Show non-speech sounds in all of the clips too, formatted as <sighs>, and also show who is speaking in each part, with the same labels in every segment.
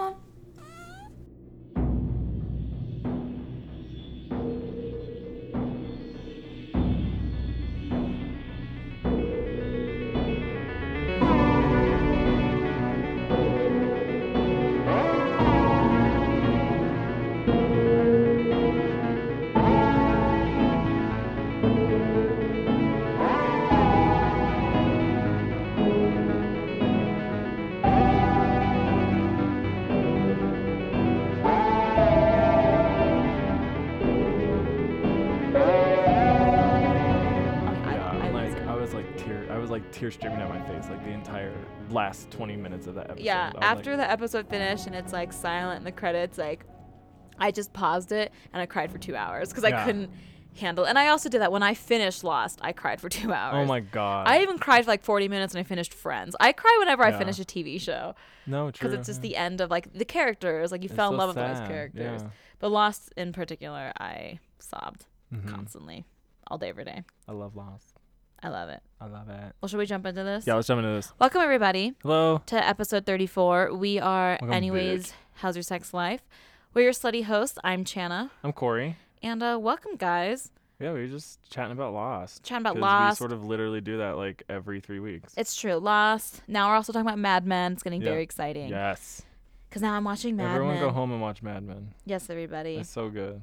Speaker 1: on. I-
Speaker 2: Yeah,
Speaker 1: I was
Speaker 2: like
Speaker 1: in.
Speaker 2: I was like tear, I was like tear streaming out my face like the entire last 20 minutes of that episode.
Speaker 1: Yeah,
Speaker 2: I'm like,
Speaker 1: after the episode finished and it's like silent in the credits, like I just paused it and I cried for two hours because I
Speaker 2: Yeah.
Speaker 1: couldn't handle. And I also did that when I finished Lost. I cried for <laughs> two hours.
Speaker 2: oh my god.
Speaker 1: I even cried for like 40 minutes and I finished Friends. I cry whenever I
Speaker 2: Yeah.
Speaker 1: finish a TV show
Speaker 2: no, true.
Speaker 1: because it's just the end of like the characters. Like you fell in love with those characters. But Lost in particular, I sobbed
Speaker 2: Hmm.
Speaker 1: constantly all day, every day.
Speaker 2: Mm-hmm. I love Lost.
Speaker 1: I love it.
Speaker 2: I love it.
Speaker 1: Well, should we jump into this?
Speaker 2: Yeah, let's jump into this.
Speaker 1: Welcome, everybody.
Speaker 2: Hello.
Speaker 1: to episode 34. We are,
Speaker 2: Welcome
Speaker 1: anyways, How's Your Sex Life? We're your slutty hosts. I'm Chana.
Speaker 2: I'm Corey.
Speaker 1: And uh, welcome, guys.
Speaker 2: Yeah, we were just chatting about Lost.
Speaker 1: Chatting about
Speaker 2: 'cause
Speaker 1: Lost.
Speaker 2: We sort of literally do that like every three weeks.
Speaker 1: It's true. Lost. Now we're also talking about Mad Men. It's getting
Speaker 2: Yeah.
Speaker 1: very exciting.
Speaker 2: yes.
Speaker 1: Because now I'm watching Mad
Speaker 2: Everyone
Speaker 1: Men.
Speaker 2: go home and watch Mad Men.
Speaker 1: Yes, everybody.
Speaker 2: It's so good.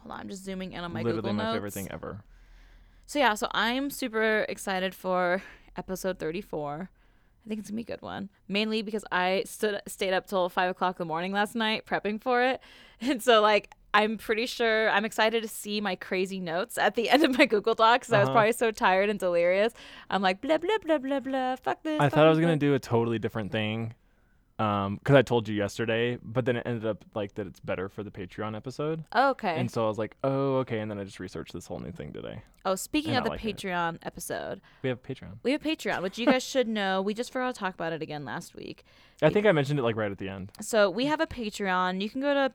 Speaker 1: Hold on. I'm just zooming in on my
Speaker 2: literally
Speaker 1: Google
Speaker 2: my
Speaker 1: Notes.
Speaker 2: favorite thing ever.
Speaker 1: So, yeah, so I'm super excited for episode 34. I think it's gonna be a good one, mainly because I stood stayed up till five o'clock in the morning last night prepping for it, <laughs> and so like I'm pretty sure I'm excited to see my crazy notes at the end of my Google Doc because I was
Speaker 2: Uh-huh.
Speaker 1: probably so tired and delirious. I'm like blah blah blah blah blah. Fuck this.
Speaker 2: I
Speaker 1: fuck
Speaker 2: thought I was
Speaker 1: this,
Speaker 2: gonna
Speaker 1: fuck-
Speaker 2: do a totally different thing, um, because I told you yesterday, but then it ended up like that it's better for the Patreon episode,
Speaker 1: Oh, okay.
Speaker 2: and so I was like, oh, okay, and then I just researched this whole new thing today.
Speaker 1: oh, speaking
Speaker 2: and
Speaker 1: of
Speaker 2: I
Speaker 1: the
Speaker 2: like it.
Speaker 1: Patreon episode,
Speaker 2: We have Patreon.
Speaker 1: we have Patreon, which you guys should know. We just forgot to talk about it again last week.
Speaker 2: I think I mentioned it like right at the end.
Speaker 1: So we have a Patreon. You can go to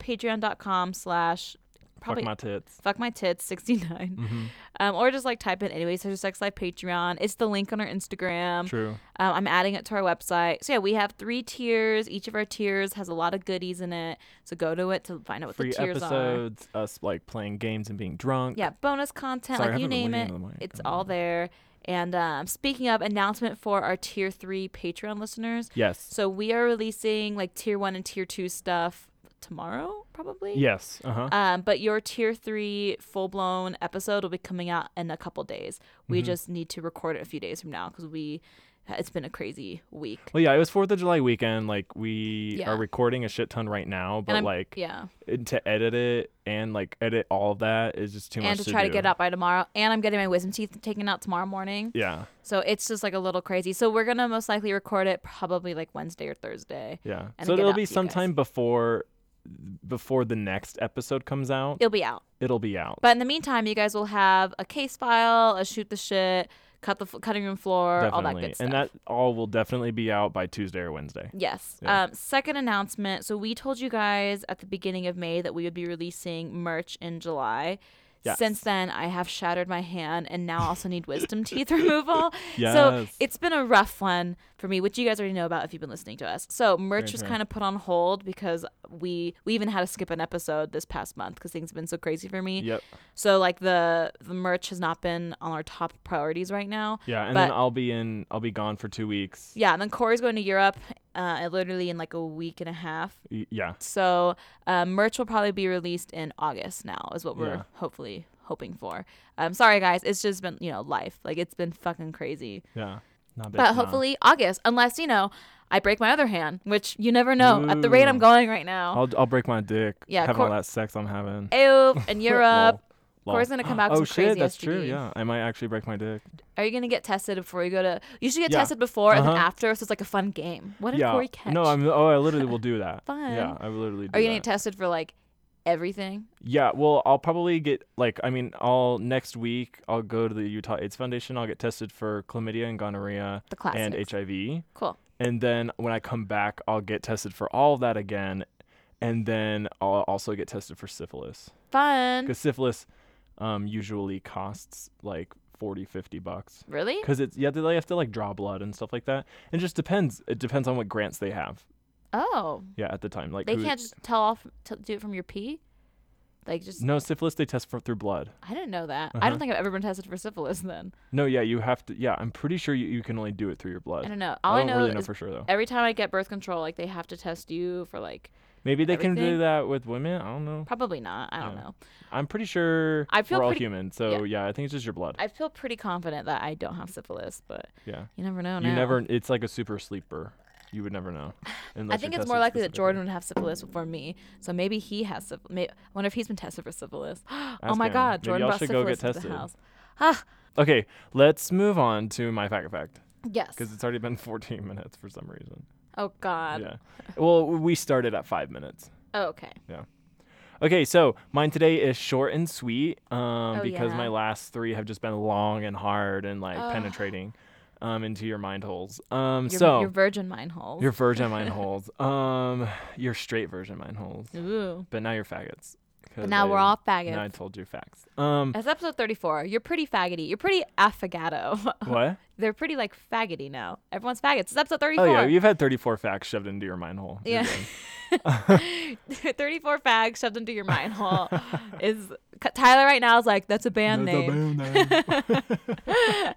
Speaker 1: patreon.com/slash. Probably
Speaker 2: Fuck my Mm. tits. Mm-hmm.
Speaker 1: fuck my tits 69 <laughs> um, or just like type in anyways there's a sex life patreon it's the link on our instagram
Speaker 2: True.
Speaker 1: um, i'm adding it to our website so yeah we have three tiers each of our tiers has a lot of goodies in it so go to it to find out what
Speaker 2: Free
Speaker 1: the tiers are
Speaker 2: episodes, us like playing games and being drunk.
Speaker 1: yeah bonus content
Speaker 2: Sorry, I
Speaker 1: like you
Speaker 2: haven't been
Speaker 1: name it
Speaker 2: leaning on the mic. Um,
Speaker 1: it's
Speaker 2: I'm
Speaker 1: all there and um, speaking of announcement for our tier three patreon listeners
Speaker 2: Yes.
Speaker 1: so we are releasing like tier one and tier two stuff tomorrow probably
Speaker 2: Yes. Uh huh.
Speaker 1: Um, but your tier three full blown episode will be coming out in a couple days.
Speaker 2: Mm-hmm.
Speaker 1: We just need to record it a few days from now because we it's been a crazy week.
Speaker 2: Well, yeah, it was Fourth of July weekend. Like we
Speaker 1: Yeah.
Speaker 2: are recording a shit ton right now, but
Speaker 1: I'm-
Speaker 2: like
Speaker 1: Yeah,
Speaker 2: it- to edit it and like edit all of that is just too much.
Speaker 1: and to try to
Speaker 2: do.
Speaker 1: get it out by tomorrow. And I'm getting my wisdom teeth taken out tomorrow morning,
Speaker 2: Yeah.
Speaker 1: so it's just like a little crazy. So we're gonna most likely record it probably like Wednesday or Thursday.
Speaker 2: Yeah.
Speaker 1: and
Speaker 2: So
Speaker 1: get it
Speaker 2: it'll
Speaker 1: out to
Speaker 2: be
Speaker 1: you guys.
Speaker 2: sometime before before the next episode comes out.
Speaker 1: It'll be out.
Speaker 2: It'll be out.
Speaker 1: But in the meantime, you guys will have a case file, a shoot the shit, cut the f- cutting room floor,
Speaker 2: definitely.
Speaker 1: all that good stuff.
Speaker 2: And that all will definitely be out by Tuesday or Wednesday.
Speaker 1: Yes.
Speaker 2: Yeah.
Speaker 1: Um, second announcement. So we told you guys at the beginning of May that we would be releasing merch in July.
Speaker 2: Yes.
Speaker 1: Since then, I have shattered my hand and now also need
Speaker 2: <laughs>
Speaker 1: wisdom teeth removal. So
Speaker 2: Yes.
Speaker 1: it's been a rough one for me, which you guys already know about if you've been listening to us. So merch
Speaker 2: Very
Speaker 1: was
Speaker 2: true.
Speaker 1: kind of put on hold because we we even had to skip an episode this past month because things have been so crazy for me.
Speaker 2: Yep.
Speaker 1: So like the the merch has not been on our top priorities right now.
Speaker 2: Yeah. And then
Speaker 1: But-
Speaker 2: I'll be in I'll be gone for two weeks.
Speaker 1: Yeah, and then Corey's going to Europe, uh, literally in like a week and a half.
Speaker 2: Y- Yeah.
Speaker 1: So um, merch will probably be released in August now, is what we're
Speaker 2: Yeah.
Speaker 1: hopefully hoping for. Um, sorry guys, it's just been you know life, like it's been fucking crazy.
Speaker 2: Yeah. Not
Speaker 1: But hopefully August, unless you know I break my other hand, which you never know at the rate I'm
Speaker 2: Ooh.
Speaker 1: going right now.
Speaker 2: I'll I'll break my dick.
Speaker 1: Yeah,
Speaker 2: Having all
Speaker 1: Cor-
Speaker 2: that sex I'm having. <laughs>
Speaker 1: Ew, in Europe.
Speaker 2: Lol.
Speaker 1: Corey's gonna come back with
Speaker 2: Oh
Speaker 1: some
Speaker 2: shit,
Speaker 1: crazy
Speaker 2: that's true.
Speaker 1: STDs.
Speaker 2: Yeah, I might actually break my dick.
Speaker 1: Are you gonna get tested before you go to? You should get
Speaker 2: Yeah.
Speaker 1: tested before and then
Speaker 2: Uh-huh.
Speaker 1: after, so it's like a fun game. What did
Speaker 2: yeah.
Speaker 1: Corey catch?
Speaker 2: No, I'm. Oh, I literally will do that.
Speaker 1: <laughs> Fun.
Speaker 2: Yeah, I will literally. Do
Speaker 1: Are you
Speaker 2: that.
Speaker 1: gonna get tested for like everything?
Speaker 2: Yeah, well, I'll probably get like I mean, I'll next week I'll go to the Utah AIDS Foundation. I'll get tested for chlamydia and gonorrhea
Speaker 1: The classics.
Speaker 2: and HIV,
Speaker 1: Cool.
Speaker 2: and then when I come back, I'll get tested for all of that again, and then I'll also get tested for syphilis
Speaker 1: Fun.
Speaker 2: because syphilis um, usually costs like 40, 50 bucks.
Speaker 1: Really?
Speaker 2: Because it's yeah, they have to like draw blood and stuff like that. It just depends. It depends on what grants they have.
Speaker 1: Oh,
Speaker 2: Yeah, at the time, like
Speaker 1: they
Speaker 2: who-
Speaker 1: can't just tell off to do it from your pee. Like just
Speaker 2: No, syphilis they test for through blood.
Speaker 1: I didn't know that. I
Speaker 2: Uh-huh.
Speaker 1: don't think I've ever been tested for syphilis. Then
Speaker 2: No, yeah, you have to. Yeah, I'm pretty sure you, you can only do it through your blood.
Speaker 1: I don't know. All I,
Speaker 2: Uh, don't
Speaker 1: know
Speaker 2: really know
Speaker 1: is
Speaker 2: for sure though.
Speaker 1: every time I get birth control, like they have to test you for like
Speaker 2: Maybe they can
Speaker 1: everything-
Speaker 2: do that with women. I don't know.
Speaker 1: probably not. I don't
Speaker 2: Yeah.
Speaker 1: know.
Speaker 2: I'm pretty sure
Speaker 1: I feel
Speaker 2: we're all
Speaker 1: pretty-
Speaker 2: human. So yeah. I think it's just your blood.
Speaker 1: I feel pretty confident that I don't have syphilis, but
Speaker 2: yeah,
Speaker 1: you never know.
Speaker 2: you
Speaker 1: now.
Speaker 2: never. It's like a super sleeper. You would
Speaker 1: <laughs>
Speaker 2: never know.
Speaker 1: I
Speaker 2: unless
Speaker 1: think
Speaker 2: you're
Speaker 1: it's more
Speaker 2: tested
Speaker 1: likely that
Speaker 2: specifically.
Speaker 1: Jordan would have syphilis before me, so maybe he has syphilis. May- I wonder if he's been tested for syphilis. <gasps> oh
Speaker 2: Ask
Speaker 1: my
Speaker 2: him.
Speaker 1: God,
Speaker 2: Maybe
Speaker 1: Jordan
Speaker 2: y'all
Speaker 1: brought
Speaker 2: should go get
Speaker 1: syphilis into the
Speaker 2: tested.
Speaker 1: house. Ah,
Speaker 2: Okay, let's move on to my fact fact
Speaker 1: yes.
Speaker 2: because it's already been <laughs> 14 minutes for some reason.
Speaker 1: Oh God.
Speaker 2: Yeah. Well, we started at five minutes.
Speaker 1: Oh, okay.
Speaker 2: Okay, so mine today is short and sweet um,
Speaker 1: Oh,
Speaker 2: because
Speaker 1: yeah.
Speaker 2: my last three have just been long and hard and like
Speaker 1: Ugh.
Speaker 2: penetrating um, into your mind holes. Um,
Speaker 1: Your,
Speaker 2: so
Speaker 1: your virgin mind holes.
Speaker 2: your
Speaker 1: <laughs>
Speaker 2: virgin mind holes, um, your straight virgin mind holes,
Speaker 1: Ooh.
Speaker 2: but now you're faggots.
Speaker 1: But now we're all faggots.
Speaker 2: Now I told you facts.
Speaker 1: <laughs>
Speaker 2: Um,
Speaker 1: That's episode 34. You're pretty faggoty. You're pretty affagato.
Speaker 2: what?
Speaker 1: <laughs> They're pretty like faggoty now. Everyone's faggots. It's episode 34.
Speaker 2: Oh yeah, you've had 34 facts shoved into your mind hole. You're
Speaker 1: Yeah. <laughs>
Speaker 2: good.
Speaker 1: 34 fags shoved into your mind hole <laughs> is Tyler right now is like, that's a band
Speaker 2: That's a
Speaker 1: name.
Speaker 2: band name.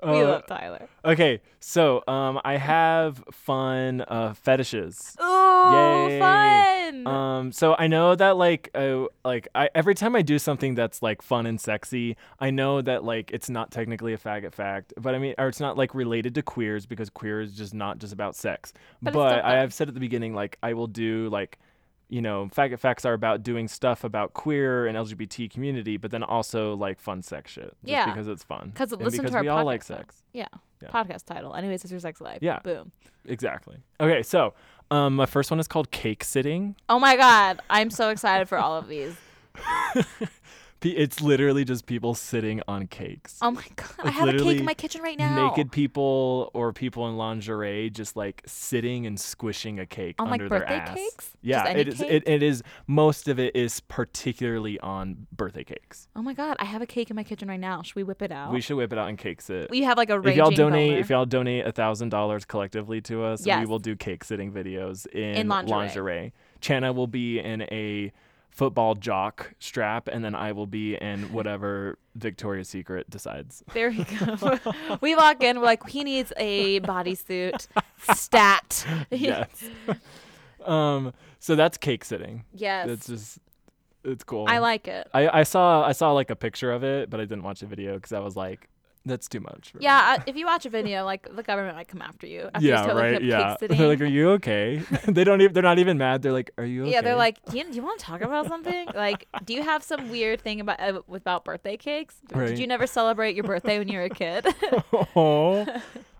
Speaker 1: we
Speaker 2: Uh,
Speaker 1: love Tyler.
Speaker 2: Okay, so um, I have fun uh, fetishes.
Speaker 1: Ooh,
Speaker 2: Yay.
Speaker 1: fun.
Speaker 2: Um, so I know that like uh, like I every time I do something that's like fun and sexy, I know that like it's not technically a faggot fact, but I mean, or it's not like related to queers because queer is just not just about sex.
Speaker 1: But
Speaker 2: But,
Speaker 1: it's still
Speaker 2: I
Speaker 1: fun.
Speaker 2: have said at the beginning like I will do like you know faggot facts are about doing stuff about queer and LGBT community, but then also like fun sex shit. Just
Speaker 1: Yeah.
Speaker 2: because it's fun.
Speaker 1: Because
Speaker 2: And
Speaker 1: listen
Speaker 2: because
Speaker 1: to our
Speaker 2: we
Speaker 1: podcast.
Speaker 2: all like
Speaker 1: title.
Speaker 2: sex.
Speaker 1: Yeah.
Speaker 2: Yeah.
Speaker 1: Podcast title. Anyways, it's your sex life.
Speaker 2: Yeah.
Speaker 1: Boom.
Speaker 2: Exactly. Okay, so um, my first one is called cake sitting.
Speaker 1: Oh my God. I'm so excited for all of these. <laughs>
Speaker 2: P- It's literally just people sitting on cakes.
Speaker 1: Oh my God. I
Speaker 2: It's
Speaker 1: have a cake in
Speaker 2: literally
Speaker 1: my kitchen right now.
Speaker 2: Naked people or people in lingerie just like sitting and squishing a cake
Speaker 1: On, like,
Speaker 2: under
Speaker 1: birthday
Speaker 2: their ass.
Speaker 1: cakes? Just
Speaker 2: Yeah,
Speaker 1: any
Speaker 2: it is.
Speaker 1: cake?
Speaker 2: It, it is. Most of it is particularly on birthday cakes.
Speaker 1: Oh my God. I have a cake in my kitchen right now. Should we whip it out?
Speaker 2: We should whip it out and cakes it.
Speaker 1: Oh. we have like a
Speaker 2: if
Speaker 1: raging
Speaker 2: y'all donate,
Speaker 1: boner.
Speaker 2: if y'all donate a thousand dollars collectively to us, we
Speaker 1: Yes.
Speaker 2: will do cake sitting videos in,
Speaker 1: In lingerie.
Speaker 2: Chana will be in a football jock strap, and then I will be in whatever Victoria's Secret
Speaker 1: <laughs>
Speaker 2: decides.
Speaker 1: There we go.
Speaker 2: <laughs>
Speaker 1: <laughs> we walk in, we're like, he needs a bodysuit.
Speaker 2: <laughs>
Speaker 1: Stat.
Speaker 2: yes. <laughs> um. So that's cake sitting.
Speaker 1: <laughs> Yes.
Speaker 2: That's just. It's cool.
Speaker 1: I like it.
Speaker 2: I, I saw I saw like a picture of it, but I didn't watch the video because I was like, that's too much. for me."
Speaker 1: Yeah, I- if you watch a video, like the government might come after you. After you
Speaker 2: Yeah.
Speaker 1: start looking
Speaker 2: Right.
Speaker 1: up
Speaker 2: Yeah.
Speaker 1: cake
Speaker 2: <laughs> They're like,
Speaker 1: sitting.
Speaker 2: are you okay? <laughs> they don't. Even, they're not even mad. They're like, are you? okay?
Speaker 1: Yeah, they're
Speaker 2: <laughs>
Speaker 1: like, do you, do you want to talk about something? Like, do you have some weird thing about uh, about birthday cakes?
Speaker 2: Right.
Speaker 1: Did you never celebrate your birthday when you were a
Speaker 2: <laughs>
Speaker 1: kid? <laughs>
Speaker 2: oh.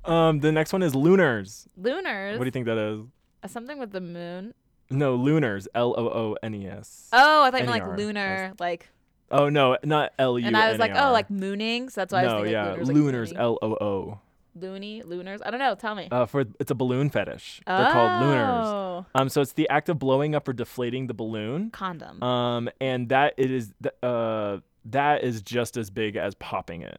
Speaker 2: Um, the next one is lunars.
Speaker 1: Lunars,
Speaker 2: What do you think that is?
Speaker 1: Uh, something with the moon.
Speaker 2: No, lunars. L O O N E S.
Speaker 1: Oh, I thought you meant
Speaker 2: NER.
Speaker 1: like lunar, like.
Speaker 2: Oh no, not L U.
Speaker 1: And I was like, oh, like mooning. So that's why I
Speaker 2: No,
Speaker 1: was thinking
Speaker 2: yeah,
Speaker 1: like, lunars,
Speaker 2: lunars.
Speaker 1: like,
Speaker 2: L O O.
Speaker 1: loony, lunars. I don't know. Tell me.
Speaker 2: Uh, for it's a balloon fetish. Uh, They're called lunars.
Speaker 1: Oh.
Speaker 2: Um, so it's the act of blowing up or deflating the balloon.
Speaker 1: Condom.
Speaker 2: Um, and that it is. th- Uh, that is just as big as popping it.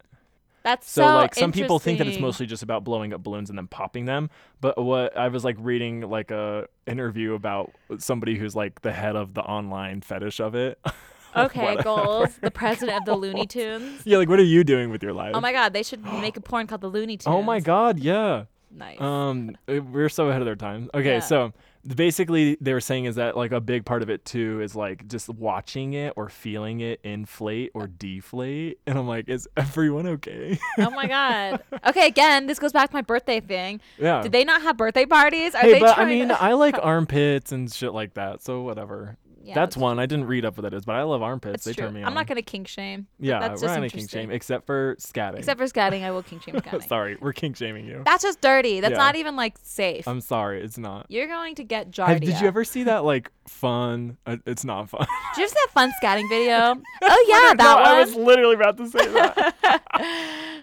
Speaker 1: That's so,
Speaker 2: So, like some people think that it's
Speaker 1: interesting.
Speaker 2: mostly just about blowing up balloons and then popping them, but what I was like reading like a interview about somebody who's like the head of the online fetish of it. <laughs> Of
Speaker 1: okay.
Speaker 2: what-
Speaker 1: Goals. The president
Speaker 2: <laughs>
Speaker 1: of the Looney Tunes.
Speaker 2: yeah, like what are you doing with your life?
Speaker 1: Oh my God! They should make a porn called the Looney Tunes.
Speaker 2: <gasps> Oh my god, yeah.
Speaker 1: Nice.
Speaker 2: Um uh, we're so ahead of their time. Okay,
Speaker 1: Yeah.
Speaker 2: so th- basically they were saying is that like a big part of it too is like just watching it or feeling it inflate or deflate and I'm like is everyone okay?
Speaker 1: oh my
Speaker 2: <laughs>
Speaker 1: God. Okay. Again, this goes back to my birthday thing.
Speaker 2: yeah.
Speaker 1: Did they not have birthday parties? Are
Speaker 2: Uh, hey,
Speaker 1: they
Speaker 2: but I
Speaker 1: trying
Speaker 2: mean,
Speaker 1: to-
Speaker 2: I like armpits and shit like that, so whatever.
Speaker 1: Yeah,
Speaker 2: that's one. I didn't read up what that is, but I love
Speaker 1: <laughs> That's
Speaker 2: armpits. They
Speaker 1: true.
Speaker 2: turn me on.
Speaker 1: I'm not gonna kink shame.
Speaker 2: Yeah,
Speaker 1: that's
Speaker 2: we're
Speaker 1: just
Speaker 2: not gonna kink shame,
Speaker 1: interesting.
Speaker 2: except for scatting.
Speaker 1: Except for scatting, I will kink
Speaker 2: <laughs>
Speaker 1: shame scatting.
Speaker 2: sorry, we're kink shaming you.
Speaker 1: That's just dirty. That's
Speaker 2: Yeah.
Speaker 1: not even like safe.
Speaker 2: I'm sorry, it's not.
Speaker 1: You're going to get jardia.
Speaker 2: Have, did you ever see that like fun? Uh, it's not
Speaker 1: Did
Speaker 2: fun.
Speaker 1: you ever see that fun scatting
Speaker 2: <laughs>
Speaker 1: video? oh yeah, that
Speaker 2: no,
Speaker 1: one.
Speaker 2: I was literally about to say that.
Speaker 1: <laughs>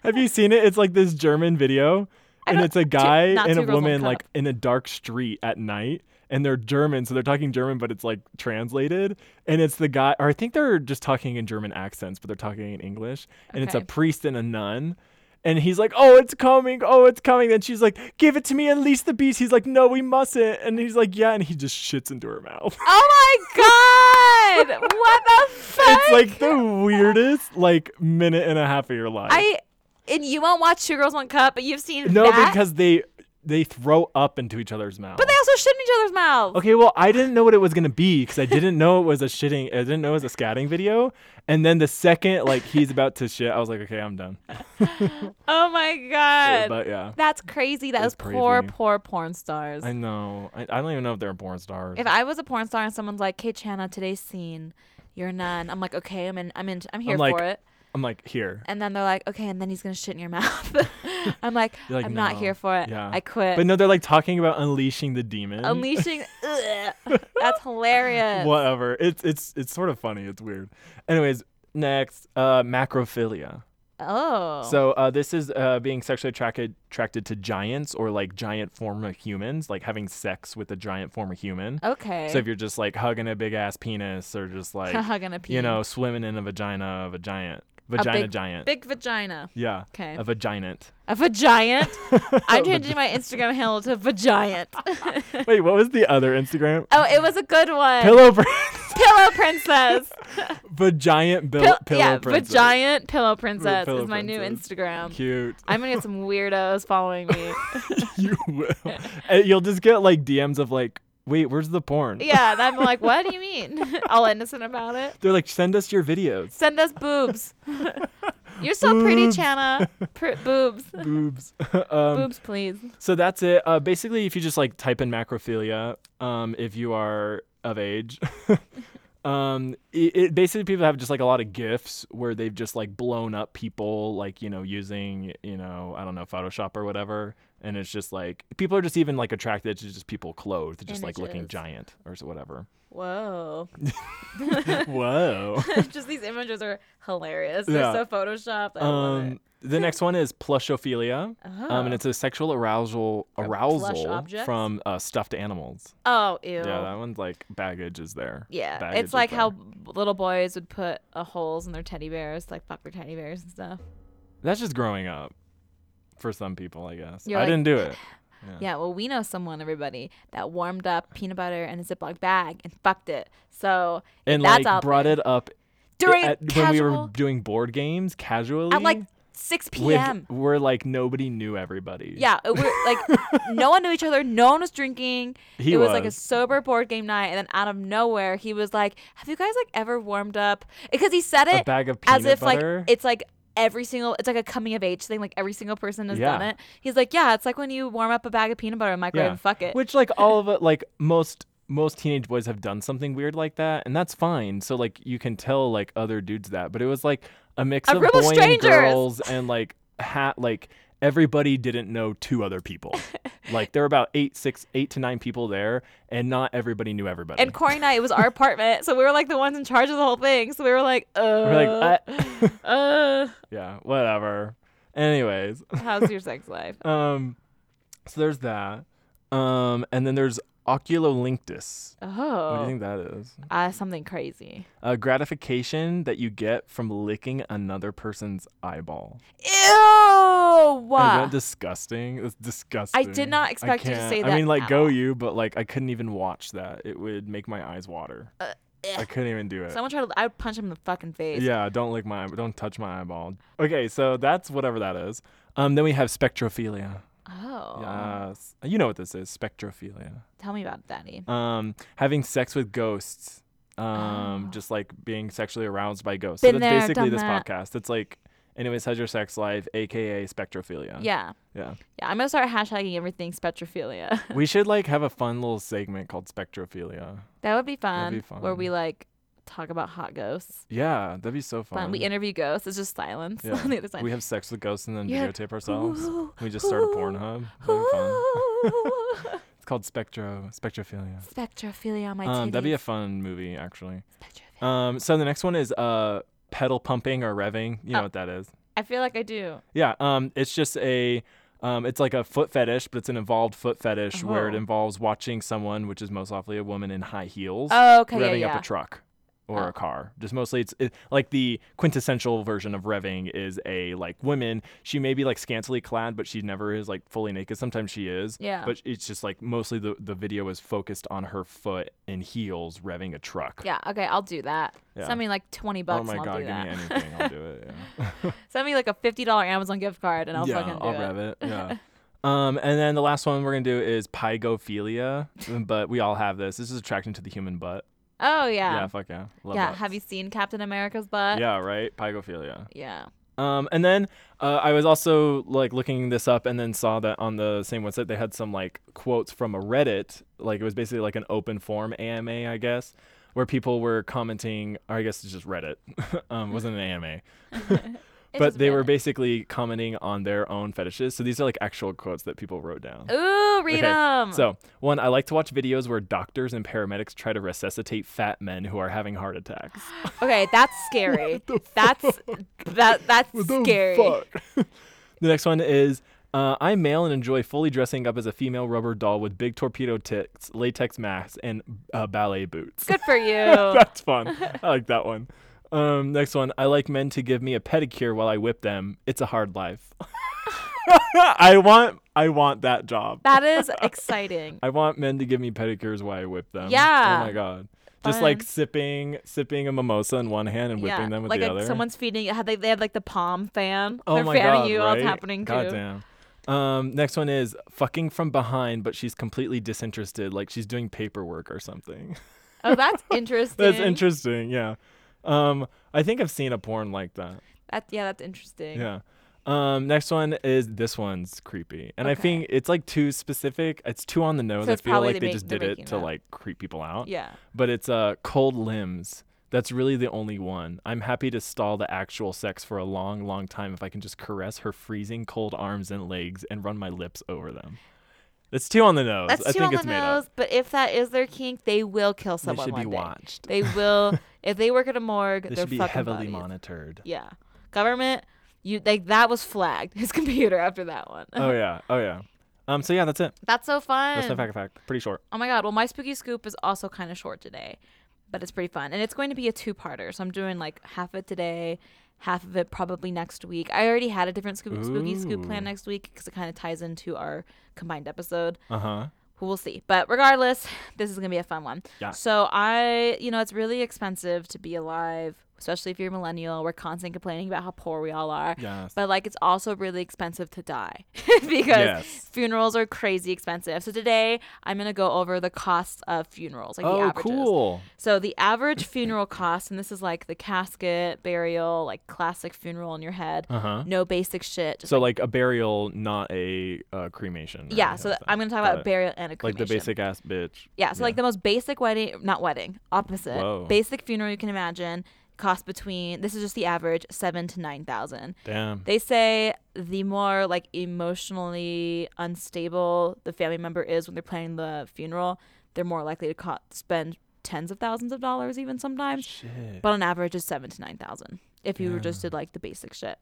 Speaker 2: Have you seen it? It's like this German video, and it's a guy
Speaker 1: not
Speaker 2: and
Speaker 1: two
Speaker 2: a
Speaker 1: girls, one
Speaker 2: woman
Speaker 1: cup.
Speaker 2: like in a dark street at night, and they're German, so they're talking German, but it's like translated, and it's the guy, or I think they're just talking in German accents, but they're talking in English, and it's a
Speaker 1: Okay.
Speaker 2: priest and a nun. and he's like, "Oh, it's coming! Oh, it's coming!" Then she's like, "Give it to me, unleash the beast." He's like, "No, we mustn't." And he's like, "Yeah," and he just shits into her mouth. <laughs>
Speaker 1: Oh my god! what the fuck?
Speaker 2: <laughs> it's like the weirdest like minute and a half of your life.
Speaker 1: I and you won't watch Two Girls One Cup, but you've seen
Speaker 2: no,
Speaker 1: that?
Speaker 2: because they they throw up into each other's mouth.
Speaker 1: but they also shit in each other's mouths.
Speaker 2: Okay, well, I didn't know what it was gonna be because I didn't know it was a shitting. I didn't know it was a scatting video. And then the second, like, he's about to shit, I was like, okay, I'm done.
Speaker 1: Oh my god!
Speaker 2: But yeah,
Speaker 1: That's crazy. That was
Speaker 2: was
Speaker 1: poor,
Speaker 2: crazy.
Speaker 1: poor porn stars.
Speaker 2: I know. I, I don't even know if they're born stars.
Speaker 1: if I was a porn star and someone's like, "Hey, Chana, today's scene, you're none," I'm like, "Okay, I'm in, I'm in, I'm here
Speaker 2: I'm like-
Speaker 1: for it."
Speaker 2: I'm like here,
Speaker 1: And then they're like, "Okay," and then he's gonna shit in your mouth. <laughs> I'm like,
Speaker 2: You're like,
Speaker 1: "I'm not
Speaker 2: "No."
Speaker 1: here for it.
Speaker 2: Yeah.
Speaker 1: I quit."
Speaker 2: but no, they're like talking about unleashing the demon. <laughs>
Speaker 1: Unleashing. <laughs> ugh, that's hilarious.
Speaker 2: Whatever. It's it's it's sort of funny. It's weird. Anyways, next, uh, macrophilia.
Speaker 1: Oh.
Speaker 2: So uh, this is uh, being sexually attracted attracted to giants or like giant form of humans, like having sex with a giant form of human.
Speaker 1: okay.
Speaker 2: So if you're just like hugging a big ass penis or just
Speaker 1: <laughs>
Speaker 2: like
Speaker 1: hugging a pee.
Speaker 2: you know swimming in a vagina of a giant, vagina
Speaker 1: big-
Speaker 2: giant,
Speaker 1: big vagina.
Speaker 2: yeah,
Speaker 1: Okay.
Speaker 2: a vaginant.
Speaker 1: A
Speaker 2: <laughs>
Speaker 1: vagiant. I'm changing my Instagram handle to vagiant.
Speaker 2: Wait, what was the other Instagram?
Speaker 1: <laughs> oh, it was a good one.
Speaker 2: Pillow <laughs> prince,
Speaker 1: Pillow
Speaker 2: <laughs>
Speaker 1: princess.
Speaker 2: vagiant bill-
Speaker 1: Pil-
Speaker 2: pillow
Speaker 1: yeah,
Speaker 2: princess.
Speaker 1: vagiant pillow princess
Speaker 2: Pillow
Speaker 1: is my new
Speaker 2: princess.
Speaker 1: Instagram.
Speaker 2: <laughs> Cute.
Speaker 1: I'm gonna get some weirdos following
Speaker 2: <laughs>
Speaker 1: me.
Speaker 2: you will.
Speaker 1: <laughs>
Speaker 2: And You'll just get like DMs of like, wait, where's the porn?
Speaker 1: yeah, and I'm like, what do you mean? <laughs> All innocent about it.
Speaker 2: They're like, send us
Speaker 1: <laughs>
Speaker 2: your videos.
Speaker 1: Send us
Speaker 2: <laughs>
Speaker 1: boobs. You're so pretty,
Speaker 2: Boobs.
Speaker 1: Chana. Pr- boobs.
Speaker 2: Boobs. <laughs> um,
Speaker 1: boobs, please.
Speaker 2: So that's it. Uh, basically, if you just like type in macrophilia, um, if you are of age, <laughs> um, it, it basically people have just like a lot of gifs where they've just like blown up people, like you know using you know I don't know Photoshop or whatever, and it's just like people are just even like attracted to just people clothed, just like looking
Speaker 1: Images.
Speaker 2: giant or so- whatever.
Speaker 1: Whoa. <laughs>
Speaker 2: Whoa.
Speaker 1: Just these images are hilarious.
Speaker 2: Yeah.
Speaker 1: They're so photoshopped. <laughs> I love it.
Speaker 2: Um, the next one is plushophilia, um, and
Speaker 1: Oh.
Speaker 2: it's a sexual arousal arousal
Speaker 1: objects?
Speaker 2: from uh, stuffed animals.
Speaker 1: Oh, ew.
Speaker 2: Yeah, that one's like baggage is there.
Speaker 1: Yeah,
Speaker 2: Baggage
Speaker 1: it's
Speaker 2: is
Speaker 1: like how
Speaker 2: there.
Speaker 1: b- little boys would put uh, holes in their teddy bears, like fuck their teddy bears and stuff.
Speaker 2: that's just growing up for some people, I guess.
Speaker 1: You're
Speaker 2: I
Speaker 1: like-
Speaker 2: didn't do it.
Speaker 1: Yeah, well, we know someone, everybody, that warmed up peanut butter in a Ziploc bag and fucked it. So
Speaker 2: And
Speaker 1: that's
Speaker 2: like
Speaker 1: out
Speaker 2: brought it up
Speaker 1: during
Speaker 2: at- when we
Speaker 1: casual,
Speaker 2: were doing board games casually.
Speaker 1: at like 6
Speaker 2: with
Speaker 1: p.m.
Speaker 2: where like nobody knew everybody. <laughs>
Speaker 1: Yeah, it- we're like no one knew each other. No one was drinking.
Speaker 2: He
Speaker 1: it was, like a
Speaker 2: was.
Speaker 1: sober board game night, and then out of nowhere, he was like, "Have you guys like ever warmed up?" Because he said
Speaker 2: A
Speaker 1: it
Speaker 2: bag of peanut
Speaker 1: as if
Speaker 2: butter.
Speaker 1: like it's like every single it's like a coming of age thing like every single person has done
Speaker 2: Yeah.
Speaker 1: it he's like yeah it's like when you warm up a bag of peanut butter in the microwave
Speaker 2: yeah.
Speaker 1: and fuck it
Speaker 2: Which like all of it like most most teenage boys have done something weird like that, and that's fine. So like you can tell like other dudes that, but it was like a mix
Speaker 1: A
Speaker 2: of
Speaker 1: group
Speaker 2: boy
Speaker 1: of
Speaker 2: and
Speaker 1: strangers.
Speaker 2: girls, and like hat like everybody didn't know two other people.
Speaker 1: <laughs>
Speaker 2: like there were about eight, six, eight to nine people there, and not everybody knew everybody.
Speaker 1: and Corey and I, it was our apartment, so we were like the ones in charge of the whole thing. So we were like, uh,
Speaker 2: <laughs> We're like,
Speaker 1: <laughs>
Speaker 2: "Uh."
Speaker 1: uh,
Speaker 2: yeah, whatever. Anyways,
Speaker 1: how's your sex life?
Speaker 2: um, so there's that, um, and then there's oculolinctus. <laughs> What do you
Speaker 1: Oh,
Speaker 2: think that is?
Speaker 1: uh, something crazy.
Speaker 2: uh, gratification that you get from licking another person's eyeball.
Speaker 1: Ew!
Speaker 2: Isn't that disgusting? That's disgusting.
Speaker 1: did not
Speaker 2: I
Speaker 1: expect you to
Speaker 2: can't-
Speaker 1: say
Speaker 2: I
Speaker 1: that
Speaker 2: mean,
Speaker 1: at
Speaker 2: like, go
Speaker 1: all.
Speaker 2: you, but like, I couldn't even watch that. It would make my eyes water. I couldn't even do it.
Speaker 1: Uh, Someone tried to, I would punch him in the fucking face.
Speaker 2: yeah, don't lick my, don't touch my eyeball. Okay, so that's whatever that is. Um, then we have spectrophilia.
Speaker 1: Oh,
Speaker 2: Yes, you know what this is, spectrophilia.
Speaker 1: tell me about it, Daddy.
Speaker 2: Um, having sex with ghosts. Um, just like being sexually aroused by ghosts. so
Speaker 1: Oh. Been
Speaker 2: that's
Speaker 1: there,
Speaker 2: basically
Speaker 1: done
Speaker 2: this
Speaker 1: that.
Speaker 2: podcast. It's like, anyways, how's your sex life, aka spectrophilia.
Speaker 1: Yeah,
Speaker 2: Yeah.
Speaker 1: yeah. I'm gonna start hashtagging everything spectrophilia. <laughs>
Speaker 2: we should like have a fun little segment called spectrophilia.
Speaker 1: That would be fun.
Speaker 2: be
Speaker 1: Where
Speaker 2: fun.
Speaker 1: we like talk about hot ghosts.
Speaker 2: Yeah, that'd be so fun.
Speaker 1: Fun. We interview ghosts. It's just silence
Speaker 2: Yeah.
Speaker 1: <laughs> on the other side.
Speaker 2: We have sex with ghosts and then
Speaker 1: Yeah.
Speaker 2: videotape ourselves.
Speaker 1: Ooh,
Speaker 2: we just start a
Speaker 1: ooh, <laughs>
Speaker 2: Pornhub. That'd be fun. <laughs>
Speaker 1: Ooh.
Speaker 2: It's called spectro spectrophilia.
Speaker 1: <laughs> Spectrophilia on my
Speaker 2: Um,
Speaker 1: titties.
Speaker 2: that'd be a fun movie actually.
Speaker 1: Spectrophilia.
Speaker 2: Um, so the next one is uh pedal pumping or revving. You know
Speaker 1: Oh.
Speaker 2: what that is.
Speaker 1: I feel like I do.
Speaker 2: Yeah, um, it's just a, um, it's like a foot fetish, but it's an involved foot fetish where it
Speaker 1: Oh.
Speaker 2: involves watching someone, which is most likely a woman in high heels,
Speaker 1: Oh, okay, yeah,
Speaker 2: revving
Speaker 1: yeah.
Speaker 2: up a truck. or
Speaker 1: Oh.
Speaker 2: a car. Just mostly it's it, like the quintessential version of revving is a like woman. She may be like scantily clad, but she never is like fully naked. Sometimes she is.
Speaker 1: Yeah.
Speaker 2: But it's just like mostly the the video is focused on her foot and heels revving a truck.
Speaker 1: Yeah, okay, I'll do that.
Speaker 2: Yeah.
Speaker 1: Send me like 20 bucks
Speaker 2: Oh
Speaker 1: and
Speaker 2: my
Speaker 1: I'll
Speaker 2: god,
Speaker 1: do
Speaker 2: give
Speaker 1: that.
Speaker 2: me anything, I'll do it. Yeah.
Speaker 1: <laughs> Send me like a $50 Amazon gift card and I'll
Speaker 2: yeah,
Speaker 1: fucking do
Speaker 2: I'll
Speaker 1: it.
Speaker 2: rev
Speaker 1: <laughs>
Speaker 2: it. Yeah. um, and then the last one we're gonna do is pygophilia, <laughs> but we all have this. This is attraction to the human butt.
Speaker 1: Oh,
Speaker 2: Yeah,
Speaker 1: yeah.
Speaker 2: fuck yeah.
Speaker 1: Yeah,
Speaker 2: Love butts.
Speaker 1: have you seen Captain America's butt?
Speaker 2: Yeah, right. Pygophilia.
Speaker 1: Yeah.
Speaker 2: Um, and then uh, I was also like looking this up, and then saw that on the same website they had some like quotes from a Reddit. Like it was basically like an open form AMA, I guess, where people were commenting. Or I guess it's just Reddit. <laughs> um, wasn't an AMA.
Speaker 1: It
Speaker 2: but
Speaker 1: doesn't
Speaker 2: they were
Speaker 1: matter.
Speaker 2: basically commenting on their own fetishes. So these are like actual quotes that people wrote down.
Speaker 1: Ooh, read
Speaker 2: Okay,
Speaker 1: 'em.
Speaker 2: So, one, I like to watch videos where doctors and paramedics try to resuscitate fat men who are having
Speaker 1: <gasps>
Speaker 2: heart attacks.
Speaker 1: Okay, that's scary. that's that that's scary.
Speaker 2: fuck? <laughs> the next one is uh, I'm male and enjoy fully dressing up as a female rubber doll with big torpedo tits, latex masks, and uh, ballet boots.
Speaker 1: Good for you.
Speaker 2: That's fun.
Speaker 1: <laughs>
Speaker 2: I like that one. Um, next one. I like men to give me a pedicure while I whip them. It's a
Speaker 1: <laughs>
Speaker 2: hard life. <laughs> I want. I want that job.
Speaker 1: that is exciting.
Speaker 2: I want men to give me pedicures while I whip them.
Speaker 1: Yeah.
Speaker 2: Oh my god. Just like
Speaker 1: Fun.
Speaker 2: sipping, sipping a mimosa in one hand and <laughs> whipping them with
Speaker 1: like
Speaker 2: the
Speaker 1: a-
Speaker 2: other.
Speaker 1: someone's feeding. Had they, they had like the palm fan.
Speaker 2: Oh
Speaker 1: They're
Speaker 2: my
Speaker 1: fanning
Speaker 2: god!
Speaker 1: you.
Speaker 2: right?
Speaker 1: All happening too.
Speaker 2: Goddamn. Um, next one is fucking from behind, but she's completely disinterested, like she's doing paperwork or something. <laughs>
Speaker 1: Oh, that's interesting.
Speaker 2: That's interesting. Yeah. Um, I think I've seen a porn like that.
Speaker 1: That- yeah, that's interesting.
Speaker 2: Yeah. Um, next one is this one's creepy, and I
Speaker 1: Okay.
Speaker 2: think it's like too specific. It's too on the nose.
Speaker 1: So
Speaker 2: I
Speaker 1: it's
Speaker 2: feel
Speaker 1: probably
Speaker 2: like
Speaker 1: they
Speaker 2: they
Speaker 1: make-
Speaker 2: just
Speaker 1: they're
Speaker 2: did it
Speaker 1: making
Speaker 2: to
Speaker 1: it up.
Speaker 2: like creep people out.
Speaker 1: Yeah.
Speaker 2: But it's uh, cold limbs. That's really the only one. I'm happy to stall the actual sex for a long, long time if I can just caress her freezing cold arms and legs and run my lips over them. That's two on the nose.
Speaker 1: That's
Speaker 2: I
Speaker 1: two
Speaker 2: think
Speaker 1: on
Speaker 2: it's
Speaker 1: the
Speaker 2: made up.
Speaker 1: nose. But if that is their kink, they will kill
Speaker 2: They
Speaker 1: someone
Speaker 2: should be
Speaker 1: one day.
Speaker 2: watched.
Speaker 1: They
Speaker 2: <laughs>
Speaker 1: will. if they work at a morgue,
Speaker 2: They
Speaker 1: they're
Speaker 2: should be
Speaker 1: fucking
Speaker 2: heavily
Speaker 1: bodies.
Speaker 2: monitored.
Speaker 1: <laughs> Yeah, government. You like that was flagged. <laughs> His computer after that one.
Speaker 2: oh yeah. Oh yeah. Um. So yeah, that's it.
Speaker 1: That's so fun.
Speaker 2: That's my fact. Fact. Pretty short.
Speaker 1: Oh my god. Well, my spooky scoop is also kind of short today, but it's pretty fun, and it's going to be a two-parter. So I'm doing like half of it today, half of it probably next week. I already had a different scoop, spooky scoop
Speaker 2: Ooh.
Speaker 1: plan next week because it kind of ties into our combined episode.
Speaker 2: Uh huh.
Speaker 1: Well, We'll see. But regardless, <laughs> this is gonna be a fun one.
Speaker 2: Yeah.
Speaker 1: So I, you know, it's really expensive to be alive, especially if you're a millennial. We're constantly complaining about how poor we all are.
Speaker 2: Yes.
Speaker 1: But like it's also really expensive to die <laughs> because
Speaker 2: Yes.
Speaker 1: funerals are crazy expensive. So today I'm gonna go over the costs of funerals, like the
Speaker 2: oh,
Speaker 1: averages.
Speaker 2: cool.
Speaker 1: So the average funeral cost, and this is like the casket, burial, like classic funeral in your head,
Speaker 2: Uh huh.
Speaker 1: no basic shit. Just
Speaker 2: So like a burial, not a uh, cremation. or
Speaker 1: yeah,
Speaker 2: anything
Speaker 1: so
Speaker 2: like
Speaker 1: that, I'm gonna talk
Speaker 2: Got
Speaker 1: about
Speaker 2: it.
Speaker 1: burial and a
Speaker 2: like
Speaker 1: cremation.
Speaker 2: the basic ass bitch.
Speaker 1: Yeah, so like the most basic wedding, not wedding, opposite
Speaker 2: Whoa.
Speaker 1: basic funeral you can imagine costs between this is just the average seven to nine thousand.
Speaker 2: Damn.
Speaker 1: They say the more like emotionally unstable the family member is when they're planning the funeral, they're more likely to co- spend tens of thousands of dollars even sometimes.
Speaker 2: Shit.
Speaker 1: But on average, it's seven to nine thousand if you just did like the basic shit.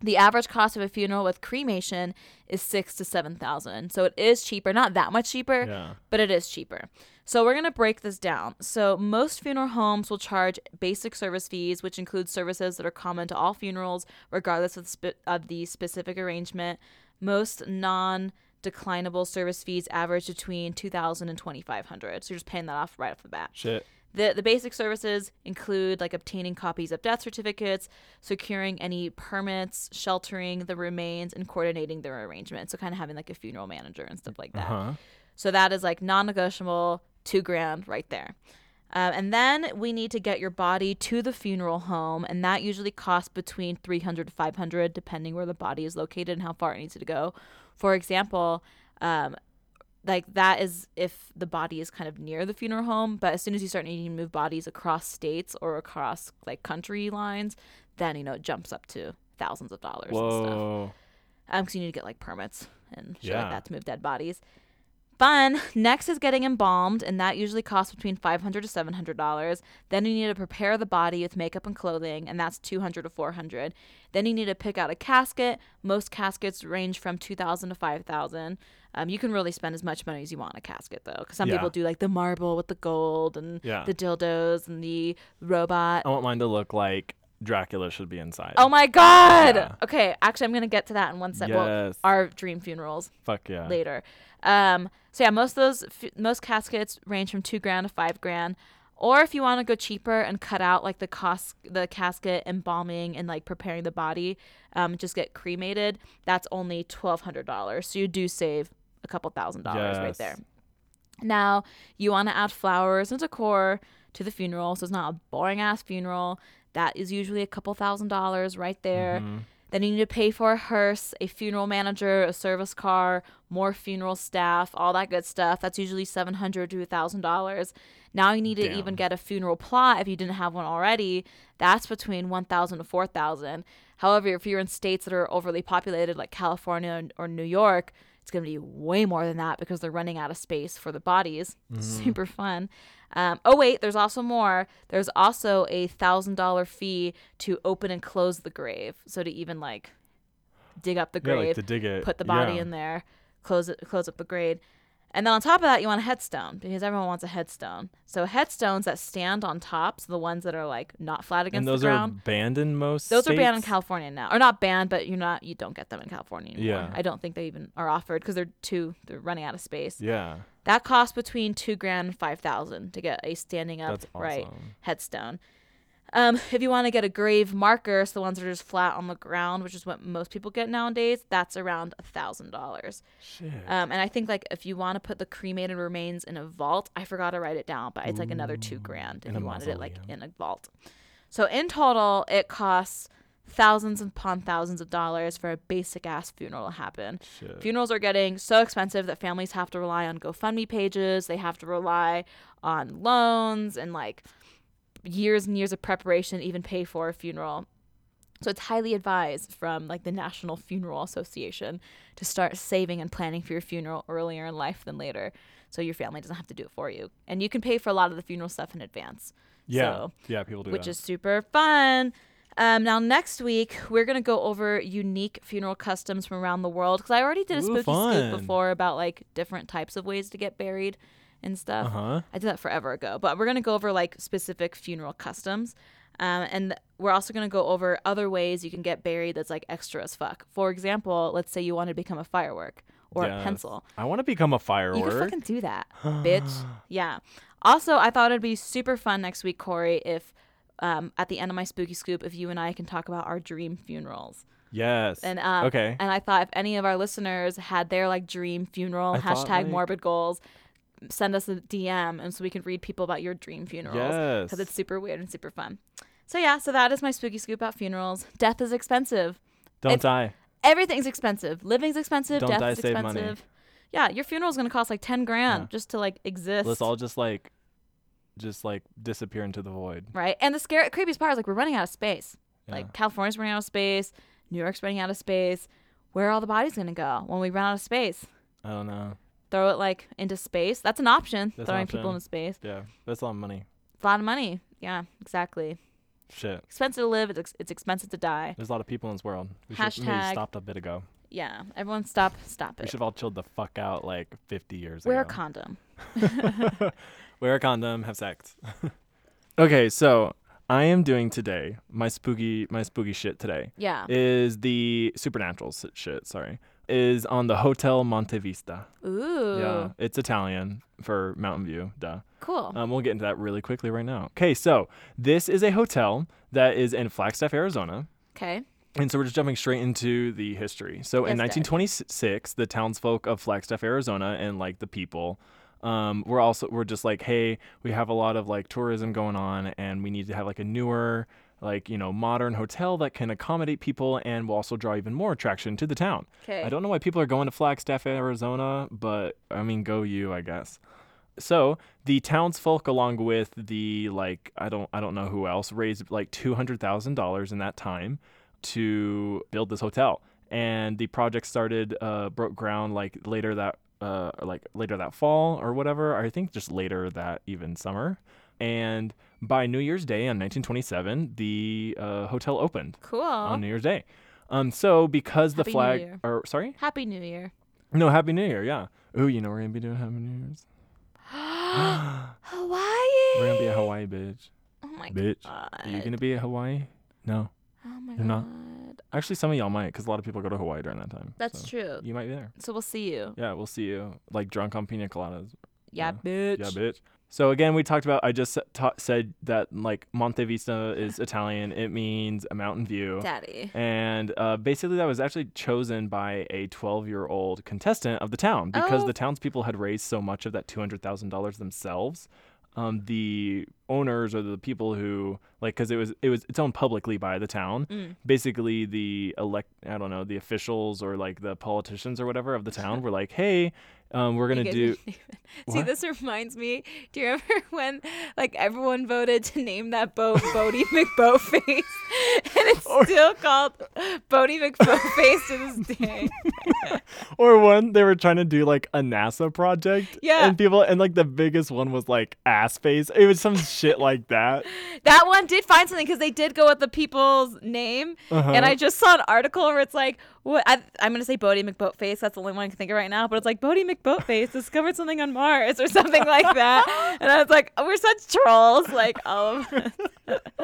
Speaker 1: The average cost of a funeral with cremation is six to seven thousand, so it is cheaper. Not that much cheaper,
Speaker 2: Yeah.
Speaker 1: but it is cheaper. So we're going to break this down. So most funeral homes will charge basic service fees, which includes services that are common to all funerals, regardless of the, spe- of the specific arrangement. Most non declinable service fees average between 2000 and 2500 so you're just paying that off right off the bat
Speaker 2: Shit.
Speaker 1: the, the basic services include like obtaining copies of death certificates, securing any permits, sheltering the remains, and coordinating their arrangement. So kind of having like a funeral manager and stuff like that.
Speaker 2: Huh?
Speaker 1: So that is like non-negotiable, two grand right there. Um, and then we need to get your body to the funeral home, and that usually costs between 300 to 500, depending where the body is located and how far it needs to go. For example, um, like that is if the body is kind of near the funeral home, but as soon as you start needing to move bodies across states or across like country lines, then you know it jumps up to thousands of dollars and stuff
Speaker 2: Whoa.
Speaker 1: um, because you need to get like permits and shit
Speaker 2: Yeah.
Speaker 1: like that to move dead bodies. Fun. Next is getting embalmed, and that usually costs between five hundred to seven hundred dollars. Then you need to prepare the body with makeup and clothing, and that's two hundred to four hundred. Then you need to pick out a casket. Most caskets range from two thousand to five thousand. Um, you can really spend as much money as you want on a casket though, because some
Speaker 2: Yeah.
Speaker 1: people do like the marble with the gold and
Speaker 2: Yeah. Oh,
Speaker 1: the dildos and the robot.
Speaker 2: I want mine to look like Dracula should be inside.
Speaker 1: Oh my god.
Speaker 2: Yeah.
Speaker 1: Okay, actually I'm gonna get to that in one sec. Well,
Speaker 2: Yes.
Speaker 1: our dream funerals
Speaker 2: Fuck yeah.
Speaker 1: later. Um, so yeah, most of those f- most caskets range from two grand to five grand, or if you want to go cheaper and cut out like the cost the casket embalming and like preparing the body, um, just get cremated. That's only twelve hundred dollars. So you do save a couple thousand dollars right
Speaker 2: Yes.
Speaker 1: there. Now you want to add flowers and decor to the funeral, so it's not a boring ass funeral. That is usually a couple thousand dollars right there.
Speaker 2: Mm-hmm.
Speaker 1: Then you need to pay for a hearse, a funeral manager, a service car, more funeral staff, all that good stuff. That's usually seven hundred to thousand dollars. Now you need to
Speaker 2: Damn.
Speaker 1: even get a funeral plot if you didn't have one already. That's between one thousand to four thousand. However, if you're in states that are overly populated, like California and- or New York, it's going to be way more than that because they're running out of space for the bodies.
Speaker 2: Mm-hmm.
Speaker 1: Super fun. Um, oh wait, there's also more. There's also a thousand dollar fee to open and close the grave. So to even like dig up the
Speaker 2: Yeah,
Speaker 1: grave,
Speaker 2: like to dig it.
Speaker 1: put the body
Speaker 2: Yeah.
Speaker 1: in there, close it, close up the grave. And then on top of that, you want a headstone because everyone wants a headstone. So headstones that stand on tops, the ones that are like not flat against
Speaker 2: And those
Speaker 1: the
Speaker 2: are
Speaker 1: ground.
Speaker 2: banned in most.
Speaker 1: Those are banned in
Speaker 2: states?
Speaker 1: California now, or not banned, but you're not you don't get them in California anymore.
Speaker 2: Yeah.
Speaker 1: I don't think they even are offered because they're too they're running out of space.
Speaker 2: Yeah,
Speaker 1: That costs between two grand and five thousand to get a standing up
Speaker 2: that's awesome.
Speaker 1: right headstone. Um, if you want to get a grave marker, so the ones that are just flat on the ground, which is what most people get nowadays, that's around a thousand dollars.
Speaker 2: Shit.
Speaker 1: Um, and I think like if you want to put the cremated remains in a vault, I forgot to write it down, but it's like another two grand if
Speaker 2: Mm, in a
Speaker 1: you wanted it like
Speaker 2: mausoleum.
Speaker 1: in a vault. So in total, it costs thousands upon thousands of dollars for a basic ass funeral to happen.
Speaker 2: Shit.
Speaker 1: Funerals are getting so expensive that families have to rely on GoFundMe pages. They have to rely on loans and like years and years of preparation to even pay for a funeral. So it's highly advised from like the National Funeral Association to start saving and planning for your funeral earlier in life than later, so your family doesn't have to do it for you, and you can pay for a lot of the funeral stuff in advance.
Speaker 2: yeah,
Speaker 1: so-
Speaker 2: yeah, people do
Speaker 1: which
Speaker 2: that.
Speaker 1: is super fun. Um, now next week we're gonna go over unique funeral customs from around the world because I already did a
Speaker 2: Ooh,
Speaker 1: spooky
Speaker 2: fun.
Speaker 1: scoop before about like different types of ways to get buried and stuff.
Speaker 2: huh?
Speaker 1: I did that forever ago, but we're gonna go over like specific funeral customs, um, and we're also gonna go over other ways you can get buried that's like extra as fuck. For example, let's say you want to become a firework or a
Speaker 2: Yes.
Speaker 1: pencil.
Speaker 2: I want to become a
Speaker 1: You
Speaker 2: firework.
Speaker 1: could fucking do that, bitch.
Speaker 2: Ah.
Speaker 1: Yeah. Also, I thought it'd be super fun next week, Corey, if um, at the end of my spooky scoop, if you and I can talk about our dream funerals.
Speaker 2: <gasps> yes.
Speaker 1: And um,
Speaker 2: okay.
Speaker 1: And I thought if any of our listeners had their like dream funeral
Speaker 2: I
Speaker 1: hashtag
Speaker 2: thought, like-
Speaker 1: morbid goals, send us a DM, and so we can read people about your dream funerals
Speaker 2: yes.
Speaker 1: because it's super weird and super fun. So yeah, so that is my spooky scoop about funerals. Death is expensive.
Speaker 2: Don't
Speaker 1: it's-
Speaker 2: die.
Speaker 1: Everything's expensive. Living's expensive.
Speaker 2: Don't
Speaker 1: death's
Speaker 2: die, save
Speaker 1: expensive.
Speaker 2: money.
Speaker 1: Yeah, your funeral's gonna cost like ten grand
Speaker 2: Yeah.
Speaker 1: just to like exist.
Speaker 2: Let's all just like, just like disappear into the void.
Speaker 1: right? And the scary, creepiest part is like we're running out of space.
Speaker 2: Yeah.
Speaker 1: Like California's running out of space, New York's running out of space. Where are all the bodies gonna go when we run out of space?
Speaker 2: I don't know.
Speaker 1: Throw it like into space. That's an option.
Speaker 2: That's an
Speaker 1: throwing people
Speaker 2: option.
Speaker 1: into space.
Speaker 2: Yeah, that's a lot of money.
Speaker 1: It's a lot of money. Yeah, exactly.
Speaker 2: Shit.
Speaker 1: Expensive to live. It's ex- it's expensive to die.
Speaker 2: There's a lot of people in this world. We should maybe
Speaker 1: Hashtag-
Speaker 2: stopped a bit ago.
Speaker 1: Yeah. Everyone, stop. Stop
Speaker 2: We
Speaker 1: it.
Speaker 2: should have all chilled the fuck out like 50 years
Speaker 1: Wear a
Speaker 2: ago.
Speaker 1: condom.
Speaker 2: <laughs>
Speaker 1: <laughs>
Speaker 2: Wear a condom, have sex. <laughs> okay, so I am doing today my spooky my spooky shit today
Speaker 1: Yeah.
Speaker 2: is the supernatural s- shit, sorry. Is on the Hotel Monte Vista.
Speaker 1: Ooh.
Speaker 2: Yeah, it's Italian for Mountain View, duh.
Speaker 1: Cool.
Speaker 2: Um, we'll get into that really quickly right now. Okay, so this is a hotel that is in Flagstaff, Arizona.
Speaker 1: Okay.
Speaker 2: And so we're just jumping straight into the history. So in
Speaker 1: Let's dive.
Speaker 2: 1926, the townsfolk of Flagstaff, Arizona, and like the people, um, were also were just like, hey, we have a lot of like tourism going on, and we need to have like a newer, like you know, modern hotel that can accommodate people and will also draw even more attraction to the town.
Speaker 1: Okay.
Speaker 2: I don't know why people are going to Flagstaff, Arizona, but I mean, go you, I guess. So the townsfolk, along with the like, I don't, I don't know who else, raised like two hundred thousand dollars in that time to build this hotel, and the project started, uh, broke ground like later that, uh, or, like later that fall or whatever. I think just later that even summer, and by New Year's Day in 1927, the uh, hotel opened
Speaker 1: Cool.
Speaker 2: on New Year's Day. Um, so because
Speaker 1: Uh-huh. Happy
Speaker 2: the
Speaker 1: New
Speaker 2: flag,
Speaker 1: Year.
Speaker 2: or sorry, <gasps>
Speaker 1: Happy New Year. <gasps>
Speaker 2: No, Happy New Year. Yeah. Ooh, you know we're gonna be doing Happy New Year's. <gasps>
Speaker 1: Hawaii.
Speaker 2: We're gonna be a Hawaii bitch.
Speaker 1: Oh my
Speaker 2: Bitch.
Speaker 1: god.
Speaker 2: Are you gonna be at Hawaii? No.
Speaker 1: oh my
Speaker 2: You're
Speaker 1: god.
Speaker 2: not. Actually, some of y'all might, because a lot of people go to Hawaii during that time.
Speaker 1: That's
Speaker 2: so
Speaker 1: true.
Speaker 2: You might be there.
Speaker 1: So we'll see you.
Speaker 2: Yeah, we'll see you like drunk on pina coladas.
Speaker 1: Yeah,
Speaker 2: Yeah.
Speaker 1: bitch.
Speaker 2: Yeah, bitch. So again, we talked about. I just ta- said that like Monte Vista is Italian. It means a mountain view.
Speaker 1: Daddy.
Speaker 2: And uh, basically, that was actually chosen by a 12 year old contestant of the town because
Speaker 1: Oh.
Speaker 2: the townspeople had raised so much of that $200,000 themselves. Um, the owners or the people who like because it was it was it's owned publicly by the town
Speaker 1: Mm.
Speaker 2: basically the elect i don't know the officials or like the politicians or whatever of the town were like hey um, we're
Speaker 1: You
Speaker 2: gonna
Speaker 1: guys
Speaker 2: do
Speaker 1: didn't even- <laughs> See,
Speaker 2: What?
Speaker 1: this reminds me. Do you remember <laughs> when, like, everyone voted to name that boat Bodie <laughs> McBoatface, and it's still called Bodie McBoatface to
Speaker 2: <laughs>
Speaker 1: this day?
Speaker 2: Or one, they were trying to do like a NASA project.
Speaker 1: Yeah.
Speaker 2: And people, and like the biggest one was like ass face. It was some shit like that.
Speaker 1: That one did find something because they did go with the people's name,
Speaker 2: Uh-huh.
Speaker 1: and I just saw an article where it's like, what I, I'm gonna say Bodie McBoatface. That's the only one I can think of right now, but it's like Bodie McBoatface discovered something on Mars or something like
Speaker 2: <laughs>
Speaker 1: that, and I was like, "Oh, we're such trolls, like all of us. <laughs>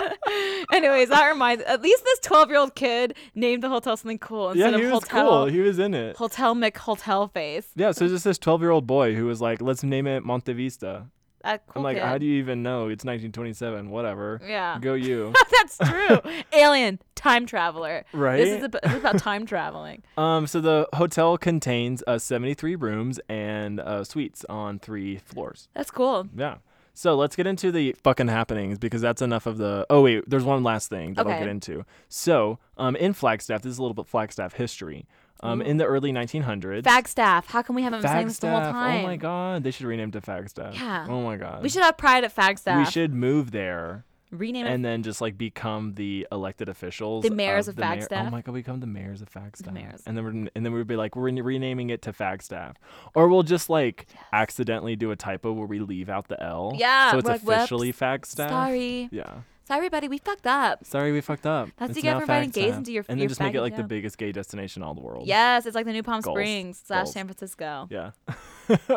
Speaker 1: Anyways, that reminds. At least this 12 year old kid named the hotel something cool
Speaker 2: Yeah,
Speaker 1: instead
Speaker 2: he
Speaker 1: of
Speaker 2: was
Speaker 1: hotel
Speaker 2: cool. He was in it.
Speaker 1: hotel McHotel face.
Speaker 2: Yeah, so just this 12 year old boy who was like, let's name it Monte Vista.
Speaker 1: That cool
Speaker 2: I'm like,
Speaker 1: kid.
Speaker 2: how do you even know? It's 1927, whatever.
Speaker 1: Yeah.
Speaker 2: Go
Speaker 1: <laughs>
Speaker 2: you.
Speaker 1: That's true. Alien time traveler. This is
Speaker 2: Right?
Speaker 1: about, this is about time traveling.
Speaker 2: um, so the hotel contains uh, 73 rooms and uh, suites on three floors.
Speaker 1: That's cool.
Speaker 2: Yeah. So let's get into the fucking happenings because that's enough of the. Oh wait, there's one last thing that
Speaker 1: Okay.
Speaker 2: I'll get into. So, um, in Flagstaff, this is a little bit Flagstaff history. Um, in the early 1900s.
Speaker 1: Fagstaff. How come we haven't been saying this the whole
Speaker 2: Fagstaff,
Speaker 1: time?
Speaker 2: Oh my god, they should rename it to Fagstaff.
Speaker 1: Yeah.
Speaker 2: Oh my god.
Speaker 1: We should have pride at Fagstaff.
Speaker 2: We should move there
Speaker 1: rename it
Speaker 2: and then just like become the elected officials.
Speaker 1: The mayors of
Speaker 2: the mayor-
Speaker 1: Flagstaff.
Speaker 2: oh my god, we become the mayors of Flagstaff.
Speaker 1: mayors.
Speaker 2: And then we're, and then we'd be like, we're re- renaming it to Fagstaff, or we'll just like accidentally do a typo where we leave out the L.
Speaker 1: Yeah,
Speaker 2: So it's
Speaker 1: we're like, whoops,
Speaker 2: officially Fagstaff.
Speaker 1: Sorry.
Speaker 2: Yeah.
Speaker 1: Sorry, buddy. We fucked up.
Speaker 2: Sorry, we fucked up.
Speaker 1: That's what
Speaker 2: It's
Speaker 1: you get
Speaker 2: now
Speaker 1: for inviting gays
Speaker 2: Flagstaff.
Speaker 1: into your-
Speaker 2: and
Speaker 1: your
Speaker 2: then just make it
Speaker 1: fucking
Speaker 2: like the
Speaker 1: town.
Speaker 2: biggest gay destination in all the world.
Speaker 1: Yes, it's like the new Palm
Speaker 2: Goals.
Speaker 1: Springs slash
Speaker 2: Goals.
Speaker 1: San Francisco.
Speaker 2: Yeah. <laughs>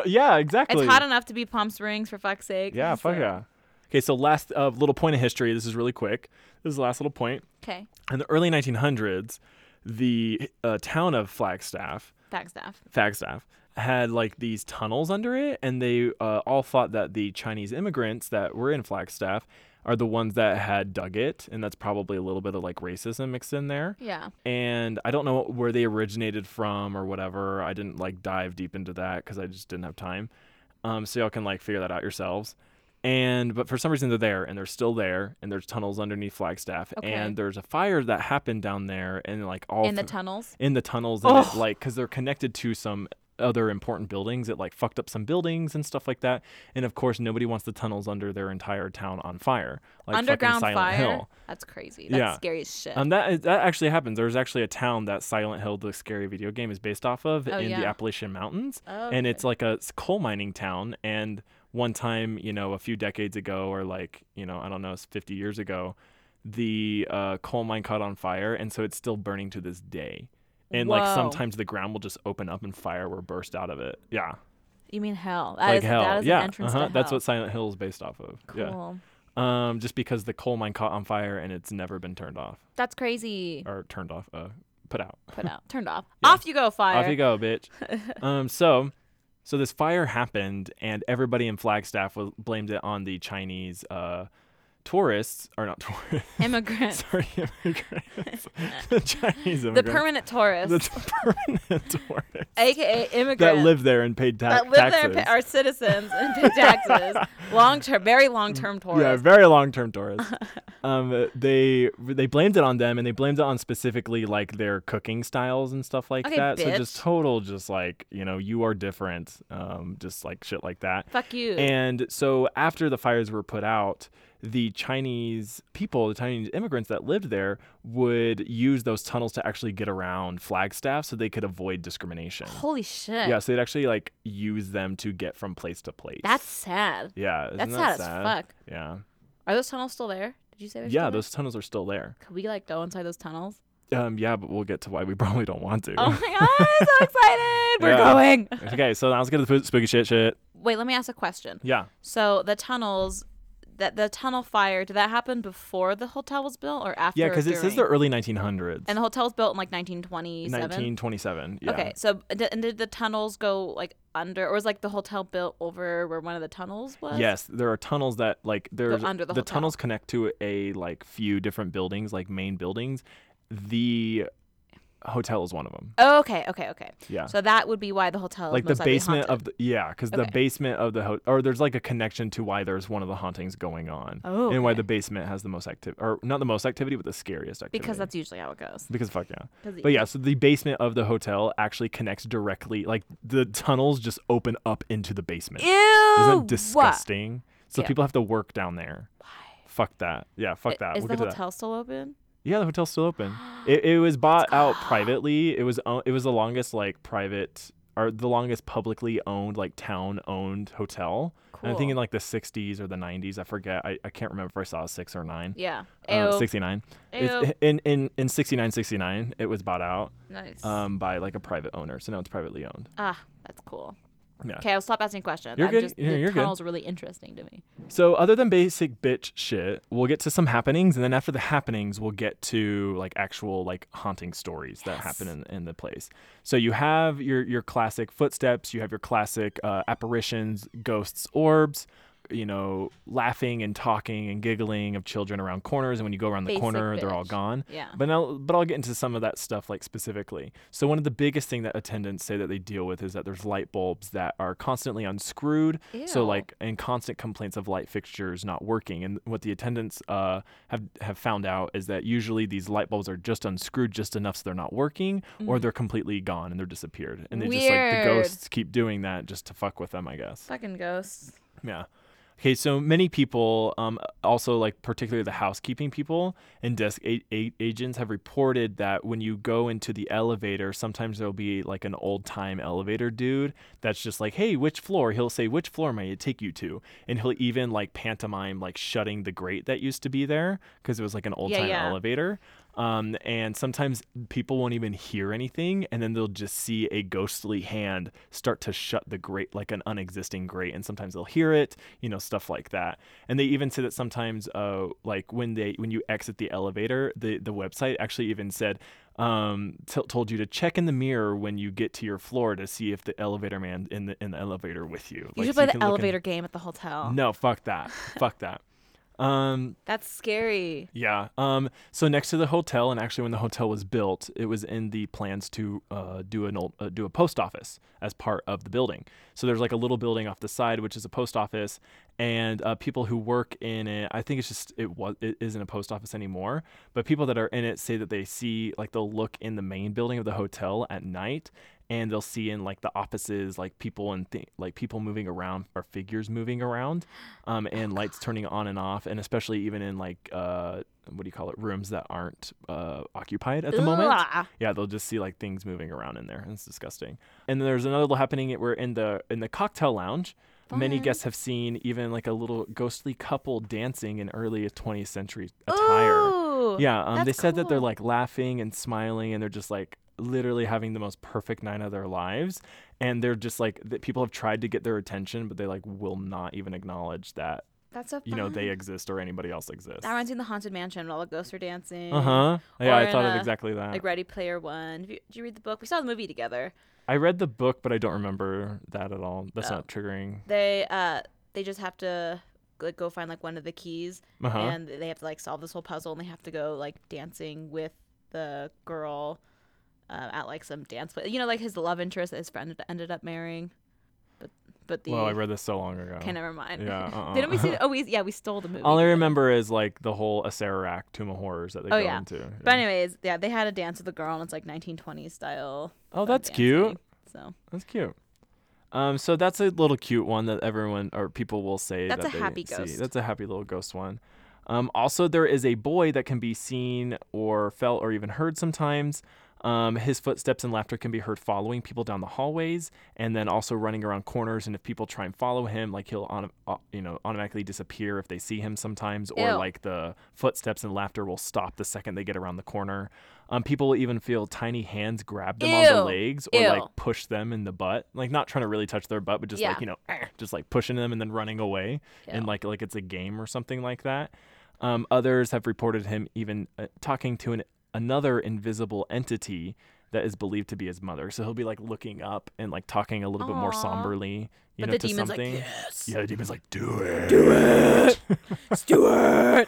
Speaker 2: yeah. Exactly.
Speaker 1: It's hot enough to be Palm Springs for fuck's sake.
Speaker 2: yeah.
Speaker 1: This is
Speaker 2: Fuck
Speaker 1: it.
Speaker 2: yeah. Okay. So last uh, little point of history. This is really quick. This is the last little point.
Speaker 1: Okay.
Speaker 2: In the early 1900s, the uh, town of Flagstaff
Speaker 1: Fagstaff.
Speaker 2: Flagstaff had like these tunnels under it, and they uh, all thought that the Chinese immigrants that were in Flagstaff are the ones that had dug it, and that's probably a little bit of like racism mixed in there.
Speaker 1: Yeah.
Speaker 2: And I don't know where they originated from or whatever. I didn't like dive deep into that because I just didn't have time. Um, so y'all can like figure that out yourselves. And but for some reason they're there and they're still there and there's tunnels underneath Flagstaff
Speaker 1: Okay.
Speaker 2: and there's a fire that happened down there and like all
Speaker 1: In the
Speaker 2: th-
Speaker 1: tunnels.
Speaker 2: in the tunnels and
Speaker 1: Ugh.
Speaker 2: it, like because they're connected to some other important buildings it like fucked up some buildings and stuff like that and of course nobody wants the tunnels under their entire town on fire like
Speaker 1: Underground
Speaker 2: fucking
Speaker 1: fire.
Speaker 2: silent hill
Speaker 1: That's crazy. That's
Speaker 2: Yeah.
Speaker 1: scary as shit.
Speaker 2: um, that is- that actually happens. There's actually a town that Silent Hill, the scary video game, is based off of
Speaker 1: Oh,
Speaker 2: in
Speaker 1: yeah.
Speaker 2: the Appalachian Mountains,
Speaker 1: Oh,
Speaker 2: and
Speaker 1: okay.
Speaker 2: it's like a s- coal mining town. And one time, you know, a few decades ago, or like you know, I don't know, it's 50 years ago, the uh, coal mine caught on fire, and so it's still burning to this day. And
Speaker 1: Whoa.
Speaker 2: like sometimes the ground will just open up and fire will burst out of it. Yeah,
Speaker 1: you mean hell? That
Speaker 2: like
Speaker 1: is-
Speaker 2: hell.
Speaker 1: That is
Speaker 2: yeah,
Speaker 1: an entrance
Speaker 2: uh-huh.
Speaker 1: to
Speaker 2: that's
Speaker 1: hell.
Speaker 2: what Silent Hill is based off of. Yeah,
Speaker 1: Cool.
Speaker 2: um, just because the coal mine caught on fire and it's never been turned off
Speaker 1: That's crazy.
Speaker 2: or turned off, uh, put out.
Speaker 1: Put out. Turned off. Off you go, fire.
Speaker 2: Off you go,
Speaker 1: <laughs>
Speaker 2: bitch. um, so, so this fire happened, and everybody in Flagstaff was, blamed it on the Chinese uh, tourists, or
Speaker 1: <laughs>
Speaker 2: not tourists. <laughs>
Speaker 1: Immigrant.
Speaker 2: sorry,
Speaker 1: <laughs>
Speaker 2: immigrants. the Chinese
Speaker 1: the
Speaker 2: immigrants.
Speaker 1: permanent
Speaker 2: <laughs>
Speaker 1: tourist.
Speaker 2: the permanent tourists
Speaker 1: AKA immigrant.
Speaker 2: that live there and paid ta-
Speaker 1: that live there
Speaker 2: taxes.
Speaker 1: and pay, are citizens and pay taxes.
Speaker 2: <laughs>
Speaker 1: long term, very long term
Speaker 2: yeah,
Speaker 1: tourists.
Speaker 2: very long
Speaker 1: <laughs>
Speaker 2: term tourists. um, they they blamed it on them, and they blamed it on specifically like their cooking styles and stuff like
Speaker 1: Okay,
Speaker 2: that. So just
Speaker 1: bitch.
Speaker 2: total, just like you know, you are different. Um, just like shit like that.
Speaker 1: Fuck you.
Speaker 2: And so after the fires were put out, the Chinese people, the Chinese immigrants that lived there, would use those tunnels to actually get around Flagstaff so they could avoid discrimination.
Speaker 1: Holy shit.
Speaker 2: Yeah, so they'd actually like use them to get from place to place.
Speaker 1: That's sad.
Speaker 2: yeah, isn't
Speaker 1: That's sad
Speaker 2: that
Speaker 1: as fuck.
Speaker 2: Yeah,
Speaker 1: Are those tunnels still there? Did you say they're
Speaker 2: yeah,
Speaker 1: still there?
Speaker 2: those tunnels are still there.
Speaker 1: Could we like go inside those tunnels?
Speaker 2: Um, yeah, but we'll get to why we <laughs> probably don't want to.
Speaker 1: Oh my god, I'm so excited. We're
Speaker 2: Yeah.
Speaker 1: going.
Speaker 2: <laughs> okay, so now let's get to the spoo- spooky shit shit.
Speaker 1: Wait, let me ask a question.
Speaker 2: Yeah.
Speaker 1: So the tunnels that the tunnel fire, did that happen before the hotel was built or after?
Speaker 2: Yeah,
Speaker 1: because
Speaker 2: because it says the early 1900s.
Speaker 1: and the hotel was built in like 1927.
Speaker 2: 1927. Yeah.
Speaker 1: Okay, so d- and did the tunnels go like under, or was like the hotel built over where one of the tunnels was?
Speaker 2: Yes, there are tunnels that like there's
Speaker 1: under the hotel.
Speaker 2: tunnels connect to a like few different buildings, like main buildings. The hotel is one of them.
Speaker 1: Oh, Okay, okay, okay.
Speaker 2: Yeah.
Speaker 1: So that would be why the hotel is
Speaker 2: Uh. like the
Speaker 1: most likely
Speaker 2: basement
Speaker 1: haunted.
Speaker 2: of the yeah, because
Speaker 1: Okay.
Speaker 2: the basement of the ho- or there's like a connection to why there's one of the hauntings going on,
Speaker 1: Oh,
Speaker 2: and why
Speaker 1: okay.
Speaker 2: the basement has the most activity or not the most activity, but the scariest activity.
Speaker 1: because that's usually how it goes.
Speaker 2: because fuck yeah.
Speaker 1: 'Cause
Speaker 2: But yeah, so the basement of the hotel actually connects directly. Like the tunnels just open up into the basement.
Speaker 1: Ew!
Speaker 2: Isn't that disgusting? So
Speaker 1: Yeah.
Speaker 2: people have to work down there.
Speaker 1: Why?
Speaker 2: Fuck that. Yeah, fuck that.
Speaker 1: Is
Speaker 2: we'll
Speaker 1: the
Speaker 2: get to
Speaker 1: hotel still open?
Speaker 2: that. Yeah, the hotel's still
Speaker 1: <gasps>
Speaker 2: open. It, it was bought out privately. It was o- it was the longest like private or the longest publicly owned like town owned hotel. And I think in
Speaker 1: Cool.
Speaker 2: like the 60s or the 90s. I forget. I, I can't remember if I saw 6 or 9.
Speaker 1: Yeah.
Speaker 2: Uh,
Speaker 1: Ew.
Speaker 2: 69.
Speaker 1: Ew.
Speaker 2: It's, in in in 69 69 it was bought out
Speaker 1: nice.
Speaker 2: um by like a private owner. So now it's privately owned.
Speaker 1: ah, that's cool.
Speaker 2: Yeah.
Speaker 1: Okay, I'll stop asking questions.
Speaker 2: You're
Speaker 1: I'm
Speaker 2: good.
Speaker 1: Just,
Speaker 2: Yeah,
Speaker 1: the
Speaker 2: you're good.
Speaker 1: tunnels are really interesting to me.
Speaker 2: So other than basic bitch shit, we'll get to some happenings, and then after the happenings, we'll get to like actual like haunting stories that happen in, in the place. So you have your your classic footsteps, you have your classic uh, apparitions, ghosts, orbs. You know, laughing and talking and giggling of children around corners, and when you go around the
Speaker 1: Basic
Speaker 2: corner, they're all
Speaker 1: bitch.
Speaker 2: gone.
Speaker 1: Yeah.
Speaker 2: But now, but I'll get into some of that stuff like specifically. So one of the biggest thing that attendants say that they deal with is that there's light bulbs that are constantly unscrewed. So
Speaker 1: Ew.
Speaker 2: like and constant complaints of light fixtures not working. And what the attendants uh, have have found out is that usually these light bulbs are just unscrewed just enough so they're not working, or they're completely gone and they're disappeared. And they just like the
Speaker 1: Mm-hmm. Weird.
Speaker 2: ghosts keep doing that just to fuck with them, I guess.
Speaker 1: Fucking ghosts.
Speaker 2: Yeah. Okay, so many people, um, also like particularly the housekeeping people and desk a- a- agents, have reported that when you go into the elevator, sometimes there'll be like an old time elevator dude that's just like, "Hey, which floor?" He'll say, "Which floor may I take you to?" And he'll even like pantomime like shutting the grate that used to be there because it was like an old time
Speaker 1: yeah.
Speaker 2: elevator. Um, and sometimes people won't even hear anything, and then they'll just see a ghostly hand start to shut the grate, like an unexisting grate. And sometimes they'll hear it, you know, stuff like that. And they even say that sometimes, uh, like when they when you exit the elevator, the the website actually even said, um, t- told you to check in the mirror when you get to your floor to see if the elevator man in the in the elevator with you.
Speaker 1: You
Speaker 2: Like,
Speaker 1: should
Speaker 2: so
Speaker 1: play
Speaker 2: can
Speaker 1: the
Speaker 2: look in-
Speaker 1: elevator game at the hotel.
Speaker 2: No, fuck that,
Speaker 1: <laughs>
Speaker 2: fuck that. Um,
Speaker 1: That's scary.
Speaker 2: yeah. Um. So next to the hotel, and actually when the hotel was built, it was in the plans to uh, do an old, uh, do a post office as part of the building. So there's like a little building off the side which is a post office, and uh, people who work in it, I think it's just it was it isn't a post office anymore. But people that are in it say that they see like they'll look in the main building of the hotel at night, and they'll see in like the offices like people and th- like people moving around or figures moving around um,
Speaker 1: Oh,
Speaker 2: and lights turning on and off and especially even in like uh, what do you call it rooms that aren't uh, occupied at the moment
Speaker 1: Ugh.
Speaker 2: yeah they'll just see like things moving around in there and it's disgusting and then there's another little happening at- where in the in the cocktail lounge many
Speaker 1: Fun.
Speaker 2: guests have seen even like a little ghostly couple dancing in early 20th century attire
Speaker 1: Ooh.
Speaker 2: yeah, um, they
Speaker 1: that's
Speaker 2: said that they're
Speaker 1: cool.
Speaker 2: like laughing and smiling, and they're just like literally having the most perfect night of their lives. And they're just like that. People have tried to get their attention, but they like will not even acknowledge that
Speaker 1: That's so. Fun.
Speaker 2: you know they exist or anybody else exists.
Speaker 1: Mm. That reminds me of the haunted mansion when all the ghosts are dancing.
Speaker 2: Uh huh. Yeah,
Speaker 1: Or
Speaker 2: I thought
Speaker 1: in
Speaker 2: of
Speaker 1: a-
Speaker 2: exactly that.
Speaker 1: Like Ready Player One. Have you- Did you read the book? We saw the movie together.
Speaker 2: I read the book, but I don't remember that at all. That's
Speaker 1: Oh.
Speaker 2: not triggering.
Speaker 1: They uh they just have to like go find like one of the keys
Speaker 2: Uh huh.
Speaker 1: and they have to like solve this whole puzzle and they have to go like dancing with the girl uh, at like some dance place. You know, like his love interest that his friend ended up marrying. But but the
Speaker 2: Well, I read this so long ago.
Speaker 1: okay, never mind. <laughs>
Speaker 2: Yeah, uh-uh.
Speaker 1: Didn't we
Speaker 2: <laughs>
Speaker 1: see? Oh, we yeah, we stole the movie.
Speaker 2: all I remember is like the whole Acerarak Tomb of Horrors that they
Speaker 1: Oh,
Speaker 2: go
Speaker 1: yeah.
Speaker 2: into.
Speaker 1: But anyways, yeah, they had a dance with a girl, and it's like 1920s style.
Speaker 2: oh,
Speaker 1: fun
Speaker 2: that's
Speaker 1: dance
Speaker 2: cute.
Speaker 1: thing. So
Speaker 2: That's cute. Um, so that's a little cute one that everyone or people will say
Speaker 1: That's
Speaker 2: that
Speaker 1: a
Speaker 2: they
Speaker 1: happy
Speaker 2: see.
Speaker 1: ghost.
Speaker 2: That's a happy little ghost one. Um, also, there is a boy that can be seen or felt or even heard sometimes. Um, his footsteps and laughter can be heard following people down the hallways, and then also running around corners. And if people try and follow him, like he'll auto- au- you know automatically disappear if they see him sometimes, or
Speaker 1: Ew.
Speaker 2: like the footsteps and laughter will stop the second they get around the corner. Um, people will even feel tiny hands grab them on the
Speaker 1: Ew.
Speaker 2: legs or
Speaker 1: Ew.
Speaker 2: like push them in the butt, like not trying to really touch their butt, but just
Speaker 1: Yeah.
Speaker 2: like you know, <clears throat> "Eh," just like pushing them and then running away, and
Speaker 1: Ew.
Speaker 2: like like it's a game or something like that. Um, others have reported him even uh, talking to an another invisible entity that is believed to be his mother. So he'll be like looking up and like talking a little bit more
Speaker 1: Aw.
Speaker 2: somberly,
Speaker 1: But
Speaker 2: you know,
Speaker 1: the
Speaker 2: to
Speaker 1: demon's like,
Speaker 2: something.
Speaker 1: yes,
Speaker 2: Yeah, the demon's like, do it, do <laughs> it,
Speaker 1: Stuart.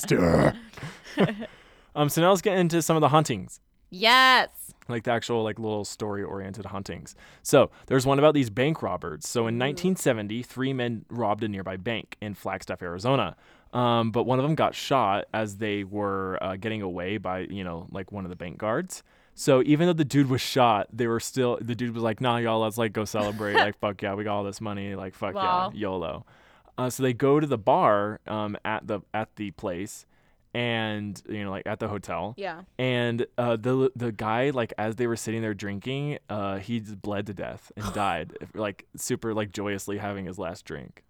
Speaker 1: <laughs>
Speaker 2: Stuart. um, so now let's get into some of the hauntings.
Speaker 1: yes.
Speaker 2: like the actual like little story oriented hauntings. So there's one about these bank robbers. So in 1970, three men robbed a nearby bank in Flagstaff, Arizona. Um, but one of them got shot as they were uh, getting away by you know like one of the bank guards. So even though the dude was shot, they were still the dude was like, "Nah, y'all, let's like go celebrate. like, fuck yeah, we got all this money. Like, fuck
Speaker 1: Wow.
Speaker 2: yeah, YOLO." Uh, so they go to the bar um, at the at the place, and you know like at the hotel
Speaker 1: Yeah.
Speaker 2: and uh, the the guy like as they were sitting there drinking, uh, he just bled to death
Speaker 1: <sighs>
Speaker 2: and died like super like joyously having his last drink.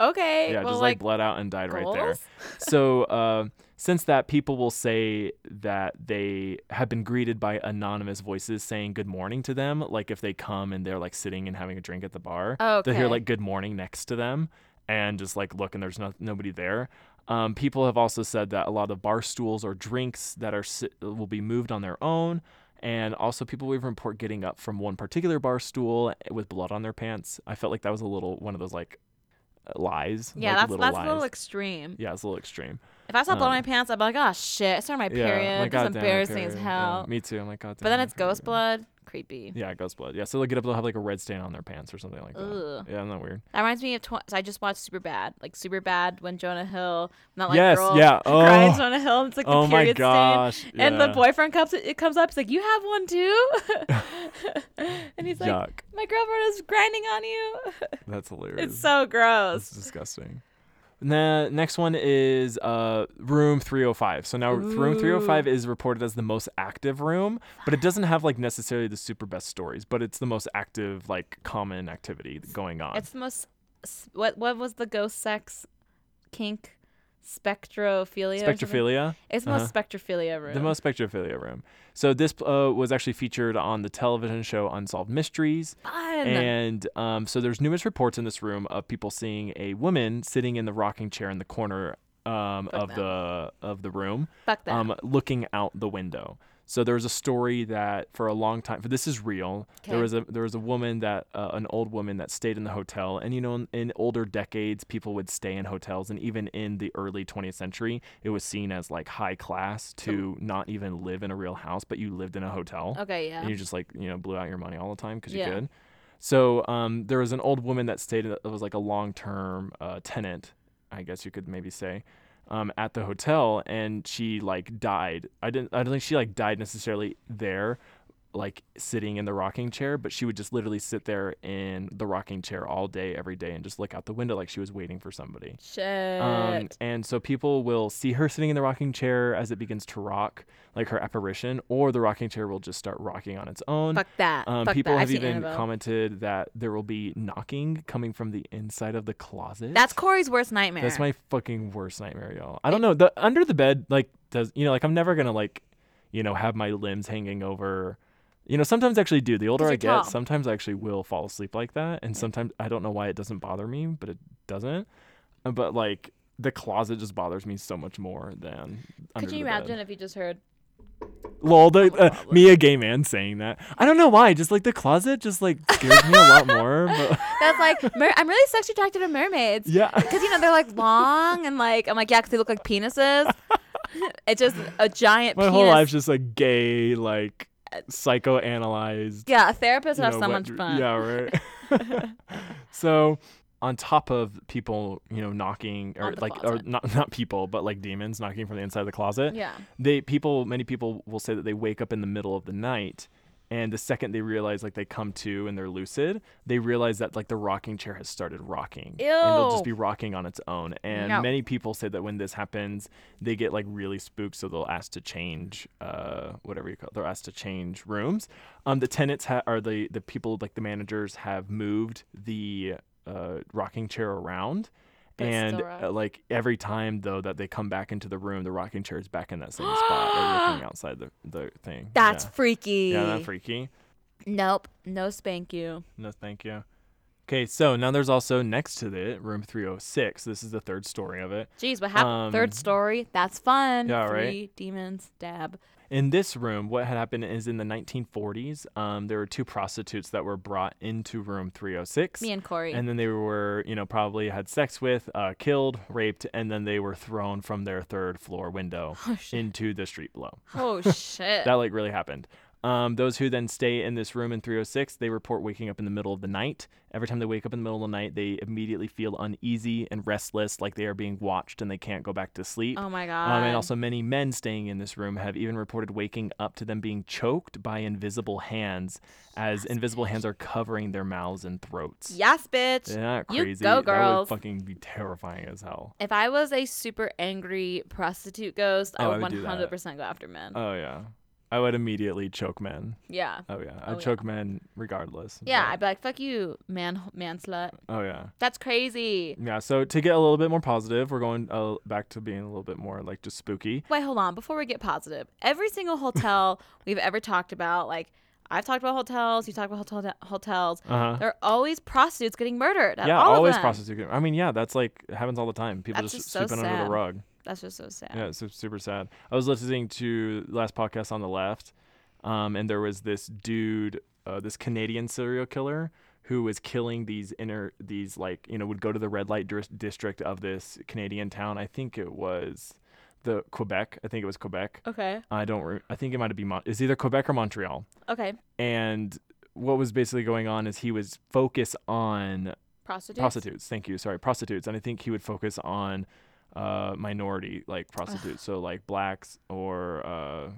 Speaker 1: Okay.
Speaker 2: yeah,
Speaker 1: well,
Speaker 2: just like,
Speaker 1: like,
Speaker 2: bled out and died right there.
Speaker 1: goals? <laughs>
Speaker 2: So uh, since that, people will say that they have been greeted by anonymous voices saying good morning to them. Like if they come and they're like sitting and having a drink at the bar, they'll
Speaker 1: Okay.
Speaker 2: hear like good morning next to them, and just like look and there's no- nobody there. Um, people have also said that a lot of bar stools or drinks that are si- will be moved on their own. And also, people will even report getting up from one particular bar stool with blood on their pants. I felt like that was a little one of those like lies.
Speaker 1: Yeah,
Speaker 2: like,
Speaker 1: that's
Speaker 2: little
Speaker 1: that's
Speaker 2: lies.
Speaker 1: a little extreme.
Speaker 2: Yeah, it's a little extreme.
Speaker 1: If I saw blood on my
Speaker 2: Um,
Speaker 1: pants, I'd be like, oh shit, I started my period.
Speaker 2: Yeah,
Speaker 1: That's
Speaker 2: goddamn, my
Speaker 1: embarrassing as
Speaker 2: period. Yeah,
Speaker 1: hell.
Speaker 2: me too. I'm like, God
Speaker 1: but then it's ghost blood. Creepy.
Speaker 2: Yeah, ghost blood. Yeah, so they'll get up, they'll have like a red stain on their pants or something like that.
Speaker 1: Ugh.
Speaker 2: Yeah, isn't that weird?
Speaker 1: That reminds me of tw- so I just watched Super Bad, like Super Bad when Jonah Hill, when that like
Speaker 2: Yes,
Speaker 1: girl
Speaker 2: yeah.
Speaker 1: <laughs> cries
Speaker 2: Oh.
Speaker 1: on a hill. and It's like the
Speaker 2: oh my
Speaker 1: period stain.
Speaker 2: gosh.
Speaker 1: And the
Speaker 2: yeah.
Speaker 1: boyfriend comes it comes up. He's like, "You have one too," <laughs> and he's like,
Speaker 2: Yuck.
Speaker 1: "My girlfriend is grinding on you." <laughs>
Speaker 2: That's hilarious.
Speaker 1: it's so
Speaker 2: That's
Speaker 1: gross.
Speaker 2: disgusting. The next one is uh, room 305. So now room 305 is reported as the most active room, but it doesn't have like necessarily the super best stories, but it's the most active like common activity going on.
Speaker 1: It's the most. s- What what was the ghost sex kink? Spectrophilia. or something?
Speaker 2: Spectrophilia. Uh-huh.
Speaker 1: It's the most spectrophilia room.
Speaker 2: The most spectrophilia room. So this uh, was actually featured on the television show Unsolved Mysteries.
Speaker 1: fun.
Speaker 2: And um, so there's numerous reports in this room of people seeing a woman sitting in the rocking chair in the corner um, of
Speaker 1: them.
Speaker 2: the of the room,
Speaker 1: Fuck that.
Speaker 2: um, looking out the window. So there was a story that for a long time, for this is real. There
Speaker 1: Okay.
Speaker 2: was a there was a woman that uh, an old woman that stayed in the hotel, and you know, in, in older decades, people would stay in hotels, and even in the early 20th century, it was seen as like high class to not even live in a real house, but you lived in a hotel
Speaker 1: okay. Yeah.
Speaker 2: and you just like you know blew out your money all the time because you
Speaker 1: Yeah.
Speaker 2: could. So um, there was an old woman that stayed uh, that was like a long term uh, tenant, I guess you could maybe say, um, at the hotel, and she like died. I didn't. I don't think she like died necessarily there, like sitting in the rocking chair, but she would just literally sit there in the rocking chair all day, every day, and just look out the window like she was waiting for somebody.
Speaker 1: Shit.
Speaker 2: Um, and so people will see her sitting in the rocking chair as it begins to rock, like her apparition, or the rocking chair will just start rocking on its own.
Speaker 1: Fuck that.
Speaker 2: Um,
Speaker 1: Fuck
Speaker 2: people
Speaker 1: that. I've
Speaker 2: have
Speaker 1: seen
Speaker 2: even
Speaker 1: Annabelle.
Speaker 2: commented that there will be knocking coming from the inside of the closet.
Speaker 1: That's Corey's worst nightmare.
Speaker 2: that's my fucking worst nightmare, y'all. I don't know. The under the bed, like, does you know, like I'm never gonna like, you know, have my limbs hanging over. You know, sometimes I actually do. The older
Speaker 1: 'Cause
Speaker 2: I
Speaker 1: you're
Speaker 2: get,
Speaker 1: tall.
Speaker 2: sometimes I actually will fall asleep like that, and sometimes I don't know why it doesn't bother me, but it doesn't. Uh, But like the closet just bothers me so much more than. under
Speaker 1: Could you
Speaker 2: the bed.
Speaker 1: imagine if you just heard?
Speaker 2: Lol, the,
Speaker 1: my
Speaker 2: uh,
Speaker 1: God,
Speaker 2: me a gay man saying that. I don't know why. Just like the closet just like scares me a lot
Speaker 1: <laughs>
Speaker 2: more. But <laughs>
Speaker 1: That's like mer- I'm really sexually attracted to mermaids.
Speaker 2: yeah.
Speaker 1: Because you know they're like long and like I'm like yeah, 'cause they look like
Speaker 2: <laughs>
Speaker 1: penises. it's just a giant.
Speaker 2: My
Speaker 1: penis.
Speaker 2: whole life's just like gay, like
Speaker 1: Uh,
Speaker 2: psychoanalyzed.
Speaker 1: Yeah, a therapist
Speaker 2: you
Speaker 1: would have
Speaker 2: know,
Speaker 1: so
Speaker 2: wet
Speaker 1: much
Speaker 2: dr-
Speaker 1: fun.
Speaker 2: Yeah,
Speaker 1: <laughs>
Speaker 2: right. <laughs> so, on top of people, you know, knocking or
Speaker 1: On the
Speaker 2: like,
Speaker 1: closet.
Speaker 2: or not not people, but like demons knocking from the inside of the closet.
Speaker 1: Yeah.
Speaker 2: They people, many people will say that they wake up in the middle of the night and the second they realize like they come to and they're lucid, they realize that like the rocking chair has started rocking and it'll just
Speaker 1: Ew.
Speaker 2: be rocking on its own. And
Speaker 1: No.
Speaker 2: many people say that when this happens, they get like really spooked, so they'll ask to change uh whatever you call. They're asked to change rooms. Um, the tenants ha- are the the people like the managers have moved the uh rocking chair around.
Speaker 1: But it's
Speaker 2: and
Speaker 1: still
Speaker 2: uh,
Speaker 1: rocked.
Speaker 2: like every time though that they come back into the room, the rocking chair is back in that same spot,
Speaker 1: <gasps>
Speaker 2: like looking outside the, the thing.
Speaker 1: That's
Speaker 2: yeah.
Speaker 1: freaky.
Speaker 2: yeah, that freaky.
Speaker 1: nope. No spank you.
Speaker 2: No, thank you. Okay, so now there's also next to it, room 306. This is the third story of it.
Speaker 1: Jeez, what happened?
Speaker 2: Um,
Speaker 1: Third story. That's fun.
Speaker 2: yeah,
Speaker 1: Three
Speaker 2: right?
Speaker 1: demons. Dab.
Speaker 2: In this room, what had happened is in the 1940s, um, there were two prostitutes that were brought into room 306.
Speaker 1: Me and Corey.
Speaker 2: and then they were, you know, probably had sex with, uh, killed, raped, and then they were thrown from their third floor window into the street below. <laughs>
Speaker 1: oh shit.
Speaker 2: that like really happened. Um, those who then stay in this room in 306, they report waking up in the middle of the night. Every time they wake up in the middle of the night, they immediately feel uneasy and restless, like they are being watched and they can't go back to sleep.
Speaker 1: oh my god.
Speaker 2: Um, and also, many men staying in this room have even reported waking up to them being choked by invisible hands, as invisible hands are covering their mouths and throats.
Speaker 1: yes, bitch.
Speaker 2: Isn't that
Speaker 1: You
Speaker 2: crazy?
Speaker 1: go,
Speaker 2: That would
Speaker 1: girls.
Speaker 2: fucking be terrifying as hell.
Speaker 1: If I was a super angry prostitute ghost,
Speaker 2: Oh, I
Speaker 1: I would
Speaker 2: would do
Speaker 1: one
Speaker 2: that.
Speaker 1: hundred percent go after men.
Speaker 2: Oh, yeah. I would immediately choke men.
Speaker 1: yeah.
Speaker 2: Oh, yeah.
Speaker 1: Oh,
Speaker 2: I'd
Speaker 1: yeah.
Speaker 2: choke men regardless.
Speaker 1: Yeah,
Speaker 2: but-
Speaker 1: I'd be like, fuck you, man, man slut.
Speaker 2: Oh, yeah.
Speaker 1: That's crazy.
Speaker 2: Yeah, so to get a little bit more positive, we're going uh, back to being a little bit more like just spooky.
Speaker 1: Wait, hold on. Before we get positive, every single
Speaker 2: <laughs>
Speaker 1: hotel we've ever talked about, like I've talked about hotels, you talked about hotel hotels,
Speaker 2: Uh huh.
Speaker 1: there are always prostitutes getting murdered. At
Speaker 2: Yeah,
Speaker 1: all of
Speaker 2: always
Speaker 1: them.
Speaker 2: prostitute. I mean, yeah, that's like it happens all the time. People
Speaker 1: That's
Speaker 2: just
Speaker 1: just so
Speaker 2: sleeping under
Speaker 1: sad.
Speaker 2: the rug.
Speaker 1: That's just so sad.
Speaker 2: Yeah, it's su- super sad. I was listening to the last podcast on the left, um, and there was this dude, uh, this Canadian serial killer who was killing these inner these like you know would go to the red light dris- district of this Canadian town. I think it was the Quebec. I think it was Quebec.
Speaker 1: Okay.
Speaker 2: I don't. Re- I think it might have been. Mon- it's either Quebec or Montreal.
Speaker 1: Okay.
Speaker 2: and what was basically going on is he was focused on
Speaker 1: Prostitutes.
Speaker 2: prostitutes. Thank you. Sorry, prostitutes. And I think he would focus on uh, minority like prostitutes, so like blacks or uh,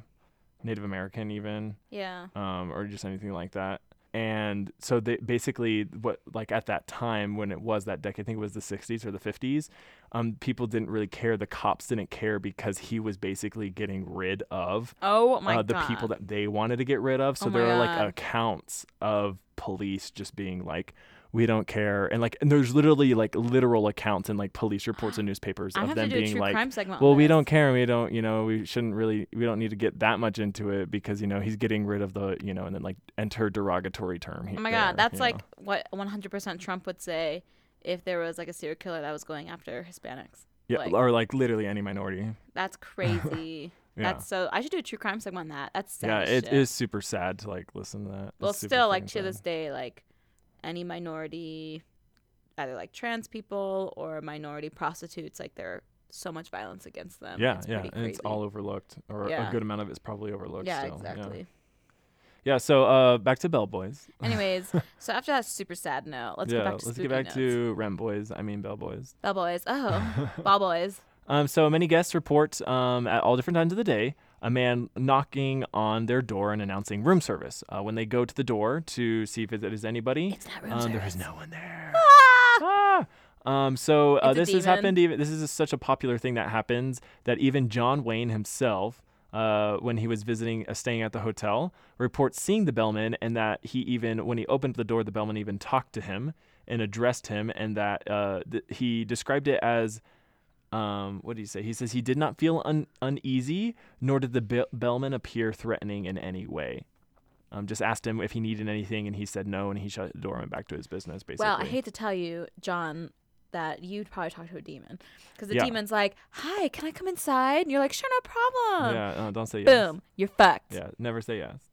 Speaker 2: Native American even,
Speaker 1: Yeah.
Speaker 2: um, or just anything like that. And so they basically what like at that time when it was that decade, I think it was the 60s or the 50s, um, people didn't really care. The cops didn't care because he was basically getting rid of
Speaker 1: Oh my
Speaker 2: uh,
Speaker 1: god.
Speaker 2: the people that they wanted to get rid of. So
Speaker 1: Oh my
Speaker 2: there are like
Speaker 1: God.
Speaker 2: accounts of police just being like, we don't care. And like, and there's literally like literal accounts and like police reports
Speaker 1: <gasps>
Speaker 2: and newspapers
Speaker 1: I
Speaker 2: of
Speaker 1: have to
Speaker 2: them
Speaker 1: do a
Speaker 2: being
Speaker 1: true
Speaker 2: like,
Speaker 1: crime segment. on
Speaker 2: well, we
Speaker 1: this.
Speaker 2: don't care. and We don't, you know, we shouldn't really, we don't need to get that much into it because, you know, he's getting rid of the, you know, and then like enter derogatory term. he-
Speaker 1: Oh my god,
Speaker 2: there,
Speaker 1: that's
Speaker 2: you
Speaker 1: like
Speaker 2: know.
Speaker 1: what 100% Trump would say if there was like a serial killer that was going after Hispanics.
Speaker 2: yeah,
Speaker 1: like-
Speaker 2: or like literally any minority. <laughs>
Speaker 1: That's crazy.
Speaker 2: Yeah.
Speaker 1: That's so. I should do a true crime segment on that. That's sad.
Speaker 2: yeah,
Speaker 1: as
Speaker 2: it
Speaker 1: shit.
Speaker 2: is super sad to like listen to that. It's
Speaker 1: Well,
Speaker 2: super
Speaker 1: still, like
Speaker 2: fucking
Speaker 1: to
Speaker 2: sad.
Speaker 1: this day, like any minority, either like trans people or minority prostitutes, like there are so much violence against them.
Speaker 2: Yeah,
Speaker 1: It's
Speaker 2: yeah,
Speaker 1: pretty
Speaker 2: and it's
Speaker 1: crazy.
Speaker 2: all overlooked, or
Speaker 1: Yeah.
Speaker 2: a good amount of it's probably overlooked.
Speaker 1: Yeah,
Speaker 2: still.
Speaker 1: exactly.
Speaker 2: Yeah, so uh, back to Bell Boys. <laughs>
Speaker 1: Anyways, so after that super sad note, let's
Speaker 2: yeah,
Speaker 1: get back to
Speaker 2: let's
Speaker 1: spooky
Speaker 2: get back
Speaker 1: notes.
Speaker 2: to Rem Boys. I mean Bell Boys.
Speaker 1: ball boys. Oh,
Speaker 2: <laughs>
Speaker 1: ball boys.
Speaker 2: Um, so many guests report um, at all different times of the day a man knocking on their door and announcing room service. Uh, when they go to the door to see if it is anybody,
Speaker 1: It's not room
Speaker 2: um, there
Speaker 1: service.
Speaker 2: is no one there.
Speaker 1: Ah!
Speaker 2: Ah! Um, so uh,
Speaker 1: It's a
Speaker 2: this has
Speaker 1: demon.
Speaker 2: happened. Even this is such a popular thing that happens that even John Wayne himself, uh, when he was visiting, uh, staying at the hotel, reports seeing the bellman, and that he even when he opened the door, the bellman even talked to him and addressed him, and that uh, th- he described it as. Um, what did he say? He says he did not feel un- uneasy, nor did the be- bellman appear threatening in any way. Um, just asked him if he needed anything, and he said no, and he shut the door and went back to his business. Basically,
Speaker 1: Well, I hate to tell you, John, that you'd probably talk to a demon because the
Speaker 2: Yeah.
Speaker 1: demon's like, "Hi, can I come inside?" And you're like, "Sure, no problem."
Speaker 2: yeah, uh, don't say yes.
Speaker 1: Boom, you're fucked.
Speaker 2: Yeah, never say yes.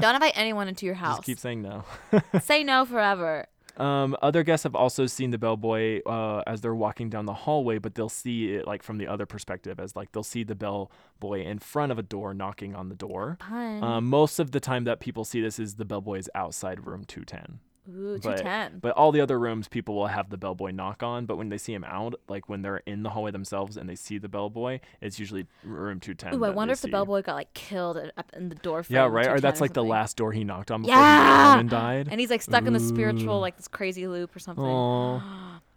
Speaker 1: Don't invite anyone into your house. <laughs>
Speaker 2: Just keep saying no. <laughs>
Speaker 1: Say no forever.
Speaker 2: um, other guests have also seen the bellboy uh, as they're walking down the hallway, but they'll see it like from the other perspective, as like they'll see the bellboy in front of a door knocking on the door.
Speaker 1: Fun.
Speaker 2: Um, most of the time that people see this is the bellboy is outside room 210.
Speaker 1: Ooh,
Speaker 2: But-
Speaker 1: 210.
Speaker 2: But all the other rooms, people will have the bellboy knock on. But when they see him out, like when they're in the hallway themselves and they see the bellboy, it's usually room 210.
Speaker 1: Ooh, I
Speaker 2: that
Speaker 1: wonder
Speaker 2: they
Speaker 1: if the
Speaker 2: see.
Speaker 1: bellboy got like killed at- up in the door.
Speaker 2: Yeah,
Speaker 1: frame,
Speaker 2: right? Or
Speaker 1: 210
Speaker 2: that's like the
Speaker 1: something.
Speaker 2: last door he knocked on before
Speaker 1: Yeah,
Speaker 2: he went home and died.
Speaker 1: And he's like stuck in the spiritual,
Speaker 2: Ooh.
Speaker 1: like this crazy loop or something.
Speaker 2: Mm. Aw.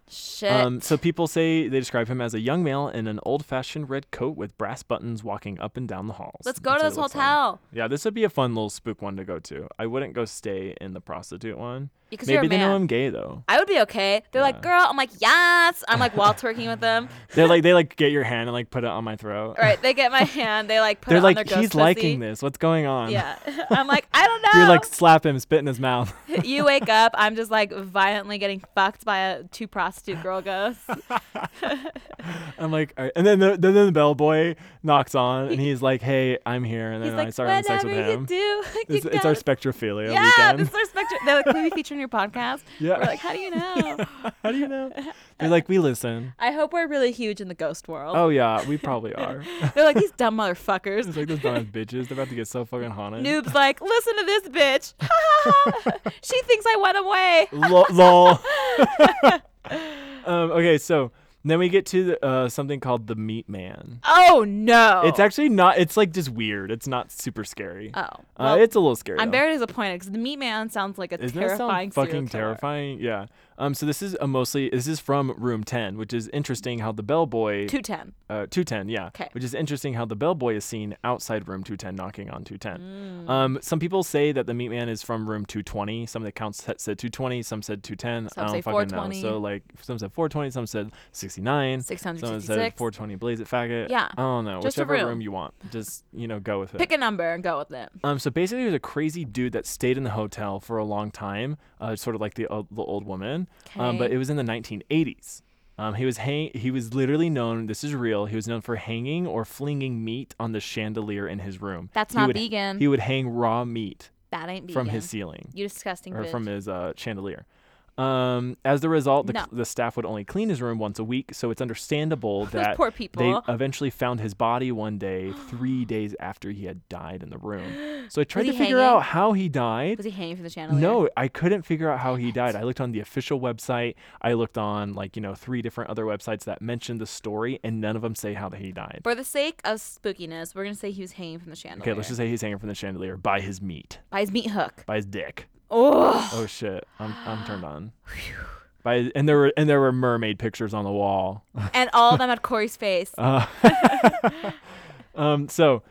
Speaker 1: Shit.
Speaker 2: Um, so people say they describe him as a young male in an old-fashioned red coat with brass buttons, walking up and down the halls.
Speaker 1: Let's go
Speaker 2: That's
Speaker 1: to
Speaker 2: what
Speaker 1: this
Speaker 2: it looks like.
Speaker 1: hotel
Speaker 2: Yeah, this would be a fun little spook one to go to. I wouldn't go stay in the prostitute one.
Speaker 1: because you're
Speaker 2: Maybe
Speaker 1: a
Speaker 2: they
Speaker 1: man.
Speaker 2: know I'm gay though.
Speaker 1: I would be okay. They're like,
Speaker 2: Yeah.
Speaker 1: girl. I'm like, yes. I'm like
Speaker 2: <laughs>
Speaker 1: while twerking with them.
Speaker 2: They like they like get your hand and like put it on
Speaker 1: <laughs>
Speaker 2: my throat.
Speaker 1: Right. They get my hand. They like put
Speaker 2: They're
Speaker 1: it on
Speaker 2: like
Speaker 1: their ghost
Speaker 2: he's
Speaker 1: pussy.
Speaker 2: liking this. What's going on?
Speaker 1: Yeah. <laughs> I'm like, I don't know.
Speaker 2: <laughs> You're like slap him, spit in his mouth.
Speaker 1: <laughs>
Speaker 2: <laughs>
Speaker 1: you wake up, I'm just like violently getting fucked by a two prostitute girl
Speaker 2: <laughs>
Speaker 1: ghosts.
Speaker 2: I'm like, all right. and then the then the bellboy knocks on and he's like, hey, I'm here. And then
Speaker 1: He's
Speaker 2: I
Speaker 1: like,
Speaker 2: start having sex
Speaker 1: whatever
Speaker 2: with
Speaker 1: you
Speaker 2: him.
Speaker 1: do, <laughs> you
Speaker 2: It's, it's our
Speaker 1: gotta-
Speaker 2: spectrophilia
Speaker 1: yeah,
Speaker 2: weekend.
Speaker 1: this is our spectrum. They're like, can we feature in your podcast?
Speaker 2: Yeah.
Speaker 1: We're like, how do you
Speaker 2: <laughs>
Speaker 1: know?
Speaker 2: How do
Speaker 1: <laughs>
Speaker 2: you know? They're like, we listen.
Speaker 1: I hope we're really huge in the ghost world.
Speaker 2: Oh yeah,
Speaker 1: <laughs>
Speaker 2: we probably are.
Speaker 1: They're like these dumb motherfuckers.
Speaker 2: It's like those dumb bitches. They're about to get so fucking haunted.
Speaker 1: Noob's like, listen to this bitch. <laughs> Ha, ha, ha. she thinks I went
Speaker 2: <laughs>
Speaker 1: away. <laughs>
Speaker 2: Lo- lol. um, okay, so then we get to the, uh, something called the Meat Man.
Speaker 1: Oh no.
Speaker 2: It's actually not. It's like just weird. It's not super scary.
Speaker 1: oh.
Speaker 2: uh,
Speaker 1: well,
Speaker 2: it's a little scary.
Speaker 1: I'm
Speaker 2: though.
Speaker 1: very disappointed because the meat man sounds like a
Speaker 2: Isn't that
Speaker 1: terrifying.
Speaker 2: sound fucking
Speaker 1: serial killer.
Speaker 2: terrifying? Yeah. Um. So this is a mostly this is from room ten, which is interesting how the bellboy
Speaker 1: Two ten.
Speaker 2: uh, 210, yeah.
Speaker 1: 'Kay.
Speaker 2: Which is interesting how the bellboy is seen outside room 210 knocking on
Speaker 1: Mm.
Speaker 2: 210. Um, some people say that the meat man is from room 220. Some of the accounts sa- said 220, some said 210.
Speaker 1: Some
Speaker 2: I
Speaker 1: say
Speaker 2: don't fucking know.
Speaker 1: 420.
Speaker 2: So, like, some said 420, some said 69. Someone said
Speaker 1: 666.
Speaker 2: 420 blaze it faggot.
Speaker 1: Yeah.
Speaker 2: I don't know.
Speaker 1: Just a
Speaker 2: Whichever
Speaker 1: room.
Speaker 2: you want. Just, you know, go with it.
Speaker 1: Pick a number and go with it.
Speaker 2: Um, so basically, there's a crazy dude that stayed in the hotel for a long time, uh, sort of like the old, the old woman. Um, but
Speaker 1: Okay.
Speaker 2: it was in the 1980s. Um, he was hang- he was literally known. This is real. He was known for hanging or flinging meat on the chandelier in his room.
Speaker 1: That's
Speaker 2: He
Speaker 1: not
Speaker 2: would-
Speaker 1: vegan.
Speaker 2: He would hang raw meat
Speaker 1: that ain't vegan.
Speaker 2: from his ceiling
Speaker 1: You disgusting
Speaker 2: or
Speaker 1: bitch.
Speaker 2: from his uh, chandelier. Um, as the result, the,
Speaker 1: No.
Speaker 2: the staff would only clean his room once a week, so
Speaker 1: <laughs>
Speaker 2: it's understandable
Speaker 1: Those
Speaker 2: that
Speaker 1: poor
Speaker 2: they
Speaker 1: people.
Speaker 2: eventually found his body one day, three days after he had died in the room. So I tried
Speaker 1: he
Speaker 2: to figure
Speaker 1: hanging?
Speaker 2: out how he died.
Speaker 1: Was he hanging from the chandelier?
Speaker 2: No, I couldn't figure out how he died. I looked on the official website. I looked on like you know three different other websites that mentioned the story, and none of them say how he died.
Speaker 1: For the sake of spookiness, we're gonna say he was hanging from the
Speaker 2: Okay,
Speaker 1: chandelier.
Speaker 2: let's just say he's hanging from the chandelier by his meat,
Speaker 1: by his meat hook.
Speaker 2: by his dick.
Speaker 1: Oh,
Speaker 2: Oh shit, I'm I'm turned on. By and there were and there were mermaid pictures on the wall.
Speaker 1: and all of them had Corey's
Speaker 2: <laughs>
Speaker 1: face.
Speaker 2: Uh, um, so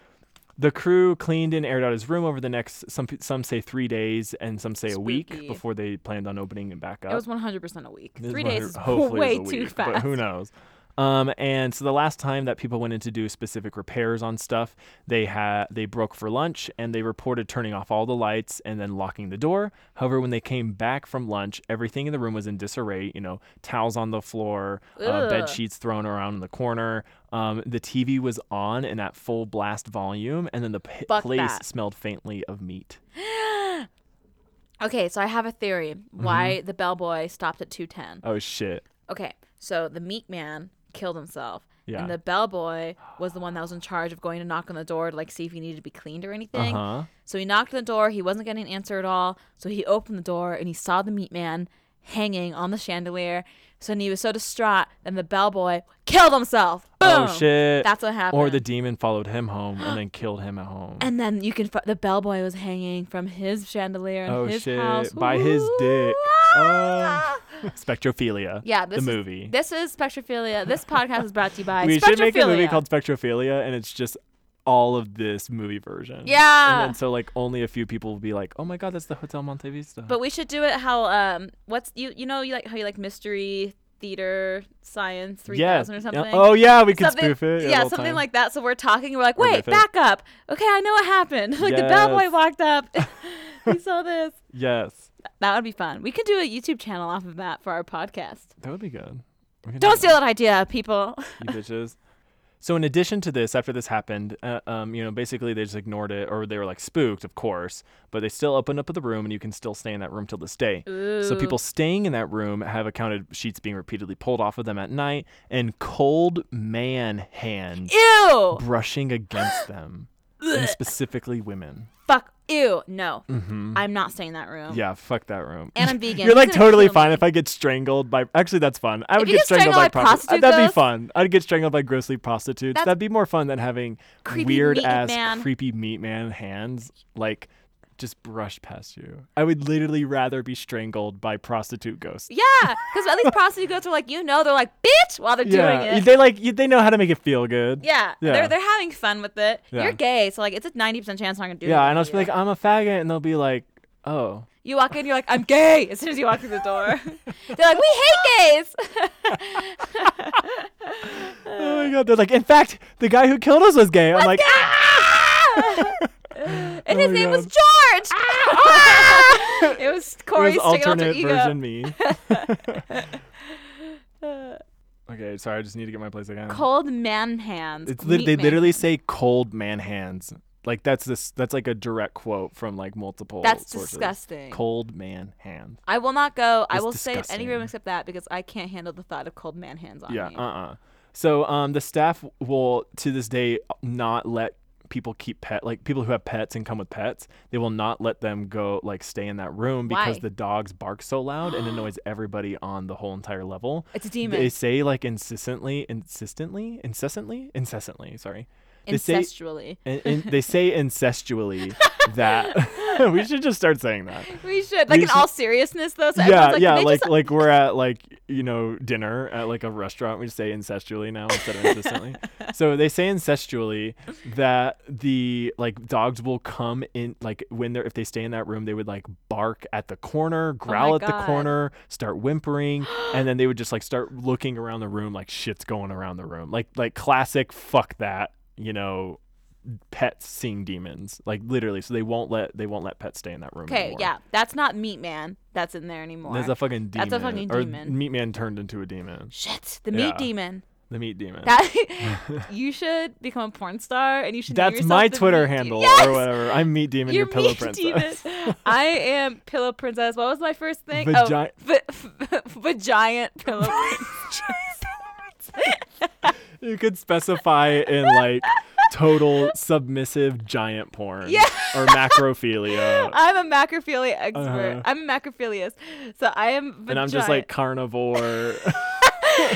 Speaker 2: the crew cleaned and aired out his room over the next some pe- some say three days and some say a
Speaker 1: Spooky.
Speaker 2: week before they planned on opening it back up.
Speaker 1: It was 100% a week.
Speaker 2: This
Speaker 1: Three
Speaker 2: one <laughs>
Speaker 1: days
Speaker 2: here
Speaker 1: is
Speaker 2: hopefully
Speaker 1: way
Speaker 2: is a
Speaker 1: too
Speaker 2: week,
Speaker 1: fast.
Speaker 2: But who knows? Um, and so the last time that people went in to do specific repairs on stuff, they had they broke for lunch and they reported turning off all the lights and then locking the door. However, when they came back from lunch, everything in the room was in disarray. You know, towels on the floor, uh,
Speaker 1: Ugh.
Speaker 2: bed sheets thrown around in the corner. Um, the TV was on and at full blast volume, and then the p-
Speaker 1: Fuck
Speaker 2: place
Speaker 1: that.
Speaker 2: smelled faintly of meat.
Speaker 1: Okay, so I have a theory why
Speaker 2: Mm-hmm.
Speaker 1: the bellboy stopped at 210.
Speaker 2: Oh shit!
Speaker 1: Okay, so the meat man killed himself.
Speaker 2: Yeah.
Speaker 1: And the bellboy was the one that was in charge of going to knock on the door to like see if he needed to be cleaned or
Speaker 2: Uh
Speaker 1: anything.
Speaker 2: huh.
Speaker 1: So he knocked on the door. He wasn't getting an answer at all. So he opened the door and he saw the meat man hanging on the chandelier. So then he was so distraught, then the bellboy killed himself.
Speaker 2: Oh
Speaker 1: Boom!
Speaker 2: shit!
Speaker 1: That's what happened.
Speaker 2: Or the demon followed him home and then killed him at home.
Speaker 1: and then you can. F- the bellboy was hanging from his chandelier in
Speaker 2: oh
Speaker 1: his
Speaker 2: shit!
Speaker 1: house
Speaker 2: By his dick.
Speaker 1: Ah!
Speaker 2: Oh. <laughs> Spectrophilia.
Speaker 1: Yeah, this
Speaker 2: the
Speaker 1: is-
Speaker 2: movie.
Speaker 1: This is Spectrophilia.
Speaker 2: <laughs>
Speaker 1: This podcast is brought to you by
Speaker 2: we
Speaker 1: Spectrophilia.
Speaker 2: should make a movie called Spectrophilia, and it's just all of this movie version.
Speaker 1: Yeah.
Speaker 2: And then, so like only a few people will be like, "Oh my god, that's the Hotel Monte Vista."
Speaker 1: But we should do it how um what's you you know you like how you like mystery theater science three
Speaker 2: yeah.
Speaker 1: thousand
Speaker 2: yeah.
Speaker 1: or something.
Speaker 2: Oh yeah, we could
Speaker 1: something,
Speaker 2: spoof it.
Speaker 1: Yeah, something like that. So we're talking. We're like,
Speaker 2: Or
Speaker 1: wait,
Speaker 2: riff it.
Speaker 1: back up. Okay, I know what happened. <laughs> like the bellboy
Speaker 2: Yes.
Speaker 1: walked
Speaker 2: <laughs>
Speaker 1: up. <laughs> he saw this.
Speaker 2: Yes,
Speaker 1: That would be fun. We could do a YouTube channel off of that for our podcast.
Speaker 2: that would be good. We can do
Speaker 1: Don't
Speaker 2: that.
Speaker 1: steal that idea, people.
Speaker 2: you bitches. So in addition to this, after this happened, uh, um, you know, basically they just ignored it, or they were like spooked, of course, but they still opened up the room, and you can still stay in that room till this day. So
Speaker 1: Ooh.
Speaker 2: people staying in that room have accounted sheets being repeatedly pulled off of them at night, and cold man hands
Speaker 1: Ew.
Speaker 2: <laughs>
Speaker 1: <gasps>
Speaker 2: brushing against them. and specifically women.
Speaker 1: Fuck. Ew. No.
Speaker 2: Mm-hmm.
Speaker 1: I'm not staying in that room.
Speaker 2: Yeah, fuck that room.
Speaker 1: Oh. And I'm vegan.
Speaker 2: You're like
Speaker 1: Doesn't it
Speaker 2: totally
Speaker 1: feel
Speaker 2: fine
Speaker 1: like-
Speaker 2: if I get strangled by. Actually, that's fun. I would
Speaker 1: you
Speaker 2: get
Speaker 1: get
Speaker 2: strangled,
Speaker 1: strangled by
Speaker 2: by prostitutes.
Speaker 1: prostitute
Speaker 2: That'd be
Speaker 1: ghosts-
Speaker 2: fun. I'd get strangled by grossly prostitutes.
Speaker 1: That's-
Speaker 2: That'd be more fun than having
Speaker 1: Creepy
Speaker 2: weird
Speaker 1: meat
Speaker 2: ass
Speaker 1: man.
Speaker 2: creepy meat man hands like just brush past you. I would literally rather be strangled by prostitute ghosts.
Speaker 1: Yeah, because at least prostitute ghosts are like, you know, they're like, bitch, while they're doing
Speaker 2: Yeah,
Speaker 1: it.
Speaker 2: they like you- they know how to make it feel good.
Speaker 1: yeah,
Speaker 2: Yeah.
Speaker 1: they're they're having fun with it.
Speaker 2: Yeah.
Speaker 1: You're gay, so like, it's a ninety percent chance I'm not gonna do.
Speaker 2: yeah,
Speaker 1: anything
Speaker 2: and
Speaker 1: to
Speaker 2: I'll just be
Speaker 1: you.
Speaker 2: like, I'm a faggot, and they'll be like, oh.
Speaker 1: you walk in, you're like, I'm gay. As soon as you walk through the
Speaker 2: <laughs>
Speaker 1: door, <laughs> they're like, we hate gays. Uh,
Speaker 2: Oh my god, they're like, in fact, the guy who killed us was gay. I'm <laughs> like, <laughs>
Speaker 1: and
Speaker 2: Oh
Speaker 1: his
Speaker 2: my
Speaker 1: name was
Speaker 2: God. Ah!
Speaker 1: George. <laughs> it was
Speaker 2: <laughs> it was
Speaker 1: Corey's chicken alter
Speaker 2: alternate
Speaker 1: ego. <laughs>
Speaker 2: version me. <laughs> okay, sorry, I just need to get my place again.
Speaker 1: Cold man hands.
Speaker 2: it's lit
Speaker 1: meat
Speaker 2: they
Speaker 1: man.
Speaker 2: literally say cold man hands. Like that's this that's like a direct quote from like multiple
Speaker 1: That's
Speaker 2: sources.
Speaker 1: disgusting.
Speaker 2: Cold man hands.
Speaker 1: I will not go. I
Speaker 2: It's
Speaker 1: will stay in any room
Speaker 2: disgusting.
Speaker 1: except that because I can't handle the thought of cold man hands on
Speaker 2: Yeah,
Speaker 1: me.
Speaker 2: uh uh So um the staff will to this day not let people keep pet like people who have pets and come with pets, they will not let them go like stay in that room because
Speaker 1: Why?
Speaker 2: the dogs bark so loud
Speaker 1: <gasps>
Speaker 2: and annoys everybody on the whole entire level.
Speaker 1: It's a demon.
Speaker 2: They say like insistently, insistently, incessantly, incessantly. Sorry, they say
Speaker 1: Incestually.
Speaker 2: in, in, they say incestually that <laughs> we should just start saying that.
Speaker 1: <laughs> We should like
Speaker 2: We
Speaker 1: in
Speaker 2: should-
Speaker 1: all seriousness though. So
Speaker 2: yeah,
Speaker 1: everyone's like,
Speaker 2: yeah,
Speaker 1: "They
Speaker 2: like
Speaker 1: just-
Speaker 2: like we're at like you know dinner at like a restaurant. We say incestually now instead
Speaker 1: <laughs>
Speaker 2: of insistently. so they say incestually that the like dogs will come in like when they're if they stay in that room they would like bark at the corner, growl at the
Speaker 1: Oh God.
Speaker 2: corner,
Speaker 1: <gasps>
Speaker 2: start whimpering, and then they would just like start looking around the room like shit's going around the room. Like like classic fuck that you know pets seeing demons like literally so they won't let they won't let pets stay in that room
Speaker 1: okay,
Speaker 2: anymore.
Speaker 1: yeah, that's not Meat Man. That's in there anymore.
Speaker 2: That's a fucking demon.
Speaker 1: That's a fucking
Speaker 2: or
Speaker 1: demon.
Speaker 2: Meat man turned into a demon.
Speaker 1: Shit, the
Speaker 2: Yeah.
Speaker 1: meat
Speaker 2: <laughs>
Speaker 1: demon.
Speaker 2: The meat demon. <laughs>
Speaker 1: That you should become a porn star and you should. name
Speaker 2: That's
Speaker 1: yourself
Speaker 2: my
Speaker 1: the
Speaker 2: Twitter
Speaker 1: meat demon.
Speaker 2: handle
Speaker 1: Yes!
Speaker 2: or whatever. I'm meat demon.
Speaker 1: You're
Speaker 2: your pillow
Speaker 1: meat
Speaker 2: princess.
Speaker 1: demon. I am pillow princess. What was my first thing?
Speaker 2: Vagi-
Speaker 1: oh, <laughs> v- vagiant
Speaker 2: <laughs>
Speaker 1: pillow <laughs> princess.
Speaker 2: <laughs> you could specify in like
Speaker 1: <laughs>
Speaker 2: total submissive giant porn
Speaker 1: Yeah.
Speaker 2: or macrophilia.
Speaker 1: <laughs> I'm a macrophilia expert.
Speaker 2: Uh-huh.
Speaker 1: I'm a macrophilius. So I am.
Speaker 2: and I'm just
Speaker 1: vagiant. <laughs>
Speaker 2: like carnivore. <laughs>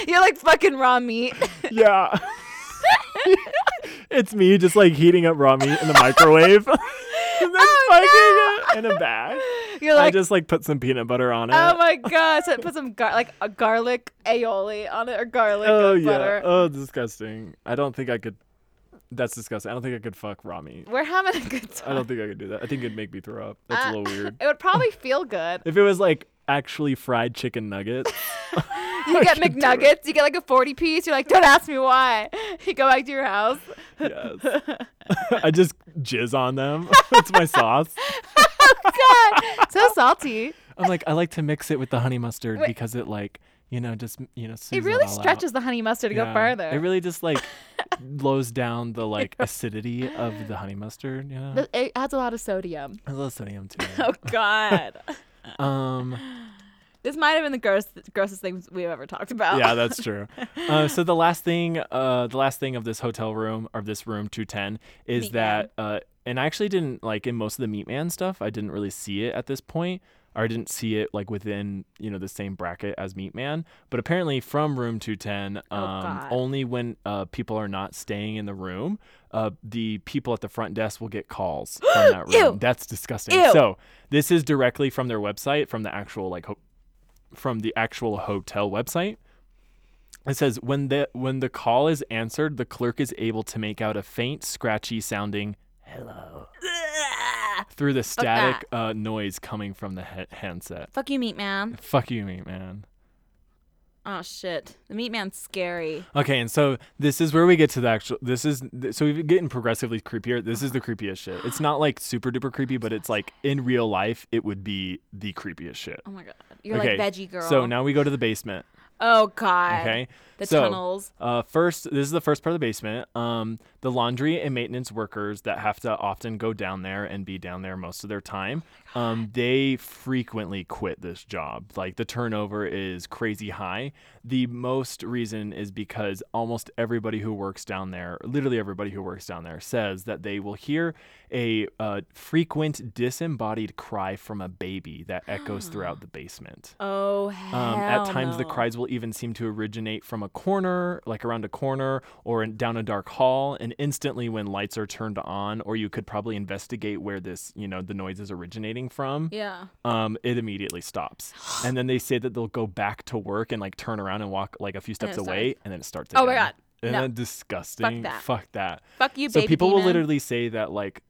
Speaker 1: You're like fucking raw meat. <laughs>
Speaker 2: yeah. <laughs> it's me just like heating up raw meat in
Speaker 1: <laughs>
Speaker 2: the microwave. <laughs> and then
Speaker 1: Oh,
Speaker 2: fucking it in a bag.
Speaker 1: You're
Speaker 2: I
Speaker 1: like,
Speaker 2: just uh, like put some peanut butter on it.
Speaker 1: oh my god. So put some gar- like a garlic aioli on it or garlic
Speaker 2: oh
Speaker 1: uh,
Speaker 2: yeah.
Speaker 1: butter.
Speaker 2: Oh, disgusting. I don't think I could. That's disgusting. I don't think I could fuck raw meat.
Speaker 1: We're having a good time.
Speaker 2: I don't think I could do that. I think it'd make me throw up. That's
Speaker 1: Uh,
Speaker 2: a little weird.
Speaker 1: It would probably feel
Speaker 2: <laughs>
Speaker 1: good.
Speaker 2: If it was like actually fried chicken nuggets,
Speaker 1: <laughs>
Speaker 2: <laughs>
Speaker 1: You get
Speaker 2: could do it.
Speaker 1: McNuggets. You get like a 40 piece. You're like, don't ask me why. <laughs> You go back to your
Speaker 2: <laughs>
Speaker 1: house.
Speaker 2: yes.
Speaker 1: <laughs>
Speaker 2: I just jizz on them. <laughs> That's my sauce.
Speaker 1: God,
Speaker 2: <laughs>
Speaker 1: so salty.
Speaker 2: I'm like, I like to mix it with the honey mustard
Speaker 1: Wait.
Speaker 2: because it like, you know, just you know,
Speaker 1: It
Speaker 2: smooths
Speaker 1: really
Speaker 2: all out.
Speaker 1: stretches the honey mustard to go
Speaker 2: Yeah.
Speaker 1: farther.
Speaker 2: It really
Speaker 1: <laughs>
Speaker 2: just like lows down the like acidity of the honey mustard. You know,
Speaker 1: But it adds a lot of
Speaker 2: <laughs>
Speaker 1: sodium.
Speaker 2: I love
Speaker 1: <laughs>
Speaker 2: sodium too.
Speaker 1: Oh <laughs> God,
Speaker 2: Um.
Speaker 1: this might have been the gross, grossest things we've ever talked about.
Speaker 2: yeah, that's true. Uh, so
Speaker 1: <laughs>
Speaker 2: the last thing, uh, the last thing of this hotel room or this room 210 is
Speaker 1: Meat
Speaker 2: that, uh, and I actually didn't like in most of the Meat Man stuff. I didn't really see it at this point, or I didn't see it like within you know the same bracket as Meat Man. But apparently, from room 210,
Speaker 1: Oh,
Speaker 2: um,
Speaker 1: God.
Speaker 2: only when uh, people are not staying in the room, uh, the people at the front desk will get calls from that
Speaker 1: <gasps>
Speaker 2: room.
Speaker 1: Ew.
Speaker 2: That's disgusting.
Speaker 1: Ew.
Speaker 2: So this is directly from their website, from the actual like. Ho- from the actual hotel website. It says when the when the call is answered, the clerk is able to make out a faint, scratchy sounding hello
Speaker 1: Ugh.
Speaker 2: through the
Speaker 1: that.
Speaker 2: static uh, noise coming from the he- handset.
Speaker 1: <laughs> Fuck you, meat man.
Speaker 2: Fuck you, meat man.
Speaker 1: Oh shit, the meat man's scary.
Speaker 2: Okay, and so this is where we get to the actual. This is th- so we're getting progressively creepier. This is the creepiest shit. It's not like super duper creepy, but it's like in real life, it would be the creepiest shit.
Speaker 1: Oh my god, you're
Speaker 2: okay,
Speaker 1: like veggie girl.
Speaker 2: So now we go to the basement.
Speaker 1: oh god,
Speaker 2: Okay,
Speaker 1: the
Speaker 2: so,
Speaker 1: tunnels.
Speaker 2: Uh, first, this is the first part of the basement. Um, the laundry and maintenance workers that have to often go down there and be down there most of their time um, they frequently quit this job. Like the turnover is crazy high. The most reason is because almost everybody who works down there, literally everybody who works down there, says that they will hear a uh, frequent disembodied cry from a baby that echoes throughout the basement.
Speaker 1: Oh hell.
Speaker 2: Um, at times, the
Speaker 1: no.
Speaker 2: cries will even seem to originate from a corner, like around a corner or in, down a dark hall. And instantly, when lights are turned on, or you could probably investigate where this, you know, the noise is originating from,
Speaker 1: Yeah.
Speaker 2: um, it immediately stops. And then they say that they'll go back to work and like turn around and walk like a few steps
Speaker 1: it
Speaker 2: away, and then it starts again.
Speaker 1: Oh my God.
Speaker 2: And
Speaker 1: No.
Speaker 2: then disgusting.
Speaker 1: that.
Speaker 2: Fuck that.
Speaker 1: Fuck you,
Speaker 2: So
Speaker 1: baby.
Speaker 2: people will
Speaker 1: demon.
Speaker 2: literally say that like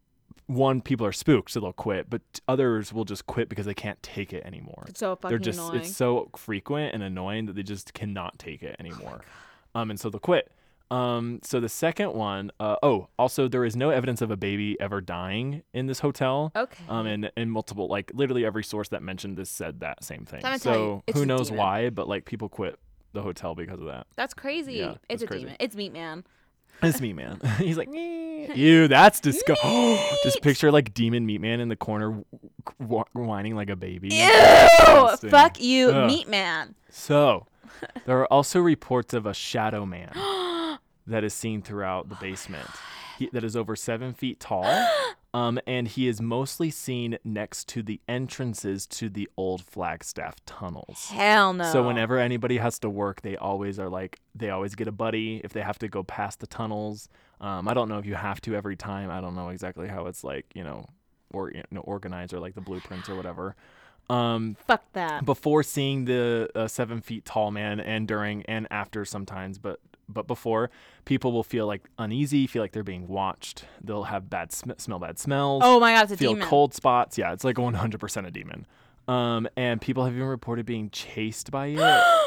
Speaker 2: one people are spooked so they'll quit, but others will just quit because they can't take it anymore
Speaker 1: It's so fucking
Speaker 2: they're just
Speaker 1: annoying.
Speaker 2: it's so frequent and annoying that they just cannot take it
Speaker 1: Oh
Speaker 2: anymore um and so they'll quit um so the second one uh oh also there is no evidence of a baby ever dying in this hotel
Speaker 1: okay.
Speaker 2: um and and multiple like literally every source that mentioned this said that same thing
Speaker 1: Let me tell you,
Speaker 2: so
Speaker 1: it's
Speaker 2: who
Speaker 1: a
Speaker 2: knows
Speaker 1: demon.
Speaker 2: why but like people quit the hotel because
Speaker 1: <laughs>
Speaker 2: of that
Speaker 1: that's crazy.
Speaker 2: yeah,
Speaker 1: it's
Speaker 2: that's
Speaker 1: a
Speaker 2: crazy.
Speaker 1: demon. It's Meat Man.
Speaker 2: it's me man <laughs> he's like "Meat." ew that's <gasps> disgusting just picture like demon meat man in the corner w- w- whining like a baby
Speaker 1: Ew!
Speaker 2: Disgusting.
Speaker 1: Fuck you,
Speaker 2: Ugh.
Speaker 1: Meat Man. <laughs>
Speaker 2: So, there are also reports of a shadow
Speaker 1: <gasps>
Speaker 2: man that is seen throughout the basement. He, that is over seven
Speaker 1: <gasps>
Speaker 2: feet tall, um, and he is mostly seen next to the entrances to the old Flagstaff tunnels.
Speaker 1: Hell no.
Speaker 2: So whenever anybody has to work, they always are like they always get a buddy if they have to go past the tunnels. Um, I don't know if you have to every time. I don't know exactly how it's like you know, or you know, organized or like the blueprints or whatever. Um,
Speaker 1: Fuck that.
Speaker 2: before seeing the uh, seven feet tall man and during and after sometimes but but before people will feel like uneasy feel like they're being watched they'll have bad sm- smell bad smells
Speaker 1: Oh my god, it's a
Speaker 2: feel
Speaker 1: demon.
Speaker 2: cold spots yeah it's like 100% a demon um, and people have even reported being chased
Speaker 1: <gasps>
Speaker 2: by it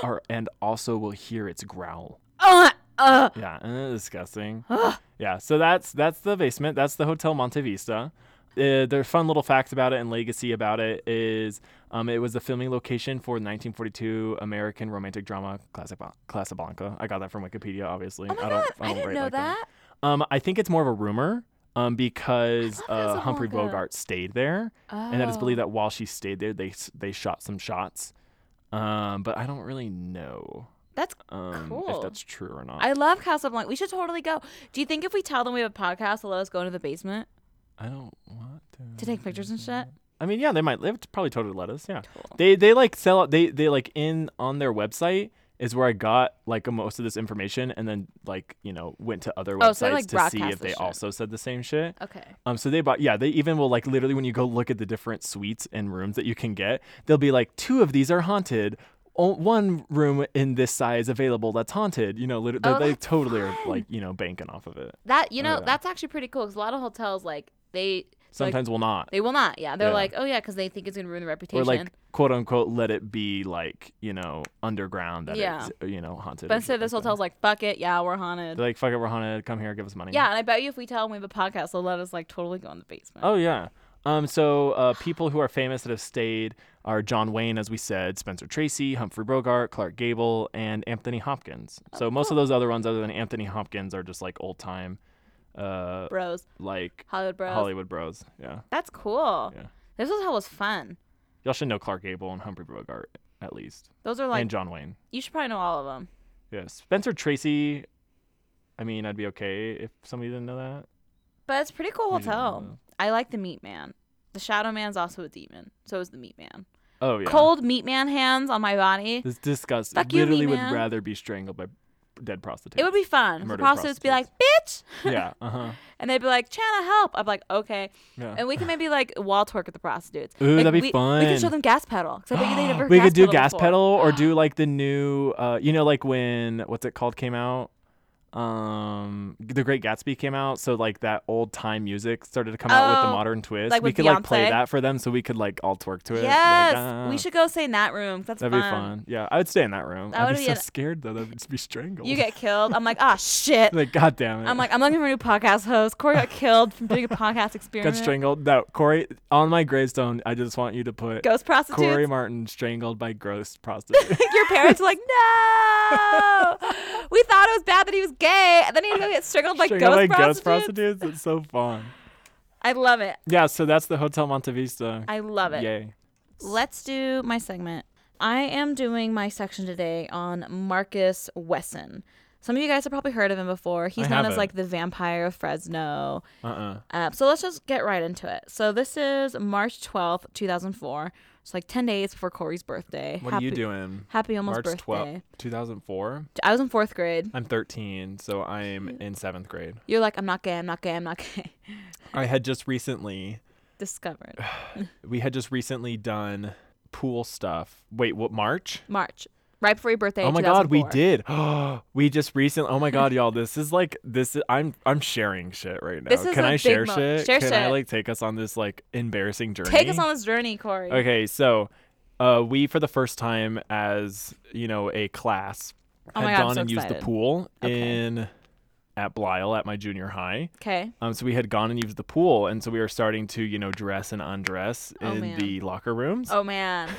Speaker 2: or and also will hear its growl
Speaker 1: Uh, uh,
Speaker 2: yeah isn't that
Speaker 1: <gasps>
Speaker 2: disgusting
Speaker 1: Ugh.
Speaker 2: yeah so that's that's the basement that's the hotel monte vista uh, there are fun little facts about it and legacy about it is um, it was the filming location for the 1942 American romantic drama Casablan- Casablanca. I got that from Wikipedia, obviously.
Speaker 1: oh my
Speaker 2: I
Speaker 1: god,
Speaker 2: don't,
Speaker 1: I,
Speaker 2: don't
Speaker 1: didn't
Speaker 2: write
Speaker 1: know
Speaker 2: like
Speaker 1: that.
Speaker 2: Um, I think it's more of a rumor
Speaker 1: <gasps>
Speaker 2: um, because
Speaker 1: I love
Speaker 2: uh, Humphrey
Speaker 1: Casablanca. Oh.
Speaker 2: Bogart stayed there, and that is believed that while she stayed there, they s- they shot some shots. Um, but I don't really know
Speaker 1: That's.
Speaker 2: um,
Speaker 1: Cool.
Speaker 2: if that's true or not.
Speaker 1: I love Casablanca. We should totally go. Do you think if we tell them we have a podcast, they'll let us go into the basement
Speaker 2: I don't want
Speaker 1: to take pictures and shit?
Speaker 2: I mean, yeah, they might. They would probably totally let us. Yeah,
Speaker 1: Cool.
Speaker 2: they they like sell. out- They they like in on their website is where I got like most of this information, and then like you know went to other
Speaker 1: Oh,
Speaker 2: websites
Speaker 1: so they, like,
Speaker 2: to see
Speaker 1: broadcast this
Speaker 2: if they
Speaker 1: shit.
Speaker 2: also said the same shit.
Speaker 1: Okay.
Speaker 2: Um, so they bought. Yeah, they even will like literally when you go look at the different suites and rooms that you can get, they'll be like two of these are haunted. o- One room in this size available that's haunted. You know, literally,
Speaker 1: Oh,
Speaker 2: they
Speaker 1: that's
Speaker 2: totally are
Speaker 1: fun.
Speaker 2: like you know banking off of it.
Speaker 1: That you know
Speaker 2: yeah.
Speaker 1: that's actually pretty cool because a lot of hotels like they like,
Speaker 2: Sometimes will not.
Speaker 1: they will not. Yeah, they're
Speaker 2: Yeah.
Speaker 1: like, oh yeah, because they think it's gonna ruin the reputation.
Speaker 2: or like quote unquote let it be like you know underground that
Speaker 1: Yeah.
Speaker 2: it's you know haunted.
Speaker 1: but
Speaker 2: or
Speaker 1: instead,
Speaker 2: something
Speaker 1: this
Speaker 2: like that.
Speaker 1: hotel's like, fuck it, yeah, we're haunted.
Speaker 2: They're like fuck it, we're haunted. Come here, give us money.
Speaker 1: Yeah, and I bet you if we tell them we have a podcast, they'll let us like totally go in the basement.
Speaker 2: Oh yeah. Um. So uh, people who are famous that have stayed are John Wayne, as we said, Spencer Tracy, Humphrey Bogart, Clark Gable, and Anthony Hopkins.
Speaker 1: Oh,
Speaker 2: So most of those other ones, other than Anthony Hopkins, are just like old time, uh,
Speaker 1: Bros,
Speaker 2: like
Speaker 1: Hollywood bros.
Speaker 2: Hollywood bros. Yeah.
Speaker 1: That's cool.
Speaker 2: Yeah.
Speaker 1: This hotel was fun.
Speaker 2: Y'all should know Clark Gable and Humphrey Bogart at least,
Speaker 1: Those are like
Speaker 2: and John Wayne.
Speaker 1: you should probably know all of them.
Speaker 2: Yeah, Spencer Tracy. I mean, I'd be okay if somebody didn't know that.
Speaker 1: But it's a pretty cool
Speaker 2: I didn't know
Speaker 1: hotel. I like the meat man. The shadow man's also a demon. So is the meat man.
Speaker 2: Oh yeah,
Speaker 1: Cold meat man hands on my body.
Speaker 2: This disgust.
Speaker 1: Fuck you,
Speaker 2: Literally, would
Speaker 1: He-Man.
Speaker 2: rather be strangled by dead prostitutes.
Speaker 1: It would be fun. if The
Speaker 2: Murder
Speaker 1: prostitutes be like, bitch.
Speaker 2: <laughs>
Speaker 1: <laughs>
Speaker 2: yeah. Uh huh.
Speaker 1: And they'd be like, Chana, help. I'm like, okay.
Speaker 2: Yeah.
Speaker 1: And we can maybe like wall twerk with the prostitutes.
Speaker 2: Ooh,
Speaker 1: Like,
Speaker 2: that'd be
Speaker 1: we, We
Speaker 2: fun.
Speaker 1: could show them gas pedal. 'cause I bet you they never
Speaker 2: <gasps> we could do
Speaker 1: pedaled
Speaker 2: gas
Speaker 1: before.
Speaker 2: pedal
Speaker 1: <gasps>
Speaker 2: or do like the new uh you know like when what's it called came out um the great gatsby came out so like that old time music started to come out with
Speaker 1: Oh,
Speaker 2: the modern twist
Speaker 1: like
Speaker 2: we
Speaker 1: with
Speaker 2: could like play
Speaker 1: Beyonce?
Speaker 2: that for them so we could like all twerk to it like,
Speaker 1: Yes.
Speaker 2: ah,
Speaker 1: We should go stay in that room. 'cause That's
Speaker 2: that'd be fun yeah i would stay in that room
Speaker 1: Um, That
Speaker 2: i'd
Speaker 1: would be
Speaker 2: be so
Speaker 1: an-
Speaker 2: <laughs> scared though that'd just be strangled
Speaker 1: You get killed. I'm like, ah, shit.
Speaker 2: <laughs> like god damn it
Speaker 1: I'm like, I'm looking for a new podcast host. Corey got killed from
Speaker 2: <laughs>
Speaker 1: doing a podcast
Speaker 2: got
Speaker 1: experiment.
Speaker 2: strangled no corey on my gravestone i just want you to put
Speaker 1: Ghost prostitutes.
Speaker 2: corey martin strangled by gross prostitutes
Speaker 1: Your parents were
Speaker 2: <laughs>
Speaker 1: like, no. we thought it was bad that he was gay. And then he had to go get strangled <laughs> by
Speaker 2: Strangled
Speaker 1: ghost
Speaker 2: by ghost
Speaker 1: prostitutes.
Speaker 2: prostitutes it's so fun
Speaker 1: I love it.
Speaker 2: Yeah, so that's the Hotel Monte Vista.
Speaker 1: I love it.
Speaker 2: Yay.
Speaker 1: Let's do my segment. I am doing my section today on Marcus Wesson. Some of you guys have probably heard of him before. He's
Speaker 2: I
Speaker 1: known as
Speaker 2: haven't.
Speaker 1: like the vampire of Fresno.
Speaker 2: Uh-uh.
Speaker 1: Uh, so let's just get right into it. So this is March 12th, 2004. It's like 10 days before Corey's birthday.
Speaker 2: What
Speaker 1: happy,
Speaker 2: are you doing?
Speaker 1: Happy almost
Speaker 2: March
Speaker 1: birthday.
Speaker 2: 12th, 2004.
Speaker 1: I was in fourth grade.
Speaker 2: I'm 13, so I'm in 7th grade.
Speaker 1: You're like, I'm not gay, I'm not gay, I'm not gay.
Speaker 2: I had just recently
Speaker 1: Discovered. <sighs>
Speaker 2: we had just recently done pool stuff. Wait, what March?
Speaker 1: March. Right before your birthday.
Speaker 2: oh my god, we
Speaker 1: 2004.
Speaker 2: did. <gasps> we just recently Oh my god, y'all, this is like this is I'm I'm sharing shit right now.
Speaker 1: This is
Speaker 2: Can
Speaker 1: a
Speaker 2: I
Speaker 1: big
Speaker 2: share
Speaker 1: mo-
Speaker 2: shit?
Speaker 1: share
Speaker 2: Can I
Speaker 1: shit.
Speaker 2: like take us on this like embarrassing journey?
Speaker 1: Take us on this journey, Corey.
Speaker 2: Okay, so uh, we for the first time as you know a class
Speaker 1: Oh my
Speaker 2: had
Speaker 1: God, I'm
Speaker 2: gone
Speaker 1: so
Speaker 2: and used the
Speaker 1: excited.
Speaker 2: pool
Speaker 1: Okay.
Speaker 2: in at Blyle at my junior high.
Speaker 1: Okay.
Speaker 2: Um, so we had gone and used the pool, and so we were starting to you know dress and undress
Speaker 1: Oh,
Speaker 2: in
Speaker 1: man.
Speaker 2: the locker rooms.
Speaker 1: Oh man.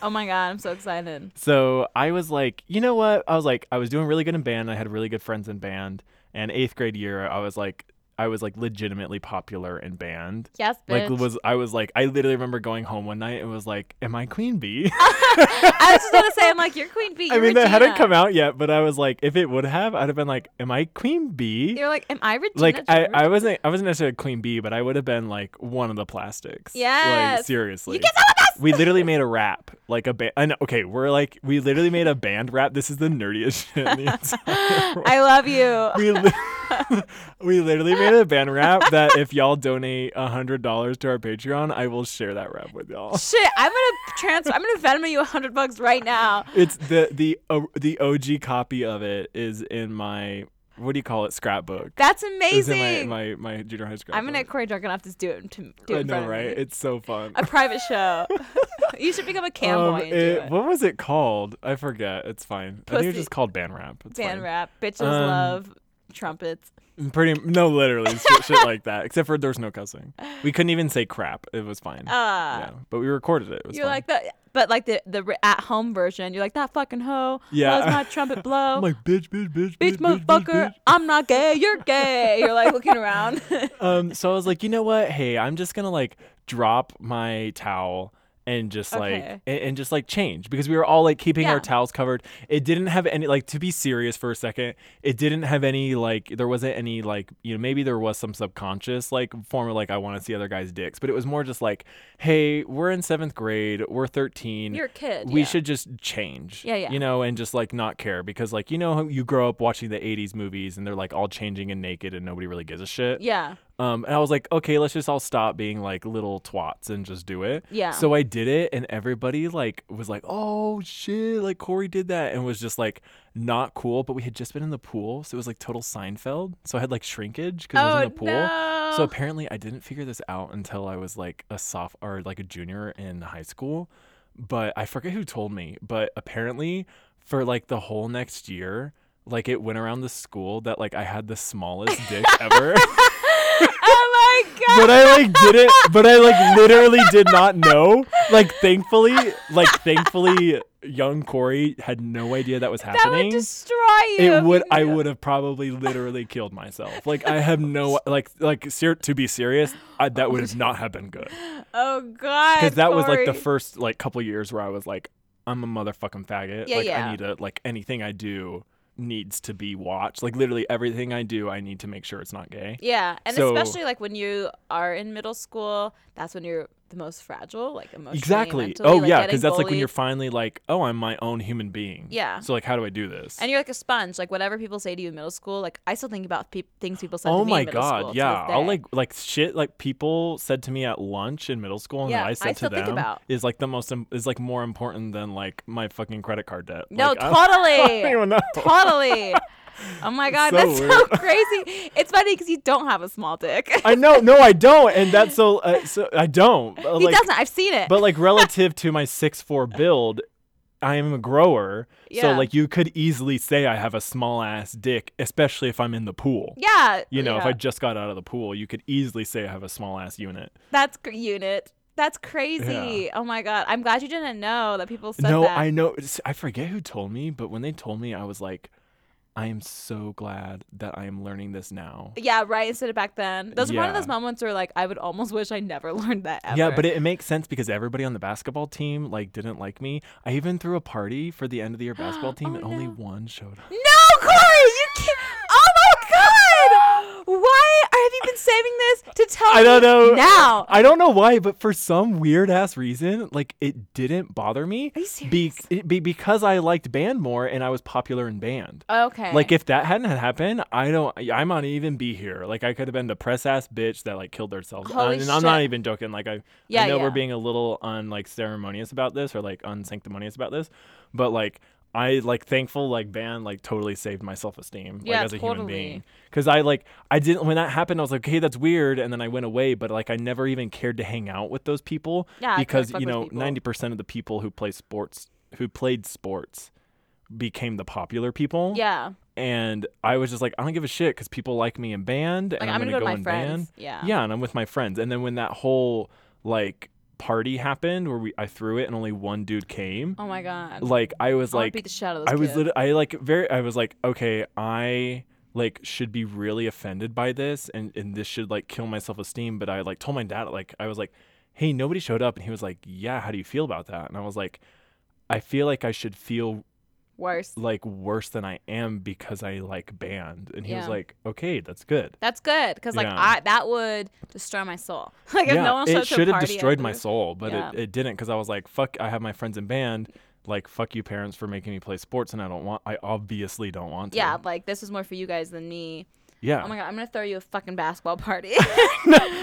Speaker 1: Oh my god, I'm so excited.
Speaker 2: So I was like, you know what? I was like, I was doing really good in band. I had really good friends in band. And eighth grade year, I was like, I was like legitimately popular in band.
Speaker 1: <laughs> Yes,
Speaker 2: Like
Speaker 1: bitch.
Speaker 2: was I was like I literally remember going home one night and was like, "Am I Queen Bee?"
Speaker 1: <laughs> I was just gonna say, I'm like, you're Queen Bee.
Speaker 2: <laughs> I
Speaker 1: you're
Speaker 2: mean, that hadn't
Speaker 1: Regina.
Speaker 2: come out yet, but I was like, if it would have, I'd have been like, "Am I Queen Bee?"
Speaker 1: You're like, am I Regina?
Speaker 2: Like, I,
Speaker 1: George?
Speaker 2: I wasn't, I wasn't necessarily a Queen Bee, but I would have been like one of the plastics. Like,
Speaker 1: Yes.
Speaker 2: seriously.
Speaker 1: You get some of
Speaker 2: we literally made a rap, like a band. And okay, we're like, we literally made a band rap. This is the nerdiest shit. In
Speaker 1: <laughs>
Speaker 2: the entire
Speaker 1: us. I love you.
Speaker 2: <laughs> we, li- <laughs> we literally made a band rap that if y'all donate a hundred dollars to our Patreon, I will share that rap with y'all.
Speaker 1: Shit, I'm gonna transfer. I'm gonna Venmo you a hundred bucks right now.
Speaker 2: It's the the o the OG copy of it is in my what do you call it scrapbook.
Speaker 1: That's
Speaker 2: It's
Speaker 1: amazing.
Speaker 2: in my, my my junior high scrapbook.
Speaker 1: I'm gonna Corey Drunk enough to do it. To do it
Speaker 2: I
Speaker 1: in front
Speaker 2: know,
Speaker 1: of
Speaker 2: right?
Speaker 1: me.
Speaker 2: It's so fun.
Speaker 1: A
Speaker 2: <laughs>
Speaker 1: private show. <laughs> you should become a cam
Speaker 2: Um,
Speaker 1: boy and
Speaker 2: it-
Speaker 1: do it.
Speaker 2: What was it called? I forget. It's fine. I think it's
Speaker 1: Pussy-
Speaker 2: just called band rap. It's
Speaker 1: Band
Speaker 2: fine.
Speaker 1: rap. Bitches
Speaker 2: Um,
Speaker 1: love trumpets.
Speaker 2: Pretty no, literally shit, shit like that. Except for there was no cussing. We couldn't even say crap. It was fine.
Speaker 1: Ah.
Speaker 2: yeah, but we recorded it. it was
Speaker 1: You're
Speaker 2: fine.
Speaker 1: like the, but like the the at home version. You're like that fucking hoe.
Speaker 2: Yeah.
Speaker 1: blows my
Speaker 2: <laughs>
Speaker 1: trumpet blow.
Speaker 2: I'm like bitch, bitch, bitch,
Speaker 1: bitch, motherfucker. I'm not gay. You're gay. You're like looking
Speaker 2: <laughs>
Speaker 1: around.
Speaker 2: bitch." Um, so I was like, you know what? Hey, I'm just gonna like drop my towel and just like
Speaker 1: Okay.
Speaker 2: and, and just like change because we were all like keeping
Speaker 1: Yeah.
Speaker 2: our towels covered. It didn't have any like to be serious for a second. It didn't have any like there wasn't any like you know maybe there was some subconscious like form of like I want to see other guys' dicks, but it was more just like, hey, we're in seventh grade, we're 13,
Speaker 1: You're a kid.
Speaker 2: we
Speaker 1: yeah.
Speaker 2: should just change.
Speaker 1: Yeah, yeah.
Speaker 2: You know, and just like not care because like you know how you grow up watching the 80s movies and they're like all changing and naked and nobody really gives a shit.
Speaker 1: Yeah.
Speaker 2: Um and I was like, okay, let's just all stop being like little twats and just do it.
Speaker 1: Yeah.
Speaker 2: So I did it and everybody like was like, "Oh shit, like Corey did that." And was just like not cool, but we had just been in the pool, so it was like total Seinfeld. So I had like shrinkage cuz I was in the pool.
Speaker 1: Oh, No.
Speaker 2: So apparently, I didn't figure this out until I was like a soph or like a junior in high school. But I forget who told me. But apparently, for like the whole next year, like it went around the school that like I had the smallest
Speaker 1: <laughs>
Speaker 2: dick ever.
Speaker 1: <laughs>
Speaker 2: <laughs>
Speaker 1: oh my god.
Speaker 2: but I like did it. But I like literally did not know. Like thankfully, like thankfully, young Corey had no idea that was
Speaker 1: That would
Speaker 2: happening.
Speaker 1: destroy you.
Speaker 2: It
Speaker 1: if
Speaker 2: would.
Speaker 1: you
Speaker 2: I
Speaker 1: knew.
Speaker 2: would have probably literally killed myself. Like I have no. Like like ser- to be serious, I, that would have not have been good.
Speaker 1: <laughs> Oh god.
Speaker 2: Because that was like the
Speaker 1: Corey.
Speaker 2: first like couple years where I was like, I'm a motherfucking faggot.
Speaker 1: Yeah,
Speaker 2: like
Speaker 1: yeah.
Speaker 2: I need to like anything I do needs to be watched. Like literally everything I do, I need to make sure it's not gay.
Speaker 1: Yeah, and
Speaker 2: So-
Speaker 1: especially like when you are in middle school, that's when you're the most fragile, like emotionally.
Speaker 2: exactly.
Speaker 1: mentally,
Speaker 2: oh
Speaker 1: like,
Speaker 2: yeah,
Speaker 1: getting
Speaker 2: because that's like when
Speaker 1: bullied.
Speaker 2: you're finally like, oh, I'm my own human being.
Speaker 1: Yeah.
Speaker 2: So like, how do I do this?
Speaker 1: And you're like a sponge. Like whatever people say to you in middle school, like I still think about peop things people said
Speaker 2: Oh
Speaker 1: to me
Speaker 2: my
Speaker 1: in middle school.
Speaker 2: god,
Speaker 1: to
Speaker 2: yeah.
Speaker 1: this
Speaker 2: I'll
Speaker 1: day.
Speaker 2: like like shit like people said to me at lunch in middle school and
Speaker 1: Yeah,
Speaker 2: that I
Speaker 1: I
Speaker 2: said
Speaker 1: still
Speaker 2: to
Speaker 1: think
Speaker 2: them
Speaker 1: about.
Speaker 2: is like the most im- is like more important than like my fucking credit card debt.
Speaker 1: no,
Speaker 2: Like, I don't- <laughs> I don't
Speaker 1: totally,
Speaker 2: even know.
Speaker 1: totally. Oh my god,
Speaker 2: so
Speaker 1: that's so <laughs>
Speaker 2: weird.
Speaker 1: crazy. It's funny because you don't have a small dick.
Speaker 2: <laughs> I know, no, I don't, and that's so. Uh, so I don't.
Speaker 1: <laughs>
Speaker 2: uh,
Speaker 1: he
Speaker 2: like,
Speaker 1: doesn't. I've seen it.
Speaker 2: But like relative to my six four build, I am a grower,
Speaker 1: Yeah.
Speaker 2: so like you could easily say I have a small ass dick, especially if I'm in the pool.
Speaker 1: yeah,
Speaker 2: You know, if
Speaker 1: yeah.
Speaker 2: I just got out of the pool, you could easily say I have a small ass unit.
Speaker 1: that's cr- unit. That's crazy. Oh my god, I'm glad you didn't know that people said
Speaker 2: no,
Speaker 1: that.
Speaker 2: I know. it's- I forget who told me, but when they told me, I was like, I am so glad that I am learning this now.
Speaker 1: Yeah, right. Instead of back then, those are one of
Speaker 2: Yeah.
Speaker 1: those moments where like I would almost wish I never <laughs> learned that. Ever.
Speaker 2: Yeah, but it, it makes sense because everybody on the basketball team like didn't like me. I even threw a party for the end of the
Speaker 1: <gasps>
Speaker 2: year basketball team
Speaker 1: Oh,
Speaker 2: and only
Speaker 1: no.
Speaker 2: one showed up.
Speaker 1: no, Corey, you can't. Oh my God! Why have you been saving this to tell
Speaker 2: I don't
Speaker 1: me
Speaker 2: know.
Speaker 1: now?
Speaker 2: I don't know why, but for some weird ass reason, like it didn't bother me.
Speaker 1: Are you
Speaker 2: Be-
Speaker 1: serious?
Speaker 2: it- be- because I liked band more and I was popular in band.
Speaker 1: okay.
Speaker 2: Like if that hadn't had happened, I don't. I might not even be here. Like I could have been the press ass bitch that like killed themselves. Uh,
Speaker 1: Holy
Speaker 2: and I'm not
Speaker 1: shit.
Speaker 2: even joking. Like I,
Speaker 1: Yeah,
Speaker 2: I know
Speaker 1: yeah.
Speaker 2: we're being a little un like ceremonious about this or like unsanctimonious about this, but like I like thankful like band like totally saved my self esteem
Speaker 1: Yeah,
Speaker 2: like as a human
Speaker 1: totally.
Speaker 2: being because I like I didn't when that happened I was like hey that's weird and then I went away but like I never even cared to hang out with those people
Speaker 1: Yeah, I couldn't
Speaker 2: because
Speaker 1: fuck
Speaker 2: you
Speaker 1: with
Speaker 2: know
Speaker 1: people.
Speaker 2: ninety percent of the people who play sports who played sports became the popular people
Speaker 1: yeah,
Speaker 2: and I was just like, I don't give a shit because people like me in band, and
Speaker 1: like
Speaker 2: I'm, gonna, go,
Speaker 1: with
Speaker 2: in
Speaker 1: my friends.
Speaker 2: band.
Speaker 1: Yeah.
Speaker 2: Yeah, and I'm with my friends. And then when that whole like party happened, where we I threw it and only one dude came,
Speaker 1: Oh my God.
Speaker 2: like I was
Speaker 1: I wanna
Speaker 2: like,
Speaker 1: beat the shit out of this
Speaker 2: I was
Speaker 1: kid.
Speaker 2: lit- I like very I was like, okay, I like should be really offended by this, and and this should like kill my self esteem. But I like told my dad, like I was like, hey, nobody showed up, and he was like, yeah, how do you feel about that? And I was like, I feel like I should feel
Speaker 1: worse.
Speaker 2: like worse than I am because I like band. And he was
Speaker 1: Yeah.
Speaker 2: like, okay, that's good.
Speaker 1: That's good because like
Speaker 2: Yeah.
Speaker 1: I that would destroy my soul. <laughs> Like if
Speaker 2: yeah,
Speaker 1: no one showed
Speaker 2: it
Speaker 1: up to a
Speaker 2: should have
Speaker 1: party, I
Speaker 2: destroyed
Speaker 1: would-
Speaker 2: my soul, but
Speaker 1: Yeah.
Speaker 2: it, it didn't because I was like, fuck, I have my friends in band. Like, fuck you, parents, for making me play sports, and I don't want, I obviously don't want to.
Speaker 1: Yeah, like this is more for you guys than me.
Speaker 2: Yeah.
Speaker 1: Oh my god, I'm gonna throw you a fucking basketball
Speaker 2: <laughs>
Speaker 1: party.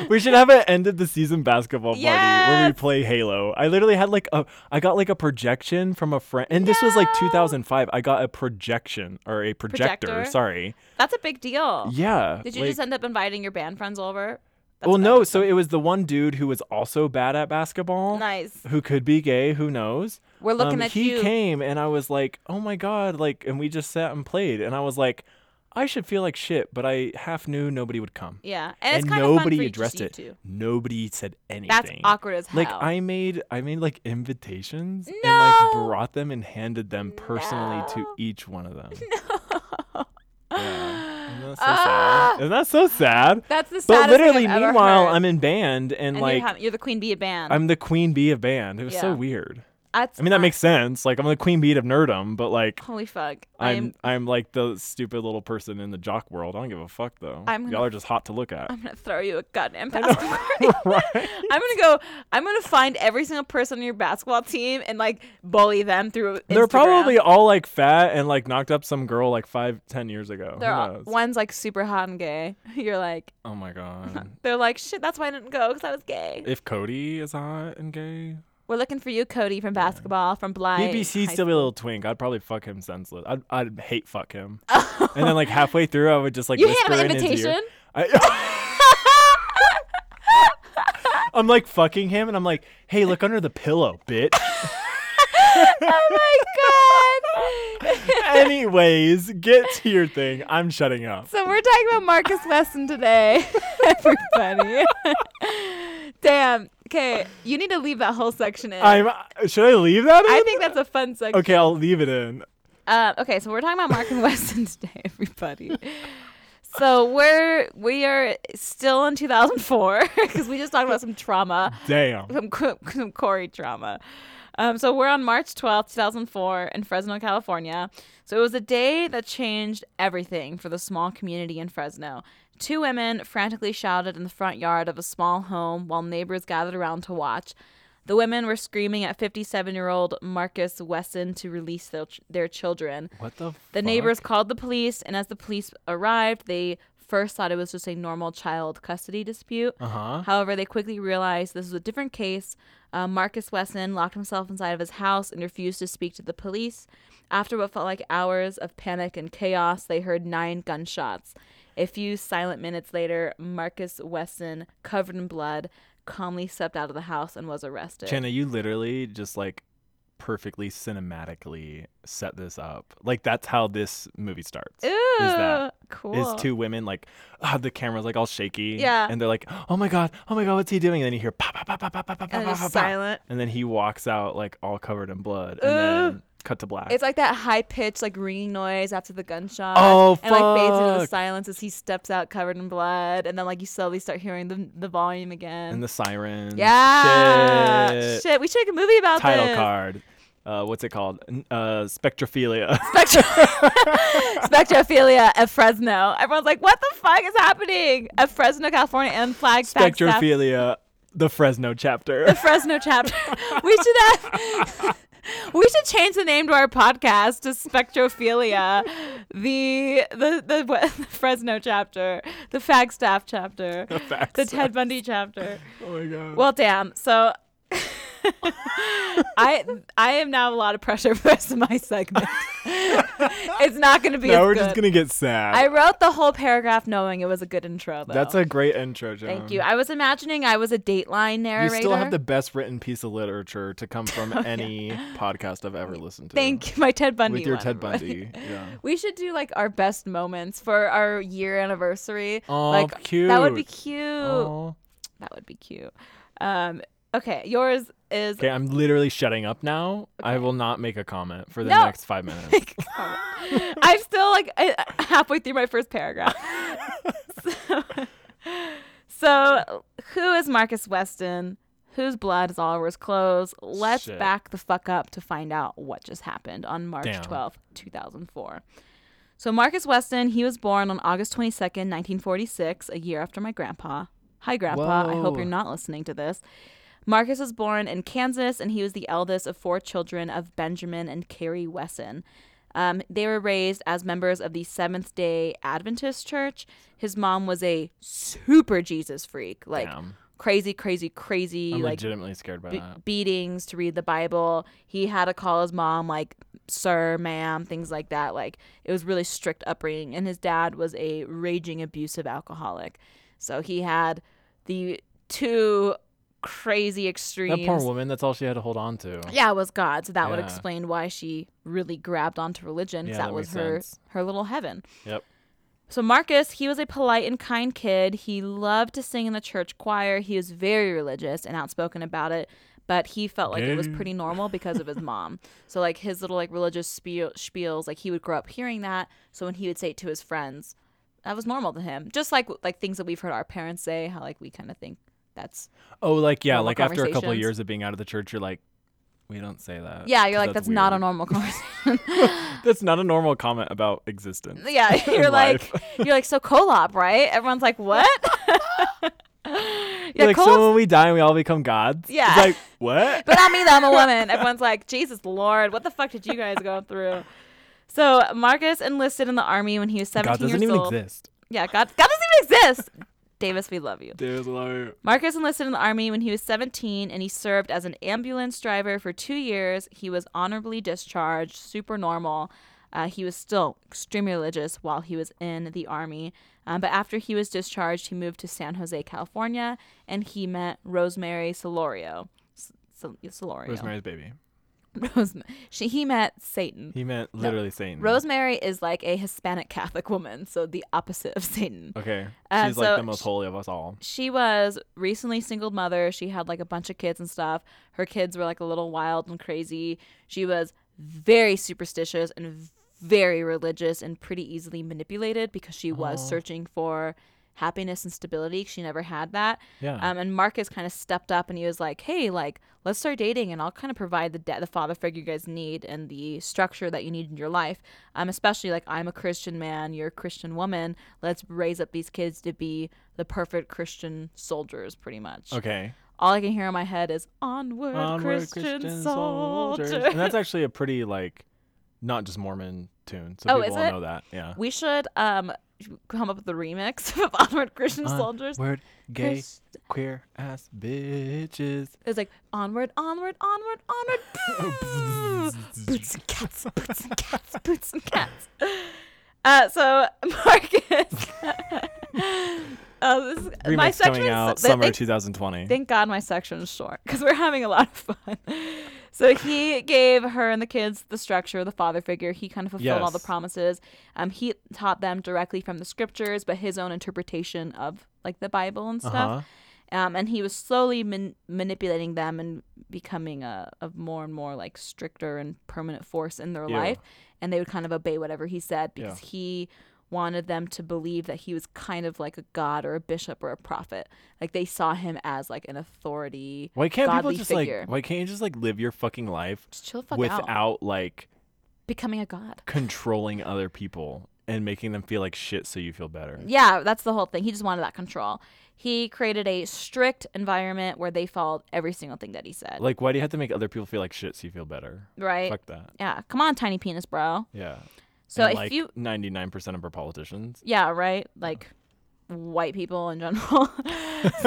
Speaker 2: we should have an end of the season basketball party where we
Speaker 1: Yes.
Speaker 2: play Halo. I literally had like a, I got like a projection from a friend, and this was like
Speaker 1: No.
Speaker 2: 2005. I got a projection or a projector,
Speaker 1: Projector?
Speaker 2: sorry.
Speaker 1: That's a big deal.
Speaker 2: Yeah.
Speaker 1: Did you
Speaker 2: like-
Speaker 1: just end up inviting your band friends over? That's
Speaker 2: well,
Speaker 1: what I
Speaker 2: no.
Speaker 1: would
Speaker 2: So
Speaker 1: do.
Speaker 2: it was the one dude who was also bad at basketball,
Speaker 1: nice.
Speaker 2: who could be gay, who knows.
Speaker 1: We're looking
Speaker 2: Um,
Speaker 1: at
Speaker 2: he
Speaker 1: you.
Speaker 2: came and I was like, oh my god, like, and we just sat and played, and I was like, I should feel like shit, but I half knew nobody would come,
Speaker 1: Yeah, and it's
Speaker 2: and
Speaker 1: kind
Speaker 2: nobody
Speaker 1: of fun for you,
Speaker 2: addressed
Speaker 1: just
Speaker 2: it.
Speaker 1: you two.
Speaker 2: Nobody said anything.
Speaker 1: That's awkward as hell.
Speaker 2: Like
Speaker 1: <gasps>
Speaker 2: I made, I made like invitations and like
Speaker 1: No.
Speaker 2: brought them and handed them personally to
Speaker 1: No.
Speaker 2: each one
Speaker 1: <laughs>
Speaker 2: of them.
Speaker 1: No.
Speaker 2: Yeah. Isn't that so
Speaker 1: Ah.
Speaker 2: sad? Isn't that
Speaker 1: <laughs>
Speaker 2: so sad?
Speaker 1: That's the saddest
Speaker 2: But literally,
Speaker 1: thing I've
Speaker 2: meanwhile,
Speaker 1: ever heard.
Speaker 2: I'm in band and,
Speaker 1: and
Speaker 2: like
Speaker 1: you have, you're the queen bee of band.
Speaker 2: I'm the queen bee of band. It was so
Speaker 1: Yeah.
Speaker 2: weird.
Speaker 1: That's
Speaker 2: I mean, that
Speaker 1: fun.
Speaker 2: makes sense. Like I'm the queen bee of nerdum, but like
Speaker 1: holy fuck.
Speaker 2: I'm I'm like the stupid little person in the jock world. I don't give a fuck though.
Speaker 1: I'm gonna-
Speaker 2: Y'all are just hot to
Speaker 1: <laughs>
Speaker 2: look at. <laughs>
Speaker 1: I'm gonna throw you a goddamn basketball <laughs> party.
Speaker 2: right?
Speaker 1: I'm gonna go. I'm gonna find every single person on your basketball team and like bully them through.
Speaker 2: They're
Speaker 1: Instagram.
Speaker 2: probably all like fat and like knocked up some girl like five, ten years ago. Who
Speaker 1: They're all,
Speaker 2: knows?
Speaker 1: one's like super hot and gay. <laughs> You're like
Speaker 2: Oh
Speaker 1: <laughs>
Speaker 2: my god.
Speaker 1: they're like shit. That's why I didn't go because I was gay.
Speaker 2: if Cody is hot and gay,
Speaker 1: We're looking for you, Cody, from basketball, from Blythe.
Speaker 2: maybe she'd
Speaker 1: High
Speaker 2: still be a little twink. I'd probably fuck him senseless. I'd I'd hate fuck
Speaker 1: <laughs>
Speaker 2: him. and then like halfway through, I would just like
Speaker 1: You
Speaker 2: whisper
Speaker 1: had an
Speaker 2: in his ear.
Speaker 1: invitation.
Speaker 2: I- I'm like fucking him, and I'm like, hey, look under the pillow, bitch.
Speaker 1: oh my god.
Speaker 2: Anyways, get to your thing. I'm shutting up.
Speaker 1: <laughs> So we're talking about Marcus Weston <laughs> today, everybody. <laughs> Damn. Okay, you need to leave that whole section in.
Speaker 2: I'm. Should I leave that? In?
Speaker 1: I think that's a fun section.
Speaker 2: Okay, I'll leave it in.
Speaker 1: Uh, okay, so we're talking about Marcus Weston today, <laughs> everybody. So we're we are still in <laughs> 2004 because we just talked about some trauma,
Speaker 2: Damn.
Speaker 1: <laughs> some, Co- some Corey trauma. Um, so we're on March 12th, 2004, in Fresno, California. So it was a day that changed everything for the small community in Fresno. Two women frantically shouted in the front yard of a small home while neighbors gathered around to watch. The women were screaming at 57 year old Marcus Wesson to release their, their children.
Speaker 2: What the?
Speaker 1: The neighbors called the police, and as the police arrived, they first thought it was just a normal child custody dispute.
Speaker 2: Uh huh.
Speaker 1: However, they quickly realized this was a different case. Uh, Marcus Wesson locked himself inside of his house and refused to speak to the police. After what felt like hours of panic and chaos, they heard nine gunshots. A few silent minutes later, Marcus Wesson, covered in blood, calmly stepped out of the house and was arrested.
Speaker 2: Jenna, you literally just like perfectly cinematically set this up. Like that's how this movie starts.
Speaker 1: Ooh,
Speaker 2: that-
Speaker 1: cool.
Speaker 2: Is two women like ah, the camera's like all shaky.
Speaker 1: Yeah.
Speaker 2: And they're like, oh my god, oh my god, what's he doing? And then you hear pa pa pa pa pa pa pa pa
Speaker 1: and
Speaker 2: pa <laughs>
Speaker 1: it's
Speaker 2: pa.
Speaker 1: silent.
Speaker 2: And then he walks out like all covered in blood.
Speaker 1: Ooh.
Speaker 2: And then Cut to black.
Speaker 1: It's like that high pitched like ringing noise after the gunshot.
Speaker 2: Oh,
Speaker 1: And like fades into the
Speaker 2: fuck.
Speaker 1: silence as he steps out covered in blood, and then like you slowly start hearing the the volume again.
Speaker 2: and the siren.
Speaker 1: yeah,
Speaker 2: Shit.
Speaker 1: shit. We should make a movie about
Speaker 2: Title
Speaker 1: this.
Speaker 2: card. Uh, what's it called? N- Uh, spectrophilia.
Speaker 1: Spectrophilia at Fresno. Everyone's like, "What the fuck is happening?" At Fresno, California, and Flagstaff.
Speaker 2: <laughs> spectrophilia. The Fresno chapter.
Speaker 1: the Fresno chapter. <laughs> we should have. <laughs> We should change the name to our podcast to Spectrophilia, the the the, <laughs> the Fresno chapter, the Flagstaff chapter,
Speaker 2: <laughs>
Speaker 1: the, Ted Bundy chapter.
Speaker 2: oh my god.
Speaker 1: Well, damn. So. <laughs> I I am now a lot of pressure for the rest of my
Speaker 2: <laughs>
Speaker 1: segment. it's not going to be. as
Speaker 2: now we're
Speaker 1: good.
Speaker 2: just gonna get sad.
Speaker 1: I wrote the whole paragraph knowing it was a good intro. Though.
Speaker 2: That's a great intro, Joan.
Speaker 1: thank you. I was imagining I was a Dateline
Speaker 2: You
Speaker 1: narrator.
Speaker 2: still have the best written piece of literature to
Speaker 1: <laughs>
Speaker 2: come from any podcast I've ever listened to.
Speaker 1: thank <laughs> my Ted Bundy
Speaker 2: with your
Speaker 1: one. <laughs>
Speaker 2: Ted Bundy. yeah.
Speaker 1: We should do like our best moments for our year anniversary.
Speaker 2: Aw,
Speaker 1: like that would be
Speaker 2: cute.
Speaker 1: cute.
Speaker 2: Oh.
Speaker 1: That would be cute. Um, okay, yours is
Speaker 2: Okay, I'm literally shutting up now. I will not make a comment for the
Speaker 1: No.
Speaker 2: next
Speaker 1: <laughs>
Speaker 2: five minutes. <laughs>
Speaker 1: I'm still like I- halfway through my first paragraph. <laughs> so, so who is Marcus Weston? Whose blood is all over his clothes? Let's
Speaker 2: Shit.
Speaker 1: back the fuck up to find out what just happened on March
Speaker 2: Damn.
Speaker 1: 12th, 2004. So Marcus Weston, he was born on August 22nd, 1946, a year after my grandpa. Hi grandpa, I hope
Speaker 2: Whoa.
Speaker 1: you're not listening to this. Marcus was born in Kansas, and he was the eldest of four children of Benjamin and Carrie Wesson. Um, they were raised as members of the Seventh Day Adventist Church. His mom was a super Jesus freak, like
Speaker 2: Damn.
Speaker 1: crazy, crazy, crazy,
Speaker 2: I'm
Speaker 1: like
Speaker 2: legitimately scared by
Speaker 1: be-
Speaker 2: that.
Speaker 1: beatings to read the Bible. He had to call his mom like sir, ma'am, things like that. Like it was really strict upbringing. And his dad was a raging abusive alcoholic. So he had the two crazy extremes.
Speaker 2: That poor woman, that's all she had to hold on to.
Speaker 1: Yeah, it was God. So that would
Speaker 2: Yeah.
Speaker 1: explain why she really grabbed onto religion 'cause
Speaker 2: Yeah,
Speaker 1: that,
Speaker 2: that
Speaker 1: was
Speaker 2: makes
Speaker 1: her
Speaker 2: sense.
Speaker 1: her little heaven.
Speaker 2: Yep.
Speaker 1: So Marcus, he was a polite and kind kid. He loved to sing in the church choir. He was very religious and outspoken about it, but he felt like it was
Speaker 2: Gay.
Speaker 1: pretty normal because of his
Speaker 2: <laughs>
Speaker 1: mom. So like his little like religious spiel- spiels, like he would grow up hearing that. So when he would say it to his friends, that was normal to him. Just like like things that we've heard our parents say, how like we kind of think that's
Speaker 2: Oh, like yeah,
Speaker 1: Normal
Speaker 2: like after a couple of
Speaker 1: conversations.
Speaker 2: years of being out of the church, you're like, we don't say that.
Speaker 1: yeah, you're
Speaker 2: Uh, 'cause
Speaker 1: like that's not a
Speaker 2: weird." <laughs>
Speaker 1: normal conversation.
Speaker 2: That's not a normal comment about existence.
Speaker 1: Yeah,
Speaker 2: <laughs>
Speaker 1: you're like
Speaker 2: life.
Speaker 1: you're like so Kolob, right? Everyone's like, what?
Speaker 2: <laughs>
Speaker 1: <laughs> yeah,
Speaker 2: You're like, so
Speaker 1: Kolob's-
Speaker 2: when we die, we all become gods.
Speaker 1: Yeah. <laughs>
Speaker 2: It's like what?
Speaker 1: but not me. Though I'm
Speaker 2: <laughs>
Speaker 1: a woman. Everyone's like, Jesus Lord, what the fuck did you guys go through? So Marcus enlisted in the army when he was 17
Speaker 2: God doesn't
Speaker 1: years
Speaker 2: even
Speaker 1: old.
Speaker 2: exist.
Speaker 1: Yeah, God, God doesn't even exist. Davis, we love you.
Speaker 2: There's like
Speaker 1: Marcus enlisted in the Army when he was 17 and he served as an ambulance driver for two years. He was honorably discharged, super normal. Uh, he was still extremely religious while he was in the Army. Um, but after he was discharged, he moved to San Jose, California, and he met Rosemary Solorio. S- Sol- Solorio.
Speaker 2: Rosemary's Baby.
Speaker 1: <laughs> Rosem- she, he met Satan.
Speaker 2: He meant literally Satan.
Speaker 1: Rosemary is like a Hispanic Catholic woman, so the opposite of Satan.
Speaker 2: Okay.
Speaker 1: Uh,
Speaker 2: She's like
Speaker 1: so
Speaker 2: the most
Speaker 1: sh-
Speaker 2: holy of us all.
Speaker 1: she was recently single mother. She had like a bunch of kids and stuff. Her kids were like a little wild and crazy. She was very superstitious and very religious and pretty easily manipulated because she was searching for happiness and stability. She never had that.
Speaker 2: Yeah.
Speaker 1: Um, and Marcus kind of stepped up and he was like, "Hey, like let's start dating, and I'll kind of provide the de- the father figure you guys need and the structure that you need in your life. Um, especially like I'm a Christian man, you're a Christian woman. Let's raise up these kids to be the perfect Christian soldiers, pretty much.
Speaker 2: Okay.
Speaker 1: All I can hear in my head is onward, Christian, soldier.
Speaker 2: And that's actually a pretty like not just Mormon tune. So
Speaker 1: Oh,
Speaker 2: people
Speaker 1: is
Speaker 2: will
Speaker 1: it?
Speaker 2: know that. Yeah.
Speaker 1: <laughs> We should um come up with the remix <laughs> of onward Christian soldiers.
Speaker 2: Word gay
Speaker 1: Christ-
Speaker 2: queer ass bitches.
Speaker 1: It's like onward, onward, onward, onward.
Speaker 2: <laughs>
Speaker 1: boo. boots and cats, boots and cats, boots and cats. Uh, so <laughs> Marcus, <laughs> uh, this is- my
Speaker 2: Remix
Speaker 1: section
Speaker 2: coming
Speaker 1: is-
Speaker 2: out
Speaker 1: th-
Speaker 2: summer
Speaker 1: thank-
Speaker 2: 2020.
Speaker 1: Thank God my section is short because we're having a lot of fun. <laughs> So he gave her and the kids the structure, the father figure. He kind of fulfilled all the
Speaker 2: Yes.
Speaker 1: promises. Um, he taught them directly from the scriptures, but his own interpretation of like the Bible and stuff.
Speaker 2: Uh-huh.
Speaker 1: um, and he was slowly man- manipulating them and becoming a, a more and more like stricter and permanent force in their
Speaker 2: Yeah.
Speaker 1: life and they would kind of obey whatever he said
Speaker 2: Yeah.
Speaker 1: because he wanted them to believe that he was kind of like a god or a bishop or a prophet like they saw him as like an authority
Speaker 2: Why can't people
Speaker 1: godly
Speaker 2: just
Speaker 1: figure.
Speaker 2: like? Why can't you just like live your fucking life
Speaker 1: just chill the fuck
Speaker 2: without
Speaker 1: out
Speaker 2: like
Speaker 1: becoming a god
Speaker 2: controlling other people and making them feel like shit so you feel better?
Speaker 1: Yeah, that's the whole thing. He just wanted that control. He created a strict environment where they followed every single thing that he said.
Speaker 2: Like, why do you have to make other people feel like shit so you feel better?
Speaker 1: right?
Speaker 2: Fuck that.
Speaker 1: Yeah. Come on, tiny penis, bro.
Speaker 2: Yeah.
Speaker 1: So
Speaker 2: And,
Speaker 1: if
Speaker 2: like,
Speaker 1: you,
Speaker 2: 99% of our politicians.
Speaker 1: yeah, right, like white people in general. <laughs>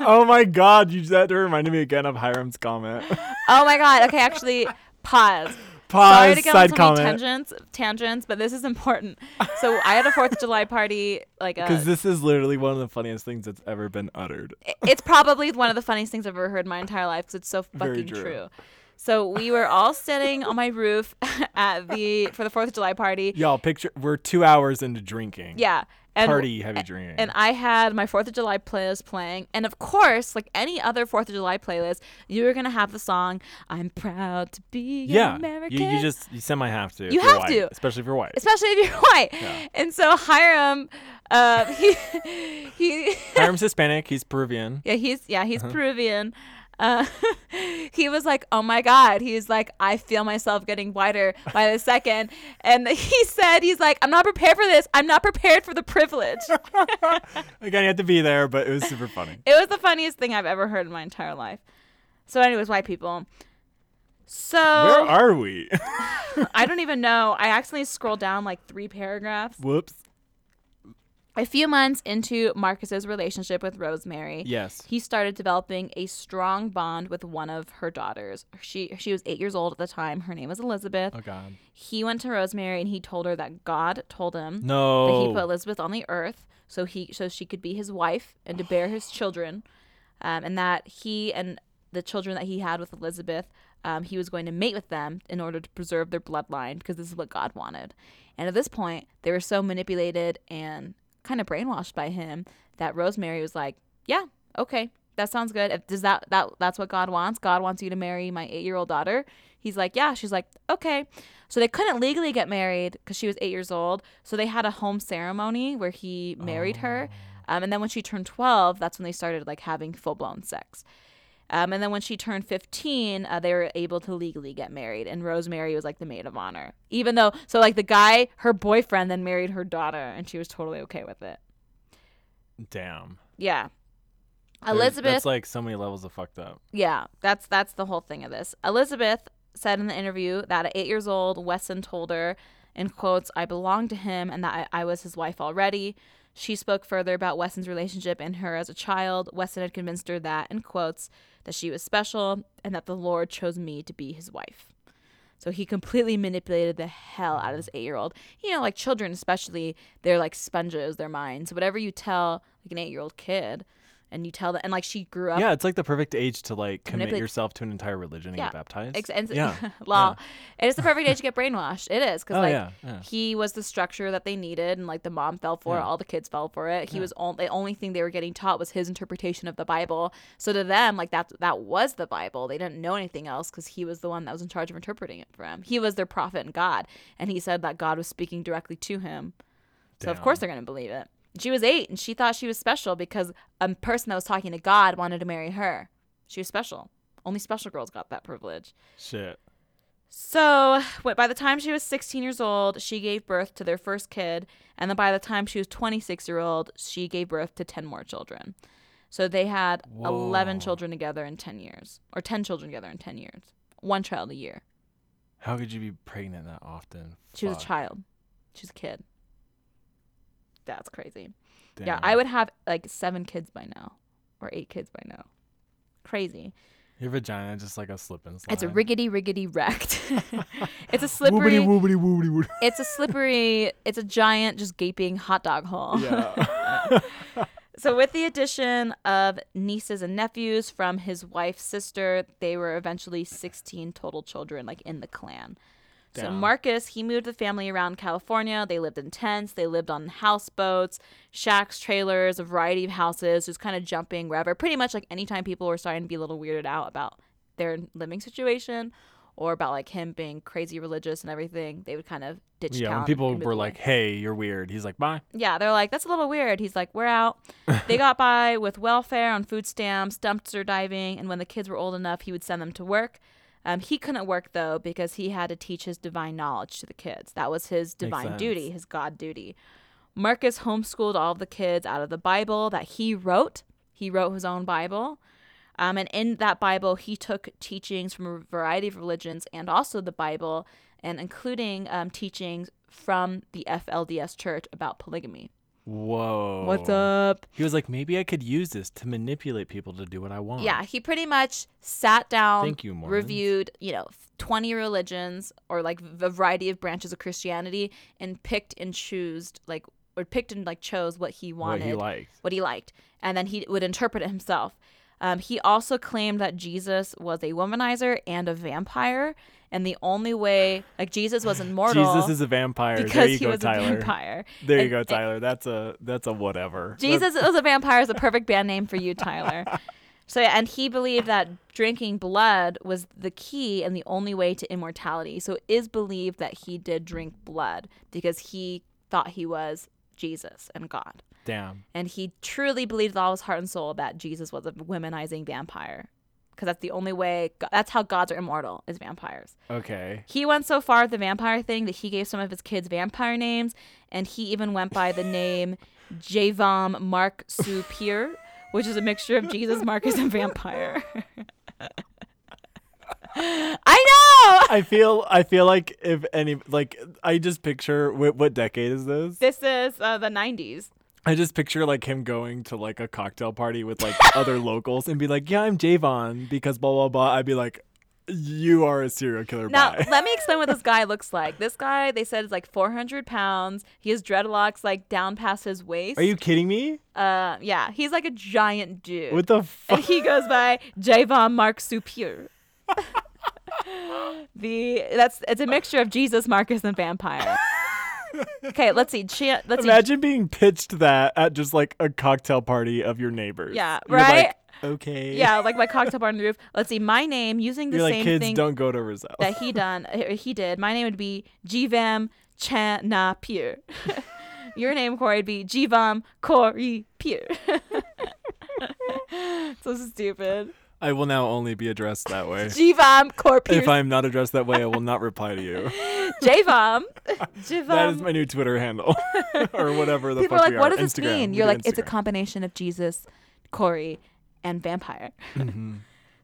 Speaker 2: oh my god, you that reminded me again of
Speaker 1: <laughs>
Speaker 2: Hiram's comment.
Speaker 1: oh my god. Okay, actually, pause. Sorry
Speaker 2: Pause,
Speaker 1: to get
Speaker 2: Uh, side
Speaker 1: on so many
Speaker 2: comment.
Speaker 1: tangents, tangents, but this is important. So I had a Fourth of July party. Like, uh, a,
Speaker 2: Because this is literally one of the funniest things that's ever been uttered.
Speaker 1: it's probably one of the funniest things I've ever heard in my entire life because it's so
Speaker 2: Very
Speaker 1: fucking
Speaker 2: true.
Speaker 1: true. So we were all sitting on my roof <laughs> at the for the Fourth of July party.
Speaker 2: Y'all, picture we're two hours into drinking.
Speaker 1: Yeah, and
Speaker 2: Party heavy drinking.
Speaker 1: and I had my Fourth of July playlist playing, and of course, like any other Fourth of July playlist, you were gonna have the song "I'm Proud to Be
Speaker 2: yeah.
Speaker 1: American."
Speaker 2: You, you just you semi have to. if
Speaker 1: You
Speaker 2: you're
Speaker 1: have
Speaker 2: white,
Speaker 1: to.
Speaker 2: Especially if
Speaker 1: <laughs>
Speaker 2: you're white.
Speaker 1: especially if you're white. And so Hiram, uh, <laughs> he he.
Speaker 2: Hiram's Hispanic, he's Peruvian.
Speaker 1: Yeah, he's yeah, he's
Speaker 2: Uh-huh.
Speaker 1: Peruvian. Uh, <laughs> he was like, "Oh my God!" He's like, "I feel myself getting whiter by the second. And he said, "He's like, I'm not prepared for this. I'm not prepared for the privilege."
Speaker 2: <laughs>
Speaker 1: it
Speaker 2: Again, you had to be there, but it was
Speaker 1: <laughs>
Speaker 2: super funny.
Speaker 1: was the funniest thing I've ever heard in my entire life. So, anyways, white people. So
Speaker 2: Where are we? <laughs>
Speaker 1: I don't even know. I accidentally scrolled down like three paragraphs.
Speaker 2: Whoops.
Speaker 1: A few months into Marcus's relationship with Rosemary,
Speaker 2: Yes.
Speaker 1: he started developing a strong bond with one of her daughters. She she was 8 years old at the time. Her name was Elizabeth.
Speaker 2: Oh god.
Speaker 1: He went to Rosemary and he told her that God told him that he put
Speaker 2: No.
Speaker 1: Elizabeth on the earth so he so she could be his wife and to bear his children, um, and that he and the children that he had with Elizabeth, um, he was going to mate with them in order to preserve their bloodline because this is what God wanted. And at this point, they were so manipulated and kind of brainwashed by him that Rosemary was like, "Yeah, okay." That sounds good. If, does that that that's what God wants? God wants you to marry my eight-year-old daughter. He's like, yeah. She's like, okay. So they couldn't legally get married because she was eight years old. So they had a home ceremony where he married her, um, and then when she turned twelve, that's when they started like having full-blown sex. Um, and then when she turned 15, uh, they were able to legally get married. And Rosemary was like the maid of honor. Even though, so like the guy, her boyfriend, then married her daughter, and she was totally okay with it.
Speaker 2: Damn.
Speaker 1: Yeah.
Speaker 2: There's-
Speaker 1: Elizabeth
Speaker 2: That's like so many levels of fucked up.
Speaker 1: Yeah, that's that's the whole thing of this. Elizabeth said in the interview that at eight years old, Wesson told her, in quotes, "I belong to him and that I, I was his wife already." She spoke further about Wesson's relationship and her as a child. Wesson had convinced her that, in quotes, that she was special and that the Lord chose me to be his wife. So he completely manipulated the hell out of this eight year old. You know, like children, especially, they're like sponges, their minds. Whatever you tell like an eight year old kid, and you tell them, and like she grew up
Speaker 2: Yeah, it's like the perfect age to like commit
Speaker 1: manipulate-
Speaker 2: yourself to an entire religion and
Speaker 1: Yeah,
Speaker 2: get baptized.
Speaker 1: Ex- and,
Speaker 2: Yeah,
Speaker 1: <laughs> lol. And it's the perfect age to get brainwashed. It is because
Speaker 2: Oh,
Speaker 1: like
Speaker 2: yeah, yeah.
Speaker 1: he was the structure that they needed, and like the mom fell for it,
Speaker 2: Yeah.
Speaker 1: all the kids fell for it. He was on, the only thing they were getting taught was his interpretation of the Bible. So to them, like that that was the Bible. They didn't know anything else because he was the one that was in charge of interpreting it for them. He was their prophet and God, and he said that God was speaking directly to him. So of
Speaker 2: Damn.
Speaker 1: course they're gonna believe it. She was eight, and she thought she was special because a person that was talking to God wanted to marry her. She was special. Only special girls got that privilege.
Speaker 2: Shit.
Speaker 1: So, wh- by the time she was 16 years old, she gave birth to their first kid, and then by the time she was 26 year old, she gave birth to 10 more children. So they had 11
Speaker 2: Whoa.
Speaker 1: children together in 10 years, or 10 children together in 10 years. One child a year.
Speaker 2: How could you be pregnant that often?
Speaker 1: She was a
Speaker 2: Fuck.
Speaker 1: child. She was a kid. That's crazy. Yeah,
Speaker 2: Damn.
Speaker 1: I would have like 7 kids by now or 8 kids by now. Crazy.
Speaker 2: Your vagina just like a slip and slide.
Speaker 1: It's a riggedy riggedy wrecked. <laughs> it's a
Speaker 2: <laughs>
Speaker 1: slippery
Speaker 2: Woobity woobity woobity wood.
Speaker 1: it's a slippery it's a giant just gaping hot dog hole
Speaker 2: <laughs> Yeah.
Speaker 1: <laughs> so with the addition of nieces and nephews from his wife's sister they were eventually 16 total children like in the clan So
Speaker 2: Down.
Speaker 1: Marcus, he moved the family around California. They lived in tents, they lived on houseboats, shacks, trailers, a variety of houses, just kind of jumping wherever. Pretty much like anytime people were starting to be a little weirded out about their living situation or about like him being crazy religious and everything, they would kind of ditch
Speaker 2: Yeah,
Speaker 1: town
Speaker 2: when people
Speaker 1: and move
Speaker 2: were
Speaker 1: away.
Speaker 2: like, "Hey, you're weird," he's like, "Bye."
Speaker 1: Yeah, they're like, that's a little weird. He's like, we're out. They got by with welfare on food stamps, dumpster diving, and when the kids were old enough, he would send them to work. Um, he couldn't work though because he had to teach his divine knowledge to the kids. That was his divine
Speaker 2: sense.
Speaker 1: duty, his God duty. Marcus homeschooled all of the kids out of the Bible that he wrote. He wrote his own Bible. Um, and in that Bible, he took teachings from a variety of religions and also the Bible, and including um, teachings from the FLDS church about polygamy.
Speaker 2: Whoa.
Speaker 1: What's up?
Speaker 2: He was like, "Maybe I could use this to manipulate people to do what I want."
Speaker 1: Yeah, he pretty much sat down,
Speaker 2: Thank you, Mormons.
Speaker 1: reviewed, you know, 20 religions or like a variety of branches of Christianity and picked and chose like or picked and like chose what he
Speaker 2: What
Speaker 1: wanted,
Speaker 2: he liked.
Speaker 1: what he liked, and then he would interpret it himself. Um, he also claimed that Jesus was a womanizer and a vampire, and the only way like Jesus
Speaker 2: <sighs>
Speaker 1: was immortal
Speaker 2: Jesus is a vampire.
Speaker 1: because
Speaker 2: there you
Speaker 1: he
Speaker 2: go,
Speaker 1: was
Speaker 2: Tyler.
Speaker 1: a vampire.
Speaker 2: There you
Speaker 1: And-
Speaker 2: go, Tyler. That's a that's a whatever.
Speaker 1: Jesus was a vampire is a perfect band name for you, Tyler. So and he believed that drinking blood was the key and the only way to immortality. So it is believed that he did drink blood because he thought he was Jesus and God.
Speaker 2: Damn.
Speaker 1: And he truly believed with all his heart and soul that Jesus was a womanizing vampire. Because that's the only way, that's how gods are immortal, is vampires.
Speaker 2: Okay.
Speaker 1: He went so far with the vampire thing that he gave some of his kids vampire names, and he even went by the name Javam Mark Supir, which is a mixture of Jesus, Marcus, and vampire. <laughs> I know.
Speaker 2: I feel I feel like if any like I just picture what, what decade is this?
Speaker 1: This is uh, the '90s.
Speaker 2: I just picture like him going to like a cocktail party
Speaker 1: <laughs>
Speaker 2: with like other locals and be like, "Yeah, I'm Javon because blah blah blah." I'd be like, "You are a serial killer."
Speaker 1: Now, <laughs>
Speaker 2: bye."
Speaker 1: let me explain what this guy looks like. This guy, they said, is like 400 pounds. He has dreadlocks like down past his waist.
Speaker 2: are you kidding me?
Speaker 1: Uh, yeah, he's like a giant dude.
Speaker 2: What the
Speaker 1: and
Speaker 2: fuck?
Speaker 1: he goes by Javon Mark Supir. the that's it's a mixture of Jesus, Marcus, and vampire. Okay, let's see. Chia, let's see.
Speaker 2: Imagine being pitched that at just like a cocktail party of your neighbors.
Speaker 1: Yeah,
Speaker 2: You're like,
Speaker 1: right?
Speaker 2: okay.
Speaker 1: Yeah, like my cocktail bar on the roof. Let's see. My name using the
Speaker 2: You're like
Speaker 1: same
Speaker 2: kids
Speaker 1: thing
Speaker 2: don't go to Roselle.
Speaker 1: that he done or he did. My name would be Jivam Chanapir. <laughs> Your name, Corey, would be Jivam Corey Pier. <laughs> so stupid.
Speaker 2: I will now only be addressed
Speaker 1: <laughs>
Speaker 2: that way.
Speaker 1: Jivam Corpier.
Speaker 2: if I'm not addressed that way, I will not reply
Speaker 1: <laughs>
Speaker 2: to you.
Speaker 1: Javam.
Speaker 2: <laughs> that
Speaker 1: Javam.
Speaker 2: is my new Twitter handle <laughs> or whatever the
Speaker 1: Um, People are
Speaker 2: fuck
Speaker 1: like,
Speaker 2: we
Speaker 1: what
Speaker 2: are.
Speaker 1: does this
Speaker 2: Instagram.
Speaker 1: mean?
Speaker 2: We
Speaker 1: You're
Speaker 2: do
Speaker 1: like, it's a
Speaker 2: Instagram.
Speaker 1: combination of Jesus, Corey, and vampire.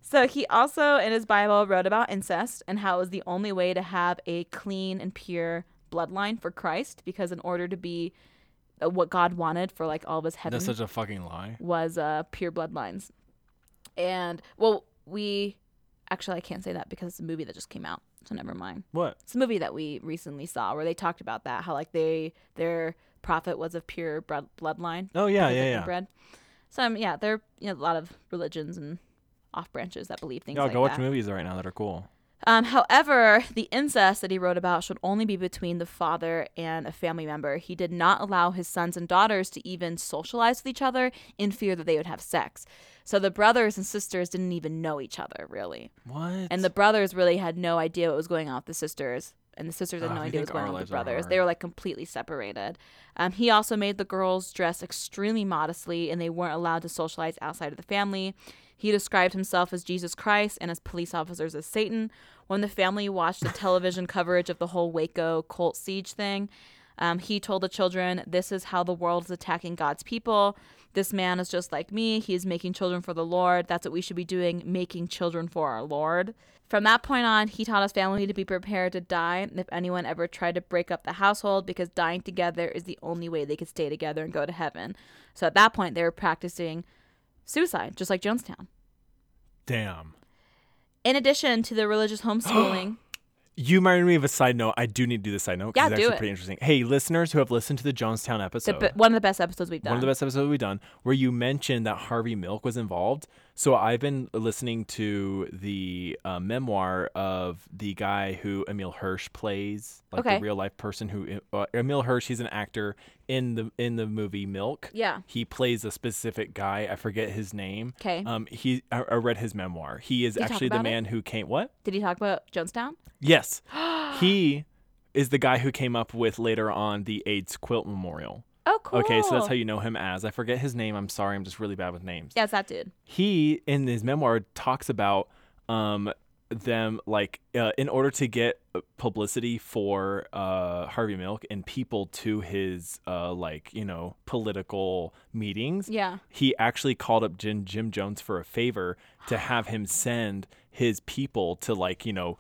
Speaker 1: so he also, in his Bible, wrote about incest and how it was the only way to have a clean and pure bloodline for Christ because in order to be uh, what God wanted for like all of his heaven
Speaker 2: That's such a fucking lie.
Speaker 1: was uh, pure bloodlines. And, well, we actually, I can't say that because it's a movie that just came out. So never mind
Speaker 2: What?
Speaker 1: it's a movie that we recently saw where they talked about that how like they their prophet was of pure blood, bloodline
Speaker 2: Oh
Speaker 1: because
Speaker 2: yeah, yeah,
Speaker 1: they've been
Speaker 2: yeah.
Speaker 1: bred. so um, yeah there are you know, a lot of religions and off branches that believe things
Speaker 2: Yeah,
Speaker 1: like
Speaker 2: go watch
Speaker 1: that
Speaker 2: movies right now that are cool.
Speaker 1: um, however the incest that he wrote about should only be between the father and a family member he did not allow his sons and daughters to even socialize with each other in fear that they would have sex so the brothers and sisters didn't even know each other really
Speaker 2: What?
Speaker 1: and the brothers really had no idea what was going on with the sisters, and the sisters had
Speaker 2: Ah,
Speaker 1: no
Speaker 2: I
Speaker 1: idea what was
Speaker 2: think
Speaker 1: going
Speaker 2: our
Speaker 1: on with the
Speaker 2: lives are
Speaker 1: brothers.
Speaker 2: hard.
Speaker 1: They were like completely separated. Um, he also made the girls dress extremely modestly, and they weren't allowed to socialize outside of the family. He described himself as Jesus Christ and his police officers as Satan. When the family watched
Speaker 2: <laughs>
Speaker 1: the television coverage of the whole Waco cult siege thing, um, he told the children, This is how the world is attacking God's people. This man is just like me. He is making children for the Lord. That's what we should be doing, making children for our Lord. From that point on, he taught his family to be prepared to die if anyone ever tried to break up the household because dying together is the only way they could stay together and go to heaven. So at that point, they were practicing suicide, just like Jonestown.
Speaker 2: Damn.
Speaker 1: In addition to the
Speaker 2: <gasps>
Speaker 1: religious homeschooling,
Speaker 2: You reminded me of a side note. I do need to do this side note
Speaker 1: Yeah,
Speaker 2: because it's
Speaker 1: do
Speaker 2: actually
Speaker 1: it.
Speaker 2: pretty interesting. Hey, listeners who have listened to the Jonestown
Speaker 1: the,
Speaker 2: episode,
Speaker 1: one of the best episodes we've done.
Speaker 2: one of the best episodes we've done, where you mentioned that Harvey Milk was involved. So I've been listening to the uh, memoir of the guy who Emil Hirsch plays, like
Speaker 3: Okay.
Speaker 2: the real life person who uh, Emil Hirsch. He's an actor in the in the movie Milk.
Speaker 3: Yeah.
Speaker 2: He plays a specific guy. I forget his name.
Speaker 3: 'Kay.
Speaker 2: Um. He. I, I read his memoir. He is
Speaker 3: you talk
Speaker 2: actually the
Speaker 3: about it?
Speaker 2: man who came. What?
Speaker 3: Did he talk about Jonestown? <gasps>
Speaker 2: Yes. he is the guy who came up with later on the AIDS quilt memorial.
Speaker 3: Oh, cool.
Speaker 2: Okay, so that's how you know him as. I forget his name. I'm sorry. I'm just really bad with names
Speaker 1: Yeah, it's that dude.
Speaker 2: he in his memoir talks about um them like uh, in order to get uh, publicity for uh Harvey Milk and people to his uh like you know political meetings
Speaker 3: Yeah.
Speaker 2: he actually called up Jim, Jim Jones for a favor
Speaker 3: <gasps>
Speaker 2: to have him send his people to like you know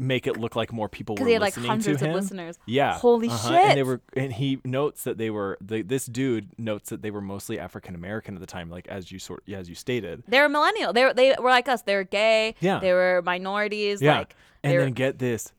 Speaker 2: make it look like more people were
Speaker 3: Because he had like
Speaker 2: listening
Speaker 3: hundreds
Speaker 2: to
Speaker 3: of
Speaker 2: him
Speaker 3: listeners.
Speaker 2: yeah.
Speaker 3: Holy
Speaker 2: uh-huh.
Speaker 3: shit.
Speaker 2: And they were, and he notes that they were. The, this dude notes that they were mostly African American at the time, like as you sort, as you stated.
Speaker 3: They were millennial. They were, they were like us. They were gay.
Speaker 2: Yeah.
Speaker 3: They were minorities.
Speaker 2: yeah.
Speaker 3: Like, they
Speaker 2: and
Speaker 3: were-
Speaker 2: then get this,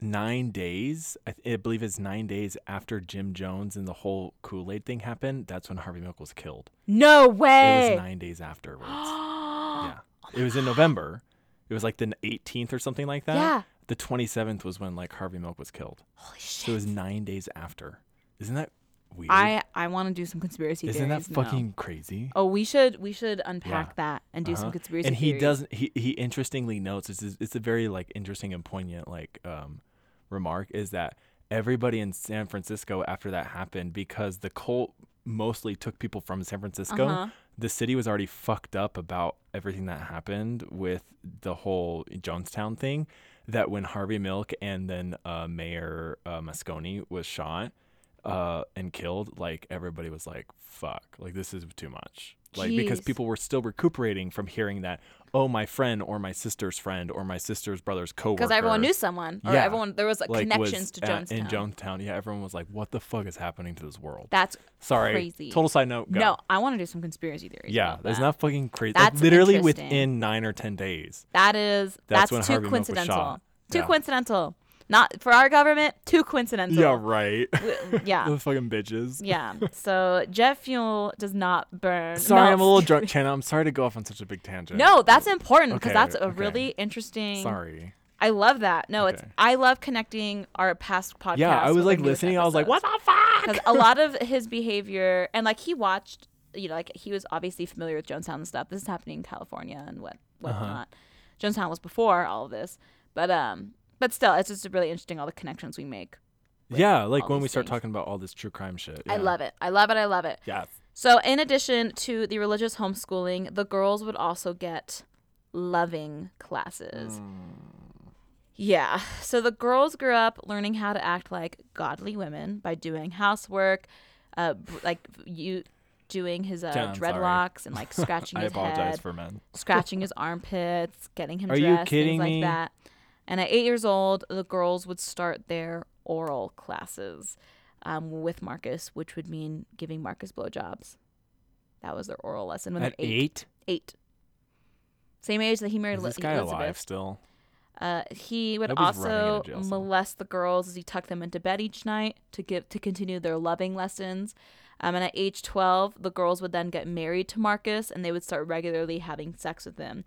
Speaker 2: nine days. I, th- I believe it's nine days after Jim Jones and the whole Kool Aid thing happened. That's when Harvey Milk was killed.
Speaker 3: no
Speaker 2: It
Speaker 3: way.
Speaker 2: was nine days afterwards.
Speaker 3: <gasps>
Speaker 1: <gasps>
Speaker 2: yeah. It was in November. It was like the 18th or something like that.
Speaker 3: Yeah.
Speaker 2: The 27th was when like Harvey Milk was killed. Holy shit. So it was nine days after. Isn't that weird?
Speaker 1: I I want to do some conspiracy
Speaker 2: Isn't that
Speaker 1: theories. now.
Speaker 2: fucking crazy?
Speaker 1: Oh, we should we should unpack that and do
Speaker 2: Uh-huh.
Speaker 1: some conspiracy.
Speaker 2: and he
Speaker 1: theories.
Speaker 2: doesn't. He he interestingly notes. It's it's a very like interesting and poignant like um remark is that everybody in San Francisco after that happened because the cult mostly took people from San Francisco.
Speaker 1: Uh-huh.
Speaker 2: The city was already fucked up about everything that happened with the whole Jonestown thing. That when Harvey Milk and then uh, Mayor uh, Moscone was shot uh, and killed, like everybody was like, "Fuck! Like this is too much." Like because
Speaker 3: Jeez.
Speaker 2: people people were still recuperating from hearing that, oh, my friend or my sister's friend or my sister's brother's coworker.
Speaker 3: Because everyone knew someone. Or
Speaker 2: Yeah.
Speaker 3: everyone, there was like,
Speaker 2: like, was
Speaker 3: connections to
Speaker 2: at-
Speaker 3: Jonestown.
Speaker 2: in Jonestown. Yeah, everyone was like, "What the fuck is happening to this world?"
Speaker 1: That's
Speaker 2: Sorry,
Speaker 1: crazy.
Speaker 2: total side note. Go.
Speaker 1: no. I want to do some conspiracy theories.
Speaker 2: yeah,
Speaker 1: about
Speaker 2: that's
Speaker 1: that.
Speaker 2: not fucking crazy.
Speaker 1: That's
Speaker 2: like, literally
Speaker 1: interesting.
Speaker 2: within nine or ten days.
Speaker 1: That is
Speaker 2: That's
Speaker 1: that's,
Speaker 2: when
Speaker 1: too
Speaker 2: Harvey Milk was
Speaker 1: coincidental.
Speaker 2: shot.
Speaker 1: Too
Speaker 2: Yeah.
Speaker 1: coincidental. Not for our government. Too coincidental.
Speaker 2: Yeah,
Speaker 1: <laughs>
Speaker 2: right. <laughs>
Speaker 1: yeah.
Speaker 2: Those fucking bitches.
Speaker 1: yeah. So jet fuel does not burn.
Speaker 2: Sorry,
Speaker 1: No,
Speaker 2: I'm a little drunk, Chana. I'm sorry to go off on such a big
Speaker 1: <laughs>
Speaker 2: tangent.
Speaker 1: No, that's important because
Speaker 2: Okay,
Speaker 1: that's a
Speaker 2: okay.
Speaker 1: really interesting.
Speaker 2: Sorry.
Speaker 1: I love that. No, it's
Speaker 2: Okay.
Speaker 1: I love connecting our past podcasts.
Speaker 2: Yeah, I was
Speaker 1: with
Speaker 2: like
Speaker 1: our newest
Speaker 2: listening. I was like,
Speaker 1: episodes.
Speaker 2: "What the fuck?"
Speaker 1: because a lot of his behavior and like he watched you know like he was obviously familiar with jonestown and stuff this is happening in california and what
Speaker 2: Uh-huh.
Speaker 1: whatnot jonestown was before all of this but um but still it's just really interesting all the connections we make
Speaker 2: Yeah, like
Speaker 1: all
Speaker 2: when
Speaker 1: these
Speaker 2: we start
Speaker 1: things.
Speaker 2: talking about all this true crime shit.
Speaker 1: i love it i love it i love it
Speaker 2: Yes.
Speaker 1: so in addition to the religious homeschooling the girls would also get loving classes
Speaker 2: Hmm.
Speaker 1: Yeah. So the girls grew up learning how to act like godly women by doing housework, uh, br- like you doing his uh,
Speaker 2: Yeah, I'm sorry.
Speaker 1: dreadlocks
Speaker 2: <laughs>
Speaker 1: and like scratching
Speaker 2: I
Speaker 1: his
Speaker 2: apologize
Speaker 1: head,
Speaker 2: for men.
Speaker 1: scratching his armpits, getting him
Speaker 2: Are you
Speaker 1: dressed, things
Speaker 2: kidding
Speaker 1: like
Speaker 2: me?
Speaker 1: that. And at eight years old, the girls would start their oral classes um, with Marcus, which would mean giving Marcus blowjobs. That was their oral lesson when
Speaker 2: At
Speaker 1: they're eight.
Speaker 2: eight?
Speaker 1: Eight. Same age that he married
Speaker 2: Is
Speaker 1: Li-
Speaker 2: this guy
Speaker 1: Elizabeth.
Speaker 2: alive still?
Speaker 1: Uh, he would
Speaker 2: Nobody's running
Speaker 1: also
Speaker 2: into jail cell.
Speaker 1: molest the girls as he tucked them into bed each night to give to continue their loving lessons. Um, and at age 12, the girls would then get married to Marcus, and they would start regularly having sex with him.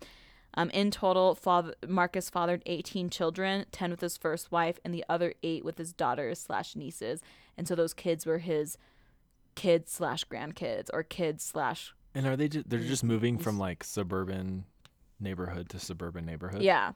Speaker 1: Um, in total, father, Marcus fathered 18 children, 10 with his first wife, and the other eight with his daughters slash nieces. And so those kids were his kids slash grandkids or kids slash
Speaker 2: And are they just, they're just moving from like suburban neighborhood to suburban neighborhood?
Speaker 1: Yeah.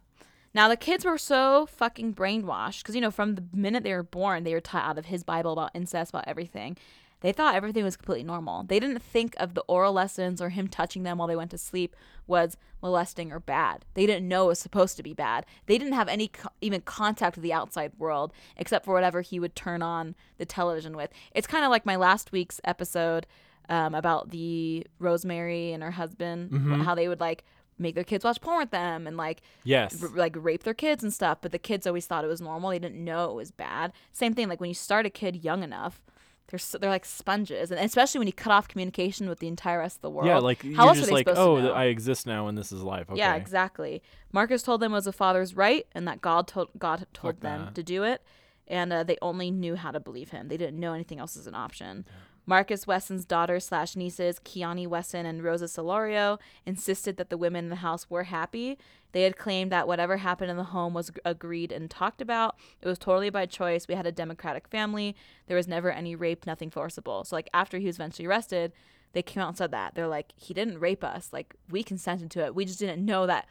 Speaker 1: Now the kids were so fucking brainwashed because you know from the minute they were born they were taught out of his Bible about incest about everything. They thought everything was completely normal. They didn't think of the oral lessons or him touching them while they went to sleep was molesting or bad. They didn't know it was supposed to be bad. They didn't have any co- even contact with the outside world except for whatever he would turn on the television with. It's kind of like my last week's episode um, about the Rosemary and her husband, how they would like make their kids watch porn with them and like
Speaker 2: Yes.
Speaker 1: r- like rape their kids and stuff, but the kids always thought it was normal. They didn't know it was bad. Same thing, like when you start a kid young enough, they're s they're like sponges, and especially when you cut off communication with the entire rest of the world.
Speaker 2: Yeah, like
Speaker 1: how
Speaker 2: you're
Speaker 1: else are
Speaker 2: just
Speaker 1: they
Speaker 2: like,
Speaker 1: supposed
Speaker 2: oh,
Speaker 1: to
Speaker 2: th-
Speaker 1: know?
Speaker 2: I exist now and this is life. Okay.
Speaker 1: Yeah, exactly. Marcus told them it was a father's right, and that God told God told them
Speaker 2: that.
Speaker 1: to do it, and uh, they only knew how to believe him. They didn't know anything else as an option. Marcus Wesson's daughter slash nieces, Kiani Wesson and Rosa Solorio, insisted that the women in the house were happy. They had claimed that whatever happened in the home was agreed and talked about. It was totally by choice. We had a democratic family. There was never any rape, nothing forcible. So, like, after he was eventually arrested, they came out and said that. They're like, he didn't rape us. Like, we consented to it. We just didn't know that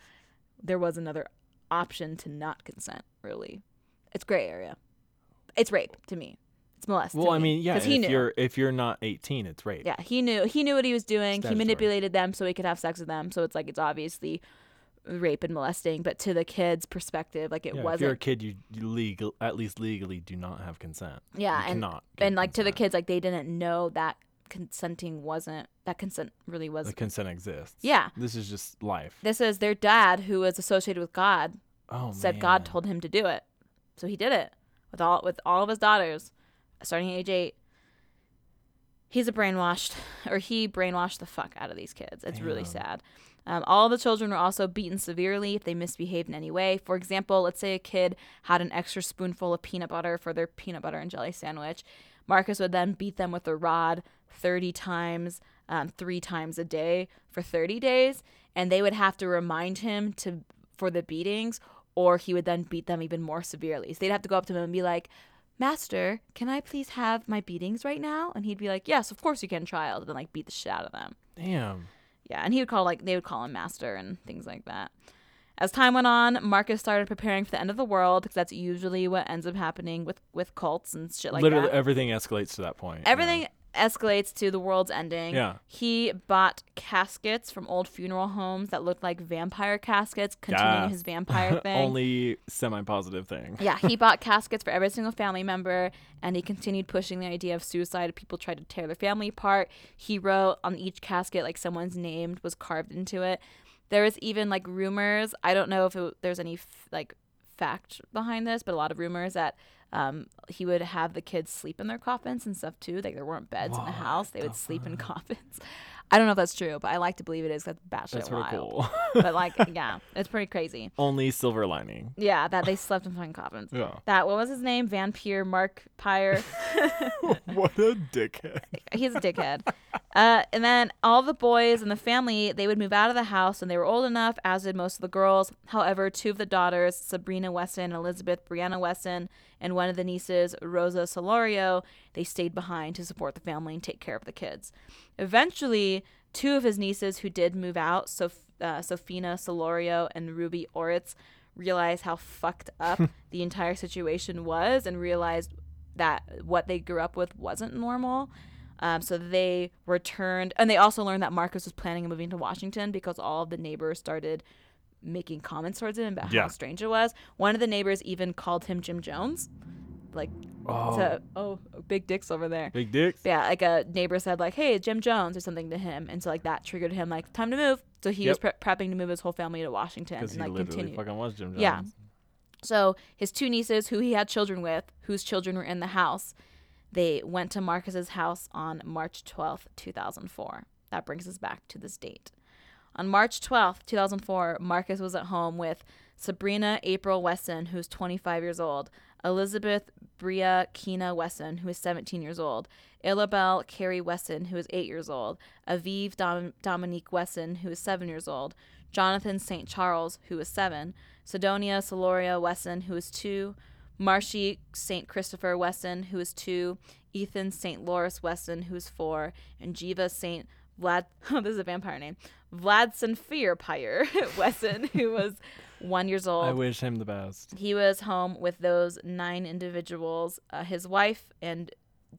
Speaker 1: there was another option to not consent, really. It's gray area. It's rape to me. It's molest. to
Speaker 2: Well, I
Speaker 1: me.
Speaker 2: mean, yeah.
Speaker 1: 'Cause
Speaker 2: If
Speaker 1: he knew.
Speaker 2: you're if you're not 18, it's rape.
Speaker 1: Yeah, he knew he knew what he was doing. He
Speaker 2: Statutory.
Speaker 1: manipulated them so he could have sex with them. So it's like it's obviously rape and molesting, but to the kid's perspective, like it
Speaker 2: Yeah, If you're a
Speaker 1: wasn't.
Speaker 2: kid, you, you legal at least legally do not have consent.
Speaker 1: Yeah,
Speaker 2: you
Speaker 1: and
Speaker 2: cannot give
Speaker 1: and like to the
Speaker 2: consent.
Speaker 1: kids, like they didn't know that consenting wasn't that consent really was.
Speaker 2: the consent exists.
Speaker 1: Yeah.
Speaker 2: This is just life.
Speaker 1: This is their dad who was associated with God
Speaker 2: oh
Speaker 1: said God
Speaker 2: man.
Speaker 1: told him to do it, so he did it with all with all of his daughters, starting at age eight. He's a brainwashed, <laughs> or he brainwashed the fuck out of these kids. It's really
Speaker 2: Damn.
Speaker 1: sad. Um, all the children were also beaten severely if they misbehaved in any way. For example, let's say a kid had an extra spoonful of peanut butter for their peanut butter and jelly sandwich. Marcus would then beat them with a rod 30 times, um, three times a day for 30 days, and they would have to remind him to for the beatings, or he would then beat them even more severely. So they'd have to go up to him and be like, Master, can I please have my beatings right now? And he'd be like, Yes, of course you can, child. And then like beat the shit out of them.
Speaker 2: Damn.
Speaker 1: Yeah, and he would call like they would call him master and things like that. As time went on, Marcus started preparing for the end of the world because that's usually what ends up happening with with cults and shit like
Speaker 2: Literally
Speaker 1: that.
Speaker 2: everything escalates to that point. yeah.
Speaker 1: Everything escalates to the world's ending.
Speaker 2: Yeah.
Speaker 1: He bought caskets from old funeral homes that looked like vampire caskets, continuing
Speaker 2: Yeah. Oh
Speaker 1: his
Speaker 2: <laughs>
Speaker 1: vampire thing.
Speaker 2: Only semi-positive thing.
Speaker 1: Yeah, he bought caskets for every single family member, and he continued pushing the idea of suicide. People tried to tear their family apart. He wrote on each casket like someone's name was carved into it. There was even like rumors. I don't know if it, there's any f- like fact behind this, but a lot of rumors that um, he would have the kids sleep in their coffins and stuff too. Like there weren't beds in the
Speaker 2: What
Speaker 1: house; they would
Speaker 2: the
Speaker 1: sleep in coffins. <laughs> I don't know if that's true, but I like to believe it is. 'cause That's batshit
Speaker 2: That's pretty
Speaker 1: wild.
Speaker 2: cool.
Speaker 1: But like, yeah, it's pretty crazy.
Speaker 2: Only silver lining.
Speaker 1: Yeah, that they slept in fucking coffins.
Speaker 2: Yeah.
Speaker 1: That what was his name? Vampire Mark Pyre.
Speaker 2: <laughs> what a dickhead.
Speaker 1: <laughs> He's a dickhead. Uh, and then all the boys in the family they would move out of the house when they were old enough, as did most of the girls. However, two of the daughters, Sabrina Weston and Elizabeth Brianna Weston, and one of the nieces, Rosa Solorio, they stayed behind to support the family and take care of the kids. Eventually, two of his nieces who did move out, Sof- uh, Sofina Solorio and Ruby Oritz, realized how fucked up the entire situation was and realized that what they grew up with wasn't normal. Um, so they returned, and they also learned that Marcus was planning on moving to Washington because all of the neighbors started making comments towards him about
Speaker 2: Yeah.
Speaker 1: how strange it was. One of the neighbors even called him Jim Jones, like
Speaker 2: Oh,
Speaker 1: to, oh, big dicks over there.
Speaker 2: big dicks.
Speaker 1: Yeah, like a neighbor said, like, "Hey, Jim Jones" or something to him, and so like that triggered him, like, "Time to move." So he was pre- prepping to move his whole family to Washington
Speaker 2: Because
Speaker 1: and
Speaker 2: he
Speaker 1: like
Speaker 2: literally
Speaker 1: continue.
Speaker 2: fucking was Jim Jones.
Speaker 1: Yeah. So his two nieces, who he had children with, whose children were in the house, they went to Marcus's house on March 12th, 2004. That brings us back to this date. On March 12th, 2004, Marcus was at home with Sabrina April Wesson, who's 25 years old, Elizabeth Bria Kina Wesson, who is 17 years old, Illabel Carrie Wesson, who is 8 years old, Aviv Dom- Dominique Wesson, who is 7 years old, Jonathan St. Charles, who is 7, Sidonia Soloria Wesson, who is 2, Marshy St. Christopher Wesson, who is 2, Ethan St. Loris Wesson, who is 4, and Jiva St. Vlad, <laughs> oh, this is a vampire name, Vladson Fear Pyre <laughs> Wesson, who was 1 years old.
Speaker 2: I wish him the best.
Speaker 1: He was home with those nine individuals. Uh, his wife and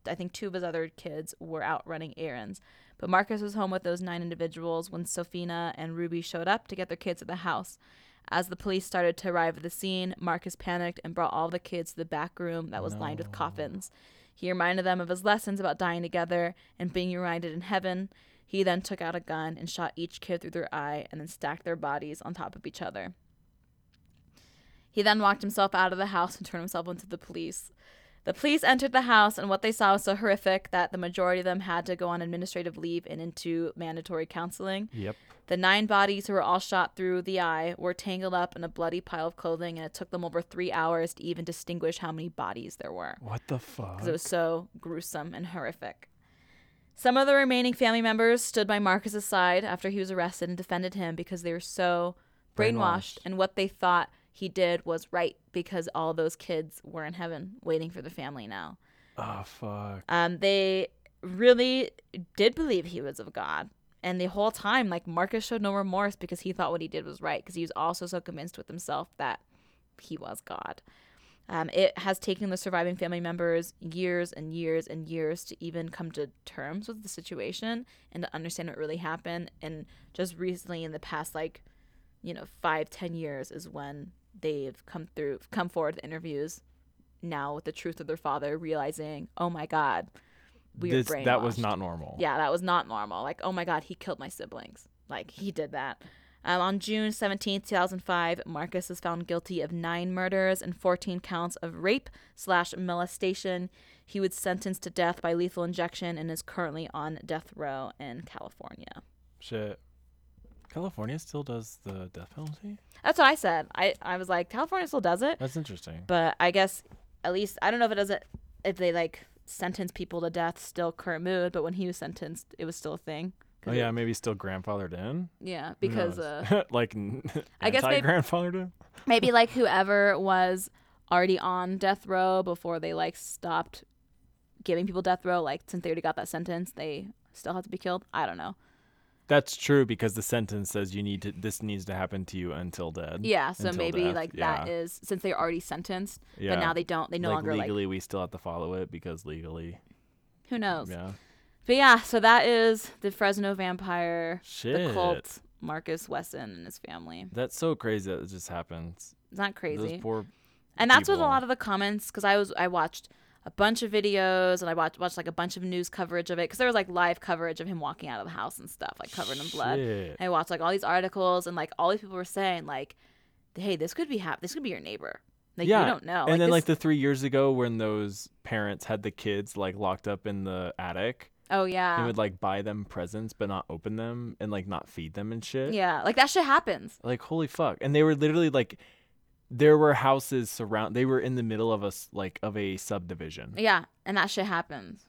Speaker 1: I think two of his other kids were out running errands. But Marcus was home with those nine individuals when Sofina and Ruby showed up to get their kids at the house. As the police started to arrive at the scene, Marcus panicked and brought all the kids to the back room that was lined with coffins. He reminded them of his lessons about dying together and being united in heaven. He then took out a gun and shot each kid through their eye and then stacked their bodies on top of each other. He then walked himself out of the house and turned himself into the police. The police entered the house, and what they saw was so horrific that the majority of them had to go on administrative leave and into mandatory counseling.
Speaker 2: Yep.
Speaker 1: The nine bodies who were all shot through the eye were tangled up in a bloody pile of clothing, and it took them over three hours to even distinguish how many bodies there were
Speaker 2: What the fuck?
Speaker 1: because it was so gruesome and horrific. Some of the remaining family members stood by Marcus's side after he was arrested and defended him because they were so brainwashed,
Speaker 2: Brainwashed.
Speaker 1: and what they thought he did was right because all those kids were in heaven waiting for the family now.
Speaker 2: Oh fuck.
Speaker 1: Um, they really did believe he was of God. And the whole time, like Marcus showed no remorse because he thought what he did was right because he was also so convinced with himself that he was God. Um, it has taken the surviving family members years and years and years to even come to terms with the situation and to understand what really happened. And just recently, in the past, like you know, five ten years, is when they've come through, come forward with interviews now with the truth of their father, realizing, oh my god, we
Speaker 2: This-
Speaker 1: were brainwashed.
Speaker 2: that was not normal.
Speaker 1: Yeah, that was not normal. Like, oh my God, he killed my siblings. Like, he did that. Um, on June seventeenth, two 2005, Marcus is found guilty of nine murders and 14 counts of rape slash molestation. He was sentenced to death by lethal injection and is currently on death row in California.
Speaker 2: Shit. California still does the death penalty?
Speaker 1: That's what I said. I, I was like, California still does it. <laughs>
Speaker 2: That's interesting.
Speaker 1: But I guess at least, I don't know if it doesn't, if they like sentence people to death still current mood, but when he was sentenced, it was still a thing. 'Cause
Speaker 2: Oh
Speaker 1: it-
Speaker 2: yeah, maybe still grandfathered in.
Speaker 1: Yeah,
Speaker 2: Who
Speaker 1: because. Uh,
Speaker 2: knows? <laughs> like
Speaker 1: I guess maybe-
Speaker 2: grandfathered in.
Speaker 1: maybe like whoever was already on death row before they like stopped giving people death row like since they already got that sentence they still have to be killed i don't know
Speaker 2: That's true because the sentence says you need to. This needs to happen to you until dead.
Speaker 1: yeah so
Speaker 2: Until
Speaker 1: maybe
Speaker 2: death,
Speaker 1: like that
Speaker 2: yeah.
Speaker 1: is since they're already sentenced
Speaker 2: Yeah.
Speaker 1: but now they don't they no
Speaker 2: like
Speaker 1: longer
Speaker 2: legally, we still have to follow it because legally.
Speaker 1: like who knows
Speaker 2: Yeah.
Speaker 1: but yeah so that is the fresno vampire
Speaker 2: Shit.
Speaker 1: the cult marcus wesson and his family
Speaker 2: That's so crazy that it just happens.
Speaker 1: it's not
Speaker 2: Those
Speaker 1: crazy
Speaker 2: poor.
Speaker 1: and that's what a
Speaker 2: people.
Speaker 1: lot of the comments because i was i watched a bunch of videos and i watched, watched like a bunch of news coverage of it because there was like live coverage of him walking out of the house and stuff like covered in blood
Speaker 2: Shit.
Speaker 1: and i watched like all these articles and like all these people were saying like hey this could be hap- this could be your neighbor like
Speaker 2: yeah.
Speaker 1: you don't know
Speaker 2: And then
Speaker 1: this-
Speaker 2: like the three years ago when those parents had the kids like locked up in the attic
Speaker 1: oh
Speaker 2: and
Speaker 1: yeah
Speaker 2: would like buy them presents but not open them and like not feed them and shit.
Speaker 1: yeah like that shit happens
Speaker 2: Like holy fuck. And they were literally like there were houses surround they were in the middle of us like of a subdivision.
Speaker 1: yeah and that shit happens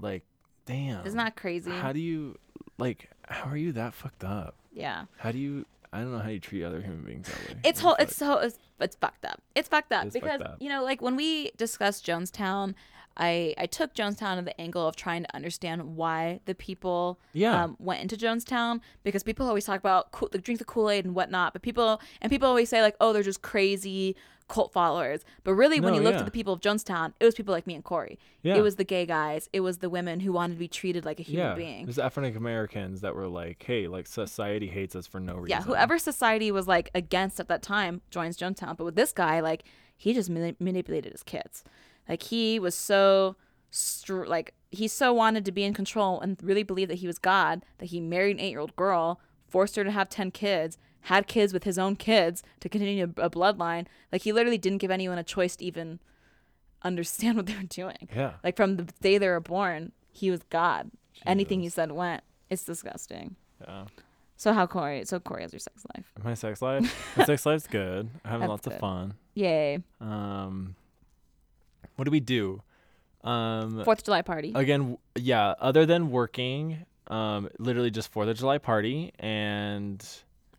Speaker 2: Like damn.
Speaker 1: isn't that crazy
Speaker 2: Oh. How do you like how are you that fucked up?
Speaker 1: yeah
Speaker 2: How do you I don't know how you treat other human beings that way.
Speaker 1: it's whole
Speaker 2: Holy
Speaker 1: it's so it's, it's fucked up it's fucked up
Speaker 2: It's fucked
Speaker 1: because
Speaker 2: up.
Speaker 1: you know like when we discussed jonestown i i took jonestown to the angle of trying to understand why the people
Speaker 2: Yeah.
Speaker 1: um, went into jonestown because people always talk about cool, like, drink the kool-aid and whatnot but people and people always say like oh they're just crazy cult followers but really when
Speaker 2: No,
Speaker 1: you looked
Speaker 2: yeah.
Speaker 1: at the people of jonestown it was people like me and corey
Speaker 2: Yeah.
Speaker 1: it was the gay guys it was the women who wanted to be treated like a human being
Speaker 2: There's African Americans that were like, hey, like society hates us for no reason.
Speaker 1: Yeah, whoever society was like against at that time joins Jonestown. But with this guy, like he just mani- manipulated his kids. Like he was so str- like he so wanted to be in control and really believed that he was God that he married an eight year old girl, forced her to have ten kids, had kids with his own kids to continue a, a bloodline. Like he literally didn't give anyone a choice to even understand <laughs> what they were doing.
Speaker 2: Yeah.
Speaker 1: Like from the day they were born, he was God. Anything he said went. It's disgusting.
Speaker 2: Yeah.
Speaker 1: So how Corey? So Corey has your sex life.
Speaker 2: My sex life. My sex life's good. I'm having
Speaker 1: That's
Speaker 2: lots
Speaker 1: good.
Speaker 2: of fun.
Speaker 1: Yay!
Speaker 2: Um, what do we do? Um,
Speaker 1: Fourth of July party.
Speaker 2: again, w- yeah. Other than working, um, literally just Fourth of July party, and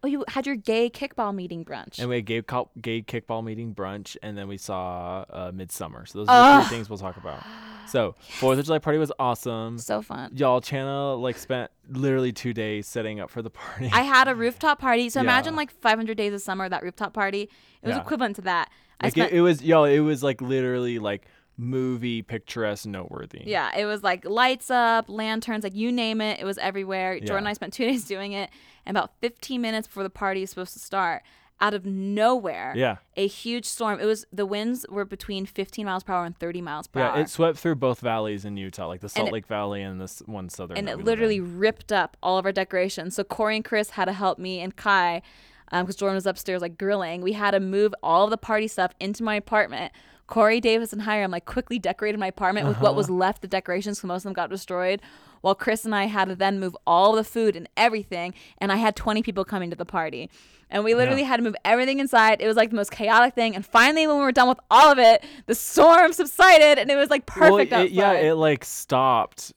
Speaker 1: Oh, you had your gay kickball meeting brunch.
Speaker 2: and we had gay, cop, gay kickball meeting brunch, and then we saw uh, Midsummer. So those are the three things we'll talk about. So Fourth of July party was awesome.
Speaker 1: so fun.
Speaker 2: Y'all, Chana like spent literally two days setting up for the party. <laughs>
Speaker 1: I had a rooftop party. So
Speaker 2: Yeah.
Speaker 1: imagine like 500 days of summer, that rooftop party. It was
Speaker 2: Yeah.
Speaker 1: equivalent to that. I
Speaker 2: Like
Speaker 1: spent.
Speaker 2: it, it was yo, it was like literally like movie picturesque noteworthy.
Speaker 1: yeah, it was like lights up, lanterns, like you name it. It was everywhere. Jordan and
Speaker 2: Yeah.
Speaker 1: I spent <laughs> two days doing it. And about 15 minutes before the party is supposed to start, out of nowhere,
Speaker 2: Yeah.
Speaker 1: a huge storm. It was the winds were between 15 miles per hour and 30 miles per
Speaker 2: Yeah,
Speaker 1: hour.
Speaker 2: it swept through both valleys in Utah, like the Salt
Speaker 1: it-
Speaker 2: Lake Valley and this one southern.
Speaker 1: and
Speaker 2: that
Speaker 1: it
Speaker 2: we live
Speaker 1: literally
Speaker 2: in.
Speaker 1: ripped up all of our decorations. So Corey and Chris had to help me and Kai, because Jordan was upstairs like grilling. We had to move all of the party stuff into my apartment. Corey, Davis, and Hiram like quickly decorated my apartment with what was
Speaker 2: Uh-huh.
Speaker 1: left, the decorations, because most of them got destroyed. While Chris and I had to then move all the food and everything, and I had 20 people coming to the party. And we literally had to move everything inside. It was like the most chaotic thing. And finally, when we were done with all of it, the storm subsided and it was like
Speaker 2: Well,
Speaker 1: perfect
Speaker 2: it- yeah,
Speaker 1: outside.
Speaker 2: it like stopped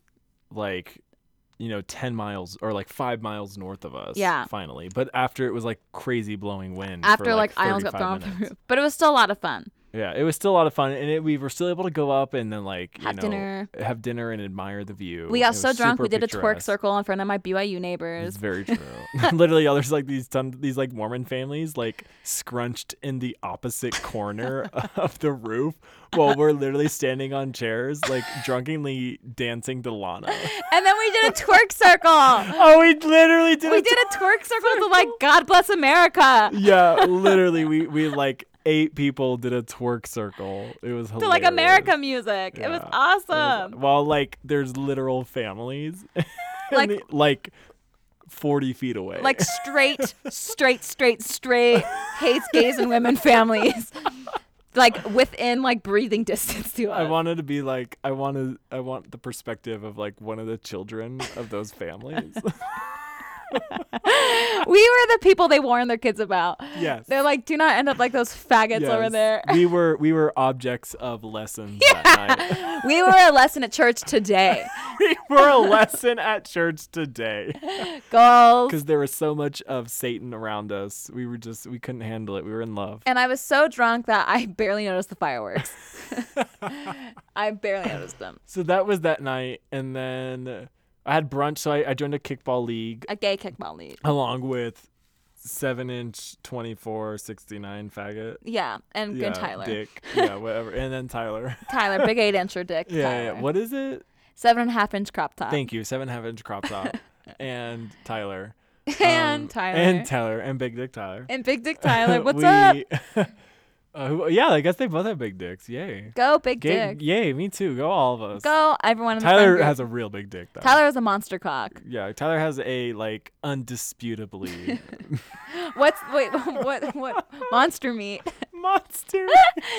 Speaker 2: like you know 10 miles or like 5 miles north of us
Speaker 1: Yeah.
Speaker 2: finally but after it was like crazy blowing wind for,
Speaker 1: After like, I almost got
Speaker 2: 35
Speaker 1: thrown off the
Speaker 2: minutes.
Speaker 1: roof, but it was still a lot of fun.
Speaker 2: yeah it was still a lot of fun and it, we were still able to go up and then like you
Speaker 1: Have
Speaker 2: know
Speaker 1: dinner.
Speaker 2: have dinner and admire the view
Speaker 1: We
Speaker 2: It
Speaker 1: got
Speaker 2: was
Speaker 1: so drunk, we
Speaker 2: super
Speaker 1: did a twerk
Speaker 2: picturesque.
Speaker 1: circle in front of my BYU neighbors. <laughs>
Speaker 2: It's very true. <laughs> Literally, oh, there's like these ton- these like Mormon families like scrunched in the opposite
Speaker 1: <laughs>
Speaker 2: corner of the roof while we're literally standing on chairs like drunkenly dancing
Speaker 1: <gasps>
Speaker 2: to Lana.
Speaker 1: And then we did a twerk <laughs> circle.
Speaker 2: Oh, we literally did.
Speaker 1: We
Speaker 2: it.
Speaker 1: did a twerk circle to like God bless America.
Speaker 2: yeah, literally, we we like eight people did a twerk circle. It was hilarious.
Speaker 1: To like America music. It was
Speaker 2: Yeah. It was-
Speaker 1: <laughs> awesome.
Speaker 2: While like there's literal families, in
Speaker 1: Like-
Speaker 2: the- like forty feet away.
Speaker 1: Like straight, straight, straight, straight hates gays and women families. <laughs> Like within like breathing distance to us.
Speaker 2: I wanted to be like I want to I want the perspective of like one of the children of those
Speaker 1: <laughs>
Speaker 2: families. <laughs>
Speaker 1: we were the people they warned their kids about.
Speaker 2: yes.
Speaker 1: They're like, do not end up like those faggots over
Speaker 2: Yes.
Speaker 1: there.
Speaker 2: we were we were objects of lessons that night. <laughs>
Speaker 1: We were a lesson at church today.
Speaker 2: we were a lesson at church
Speaker 1: <laughs>
Speaker 2: today
Speaker 1: Girls.
Speaker 2: because there was so much of Satan around us. We were just we couldn't handle it. We were in love.
Speaker 1: And I was so drunk that I barely noticed the fireworks. <laughs> I barely noticed them.
Speaker 2: So that was that night, and then I had brunch. So I, I joined a kickball league
Speaker 1: A gay kickball league.
Speaker 2: along with seven inch twenty four sixty nine faggot.
Speaker 1: Yeah, and
Speaker 2: Yeah,
Speaker 1: good Tyler.
Speaker 2: Dick. Yeah, whatever. And then Tyler.
Speaker 1: Tyler, big eight
Speaker 2: <laughs>
Speaker 1: inch or dick.
Speaker 2: Yeah,
Speaker 1: Tyler. Uh,
Speaker 2: yeah. What is it?
Speaker 1: Seven and a half inch crop top. <laughs>
Speaker 2: Thank you. Seven half inch crop top. and Tyler.
Speaker 1: and
Speaker 2: Um,
Speaker 1: Tyler.
Speaker 2: And Tyler. And Big Dick Tyler.
Speaker 1: And big dick
Speaker 2: <laughs>
Speaker 1: Tyler. What's
Speaker 2: We-
Speaker 1: up?
Speaker 2: <laughs> Uh, who- yeah, I guess they both have big dicks. Yay.
Speaker 1: Go big
Speaker 2: Gay-
Speaker 1: dick.
Speaker 2: Yay, me too. Go all of us.
Speaker 1: Go everyone. In the friend
Speaker 2: Tyler
Speaker 1: group.
Speaker 2: has a real big dick though.
Speaker 1: Tyler is a monster cock.
Speaker 2: Yeah, Tyler has a like
Speaker 1: <laughs>
Speaker 2: undisputably
Speaker 1: What's wait? <laughs> What what monster meat? <laughs>
Speaker 2: monster.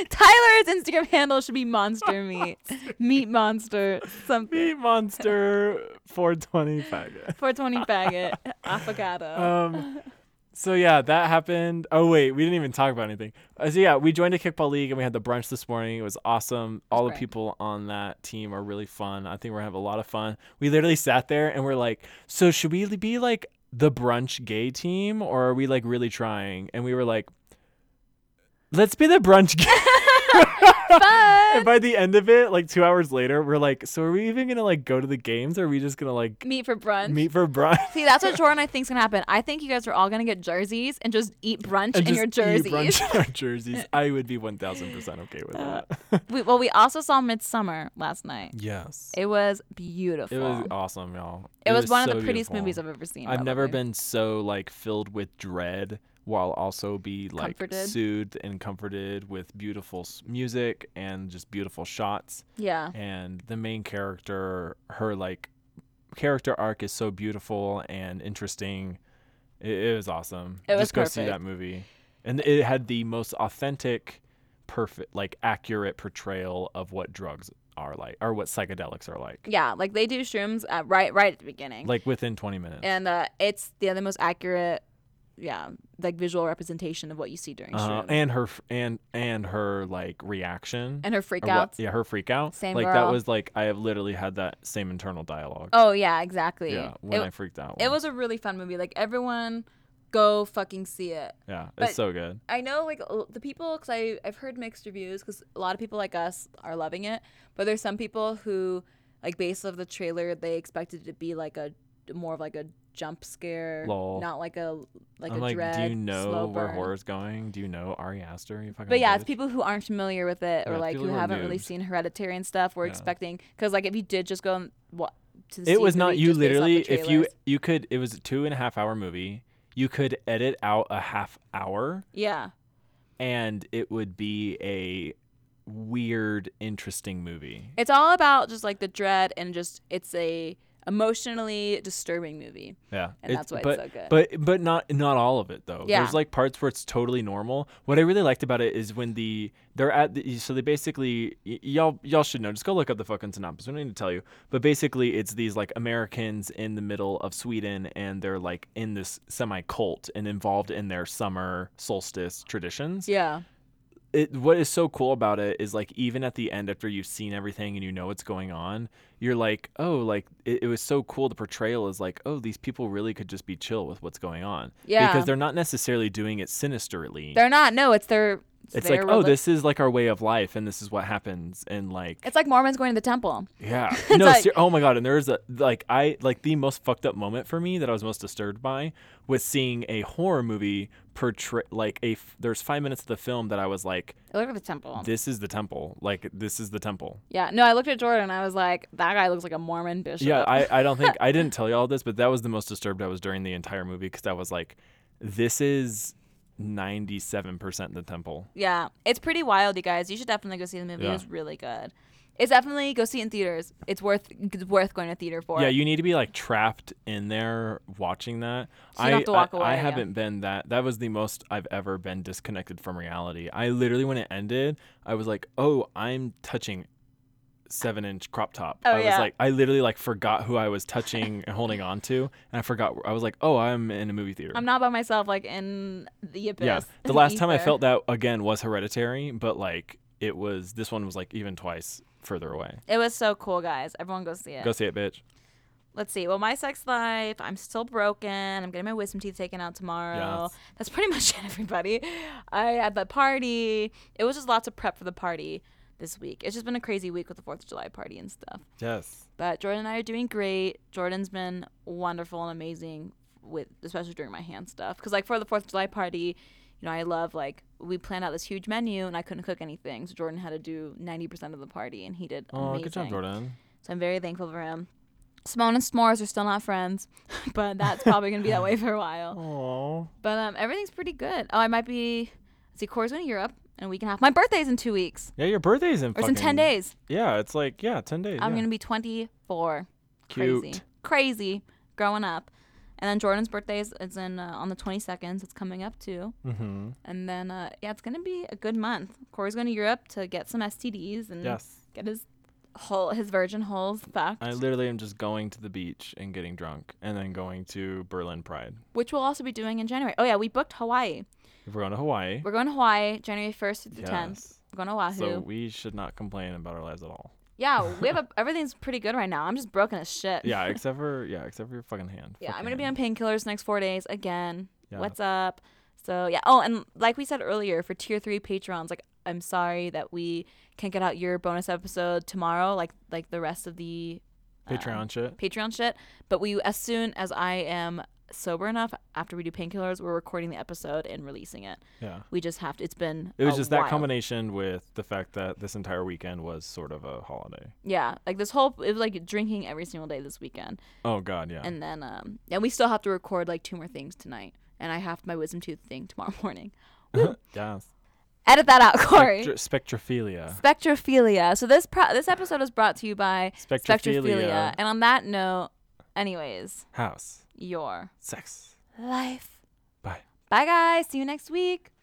Speaker 1: Tyler's Instagram handle should be
Speaker 2: <laughs>
Speaker 1: monster meat, meat monster something.
Speaker 2: Meat monster
Speaker 1: <laughs>
Speaker 2: 420 faggot.
Speaker 1: 420
Speaker 2: <laughs>
Speaker 1: faggot avocado.
Speaker 2: um so yeah that happened oh wait we didn't even talk about anything Uh, so yeah we joined a kickball league and we had the brunch this morning it was awesome all the
Speaker 1: great.
Speaker 2: people on that team are really fun i think we're gonna have a lot of fun we literally sat there and we're like so should we be like the brunch gay team or are we like really trying and we were like let's be the brunch gay
Speaker 1: Fun.
Speaker 2: and by the end of it like two hours later we're like so are we even gonna like go to the games or are we just gonna like
Speaker 1: Meat for brunch.
Speaker 2: meet for brunch
Speaker 1: See, that's what Jordan I think's gonna happen. I think you guys are all gonna get jerseys and just eat brunch in your
Speaker 2: just eat
Speaker 1: jerseys.
Speaker 2: brunch
Speaker 1: <laughs>
Speaker 2: in our jerseys. I would be one thousand percent okay with
Speaker 1: Uh,
Speaker 2: that.
Speaker 1: we, well, we also saw Midsummer last night.
Speaker 2: yes,
Speaker 1: It was beautiful.
Speaker 2: it was awesome, y'all.
Speaker 1: It was one of the
Speaker 2: so
Speaker 1: prettiest
Speaker 2: beautiful.
Speaker 1: movies I've ever seen.
Speaker 2: I've never
Speaker 1: probably.
Speaker 2: been so like filled with dread while also be like
Speaker 1: Comforted.
Speaker 2: soothed and comforted with beautiful s- music and just beautiful shots.
Speaker 1: Yeah.
Speaker 2: and the main character her like character arc is so beautiful and interesting it, it was awesome
Speaker 1: It was
Speaker 2: just go see
Speaker 1: perfect.
Speaker 2: that movie and it had the most authentic perfect like accurate portrayal of what drugs are like or what psychedelics are like
Speaker 1: Yeah. Like they do shrooms at, right right at the beginning.
Speaker 2: like within 20 minutes
Speaker 1: and uh, it's yeah, the most accurate, yeah, like visual representation of what you see during
Speaker 2: Uh,
Speaker 1: shrooms.
Speaker 2: and her f- and and her like reaction
Speaker 1: And her
Speaker 2: or what-
Speaker 1: freakouts.
Speaker 2: yeah her freak out
Speaker 1: Same
Speaker 2: like that
Speaker 1: girl.
Speaker 2: was like i have literally had that same internal dialogue
Speaker 1: Oh yeah, exactly.
Speaker 2: yeah when
Speaker 1: it,
Speaker 2: i freaked out
Speaker 1: it
Speaker 2: once.
Speaker 1: was a really fun movie. Like everyone, go fucking see it.
Speaker 2: yeah
Speaker 1: but-
Speaker 2: it's so good
Speaker 1: I know like l- the people because I I've heard mixed reviews because a lot of people like us are loving it, but there's some people who like based off the trailer they expected it to be like a more of like a jump scare,
Speaker 2: Lol.
Speaker 1: not like a like
Speaker 2: I'm
Speaker 1: a
Speaker 2: like,
Speaker 1: dread.
Speaker 2: do you know
Speaker 1: slow
Speaker 2: where
Speaker 1: burn.
Speaker 2: horror's going? Do you know Ari Aster? You fucking
Speaker 1: But yeah,
Speaker 2: bitch?
Speaker 1: it's people who aren't familiar with it or
Speaker 2: Yeah,
Speaker 1: like
Speaker 2: people
Speaker 1: who
Speaker 2: who are
Speaker 1: haven't really
Speaker 2: noobs.
Speaker 1: seen Hereditary and stuff. We're
Speaker 2: Yeah.
Speaker 1: expecting because like if you did just go and what to see
Speaker 2: It was
Speaker 1: the
Speaker 2: not
Speaker 1: movie
Speaker 2: you.
Speaker 1: just based off the
Speaker 2: Literally, if you
Speaker 1: trailers-
Speaker 2: you could, it was a two and a half hour movie. You could edit out a half hour,
Speaker 1: yeah
Speaker 2: and it would be a weird, interesting movie.
Speaker 1: It's all about just like the dread and just it's a emotionally disturbing movie.
Speaker 2: Yeah,
Speaker 1: And
Speaker 2: It-
Speaker 1: that's why it's
Speaker 2: but,
Speaker 1: so good.
Speaker 2: But but not not all of it though.
Speaker 1: Yeah.
Speaker 2: There's like parts where it's totally normal. What I really liked about it is when the they're at the so they basically y- y'all y'all should know. Just go look up the fucking synopsis. We don't need to tell you. But basically, it's these like Americans in the middle of Sweden, and they're like in this semi cult and involved in their summer solstice traditions
Speaker 1: Yeah.
Speaker 2: it, what is so cool about it is like even at the end after you've seen everything and you know what's going on you're like oh like it, it was so cool the portrayal is like oh these people really could just be chill with what's going on
Speaker 1: Yeah.
Speaker 2: because they're not necessarily doing it sinisterly
Speaker 1: They're not. No, it's their. It's,
Speaker 2: it's like
Speaker 1: their
Speaker 2: oh
Speaker 1: reli-
Speaker 2: this is like our way of life and this is what happens and like
Speaker 1: It's like Mormons going to the temple. <laughs>
Speaker 2: yeah. No,
Speaker 1: like-
Speaker 2: ser- oh my god, and there's a like I like the most fucked up moment for me that I was most disturbed by was seeing a horror movie portray like a f- there's 5 minutes of the film that I was like
Speaker 1: They look at the temple.
Speaker 2: this is the temple. Like this is the temple.
Speaker 1: yeah. No, I looked at Jordan and I was like, that guy looks like a Mormon bishop.
Speaker 2: <laughs> Yeah, I I don't think I didn't tell you all this, but that was the most disturbed I was during the entire movie cuz I was like this is 97% the temple.
Speaker 1: Yeah, it's pretty wild, you guys. You should definitely go see the movie.
Speaker 2: Yeah.
Speaker 1: It was really good. It's definitely go see it in theaters. It's worth it's worth going to theater for.
Speaker 2: Yeah, you need to be like trapped in there watching that.
Speaker 1: So you don't have to walk
Speaker 2: I,
Speaker 1: away,
Speaker 2: I
Speaker 1: yeah.
Speaker 2: haven't been that. That was the most I've ever been disconnected from reality. I literally, when it ended, I was like, "Oh, I'm touching seven inch crop top."
Speaker 1: Oh,
Speaker 2: I was
Speaker 1: yeah.
Speaker 2: like, I literally like forgot who I was touching and holding on to, and I forgot. I was like, "Oh, I'm in a movie theater."
Speaker 1: I'm not by myself, like in the abyss.
Speaker 2: yeah,
Speaker 1: <laughs>
Speaker 2: the last time I
Speaker 1: ether.
Speaker 2: felt that again was Hereditary, but like it was this one was like even twice further away.
Speaker 1: it was so cool, guys. Everyone go see it.
Speaker 2: Go see it, bitch.
Speaker 1: Let's see. Well, my sex life. I'm still broken. I'm getting my wisdom teeth taken out tomorrow.
Speaker 2: Yes.
Speaker 1: That's pretty <laughs> much it, everybody. I had the party. It was just lots of prep for the party this week. It's just been a crazy week with the Fourth of July party and stuff.
Speaker 2: Yes.
Speaker 1: But Jordan and I are doing great. Jordan's been wonderful and amazing with especially during my hand stuff because like for the 4th of July party, you know, I love like we planned out this huge menu and I couldn't cook anything. So Jordan had to do 90% of the party and he did
Speaker 2: Oh,
Speaker 1: amazing.
Speaker 2: good job, Jordan.
Speaker 1: So I'm very thankful for him. Simone and S'mores are still not friends, <laughs> but that's probably going to be that way for a while.
Speaker 2: Aww.
Speaker 1: But um everything's pretty good. Oh, I might be let's see Corey's going to Europe in a week and a half. My birthday's in 2 weeks.
Speaker 2: Yeah, your birthday's in
Speaker 1: Or it's in 10
Speaker 2: fucking-
Speaker 1: days.
Speaker 2: Yeah, it's like yeah, ten days.
Speaker 1: I'm
Speaker 2: yeah.
Speaker 1: gonna be 24. Crazy,
Speaker 2: Cute.
Speaker 1: crazy, growing up. And then Jordan's birthday is, is in uh, on the 22nd, so it's coming up too.
Speaker 2: Mm-hmm.
Speaker 1: And then uh, yeah, it's gonna be a good month. Corey's going to Europe to get some STDs and
Speaker 2: Yes,
Speaker 1: get his hole, his virgin holes fucked,
Speaker 2: I literally am just going to the beach and getting drunk, and then going to Berlin Pride.
Speaker 1: which we'll also be doing in January. Oh yeah, we booked Hawaii.
Speaker 2: If we're going to Hawaii,
Speaker 1: We're going to Hawaii January 1st through the 10th.
Speaker 2: Yes.
Speaker 1: We're going to Oahu.
Speaker 2: so we should not complain about our lives at all.
Speaker 1: yeah, we have a, <laughs> everything's pretty good right now. I'm just broken as shit. <laughs>
Speaker 2: Yeah, except for yeah, except for your fucking hand.
Speaker 1: Yeah,
Speaker 2: Fuck
Speaker 1: I'm gonna be
Speaker 2: hand.
Speaker 1: on painkillers the next four days again.
Speaker 2: Yeah.
Speaker 1: What's up? So yeah. Oh, and like we said earlier, for tier three patrons, like I'm sorry that we can't get out your bonus episode tomorrow, like like the rest of the
Speaker 2: Patreon shit.
Speaker 1: Patreon shit. But we, as soon as I am sober enough after we do painkillers, we're recording the episode and releasing it.
Speaker 2: Yeah,
Speaker 1: We just have to. It's been.
Speaker 2: it was
Speaker 1: a
Speaker 2: just
Speaker 1: while.
Speaker 2: that combination with the fact that this entire weekend was sort of a holiday.
Speaker 1: Yeah, like this whole. It was like drinking every single day this weekend.
Speaker 2: Oh God, yeah.
Speaker 1: and then um and we still have to record like two more things tonight and i have my wisdom tooth thing tomorrow <laughs> morning
Speaker 2: yes.
Speaker 1: edit that out corey
Speaker 2: Spectra- spectrophilia.
Speaker 1: spectrophilia so this pro- this episode is brought to you by
Speaker 2: Spectrophilia.
Speaker 1: spectrophilia and on that note anyways
Speaker 2: House.
Speaker 1: your
Speaker 2: Sex.
Speaker 1: life
Speaker 2: Bye.
Speaker 1: bye guys see you next week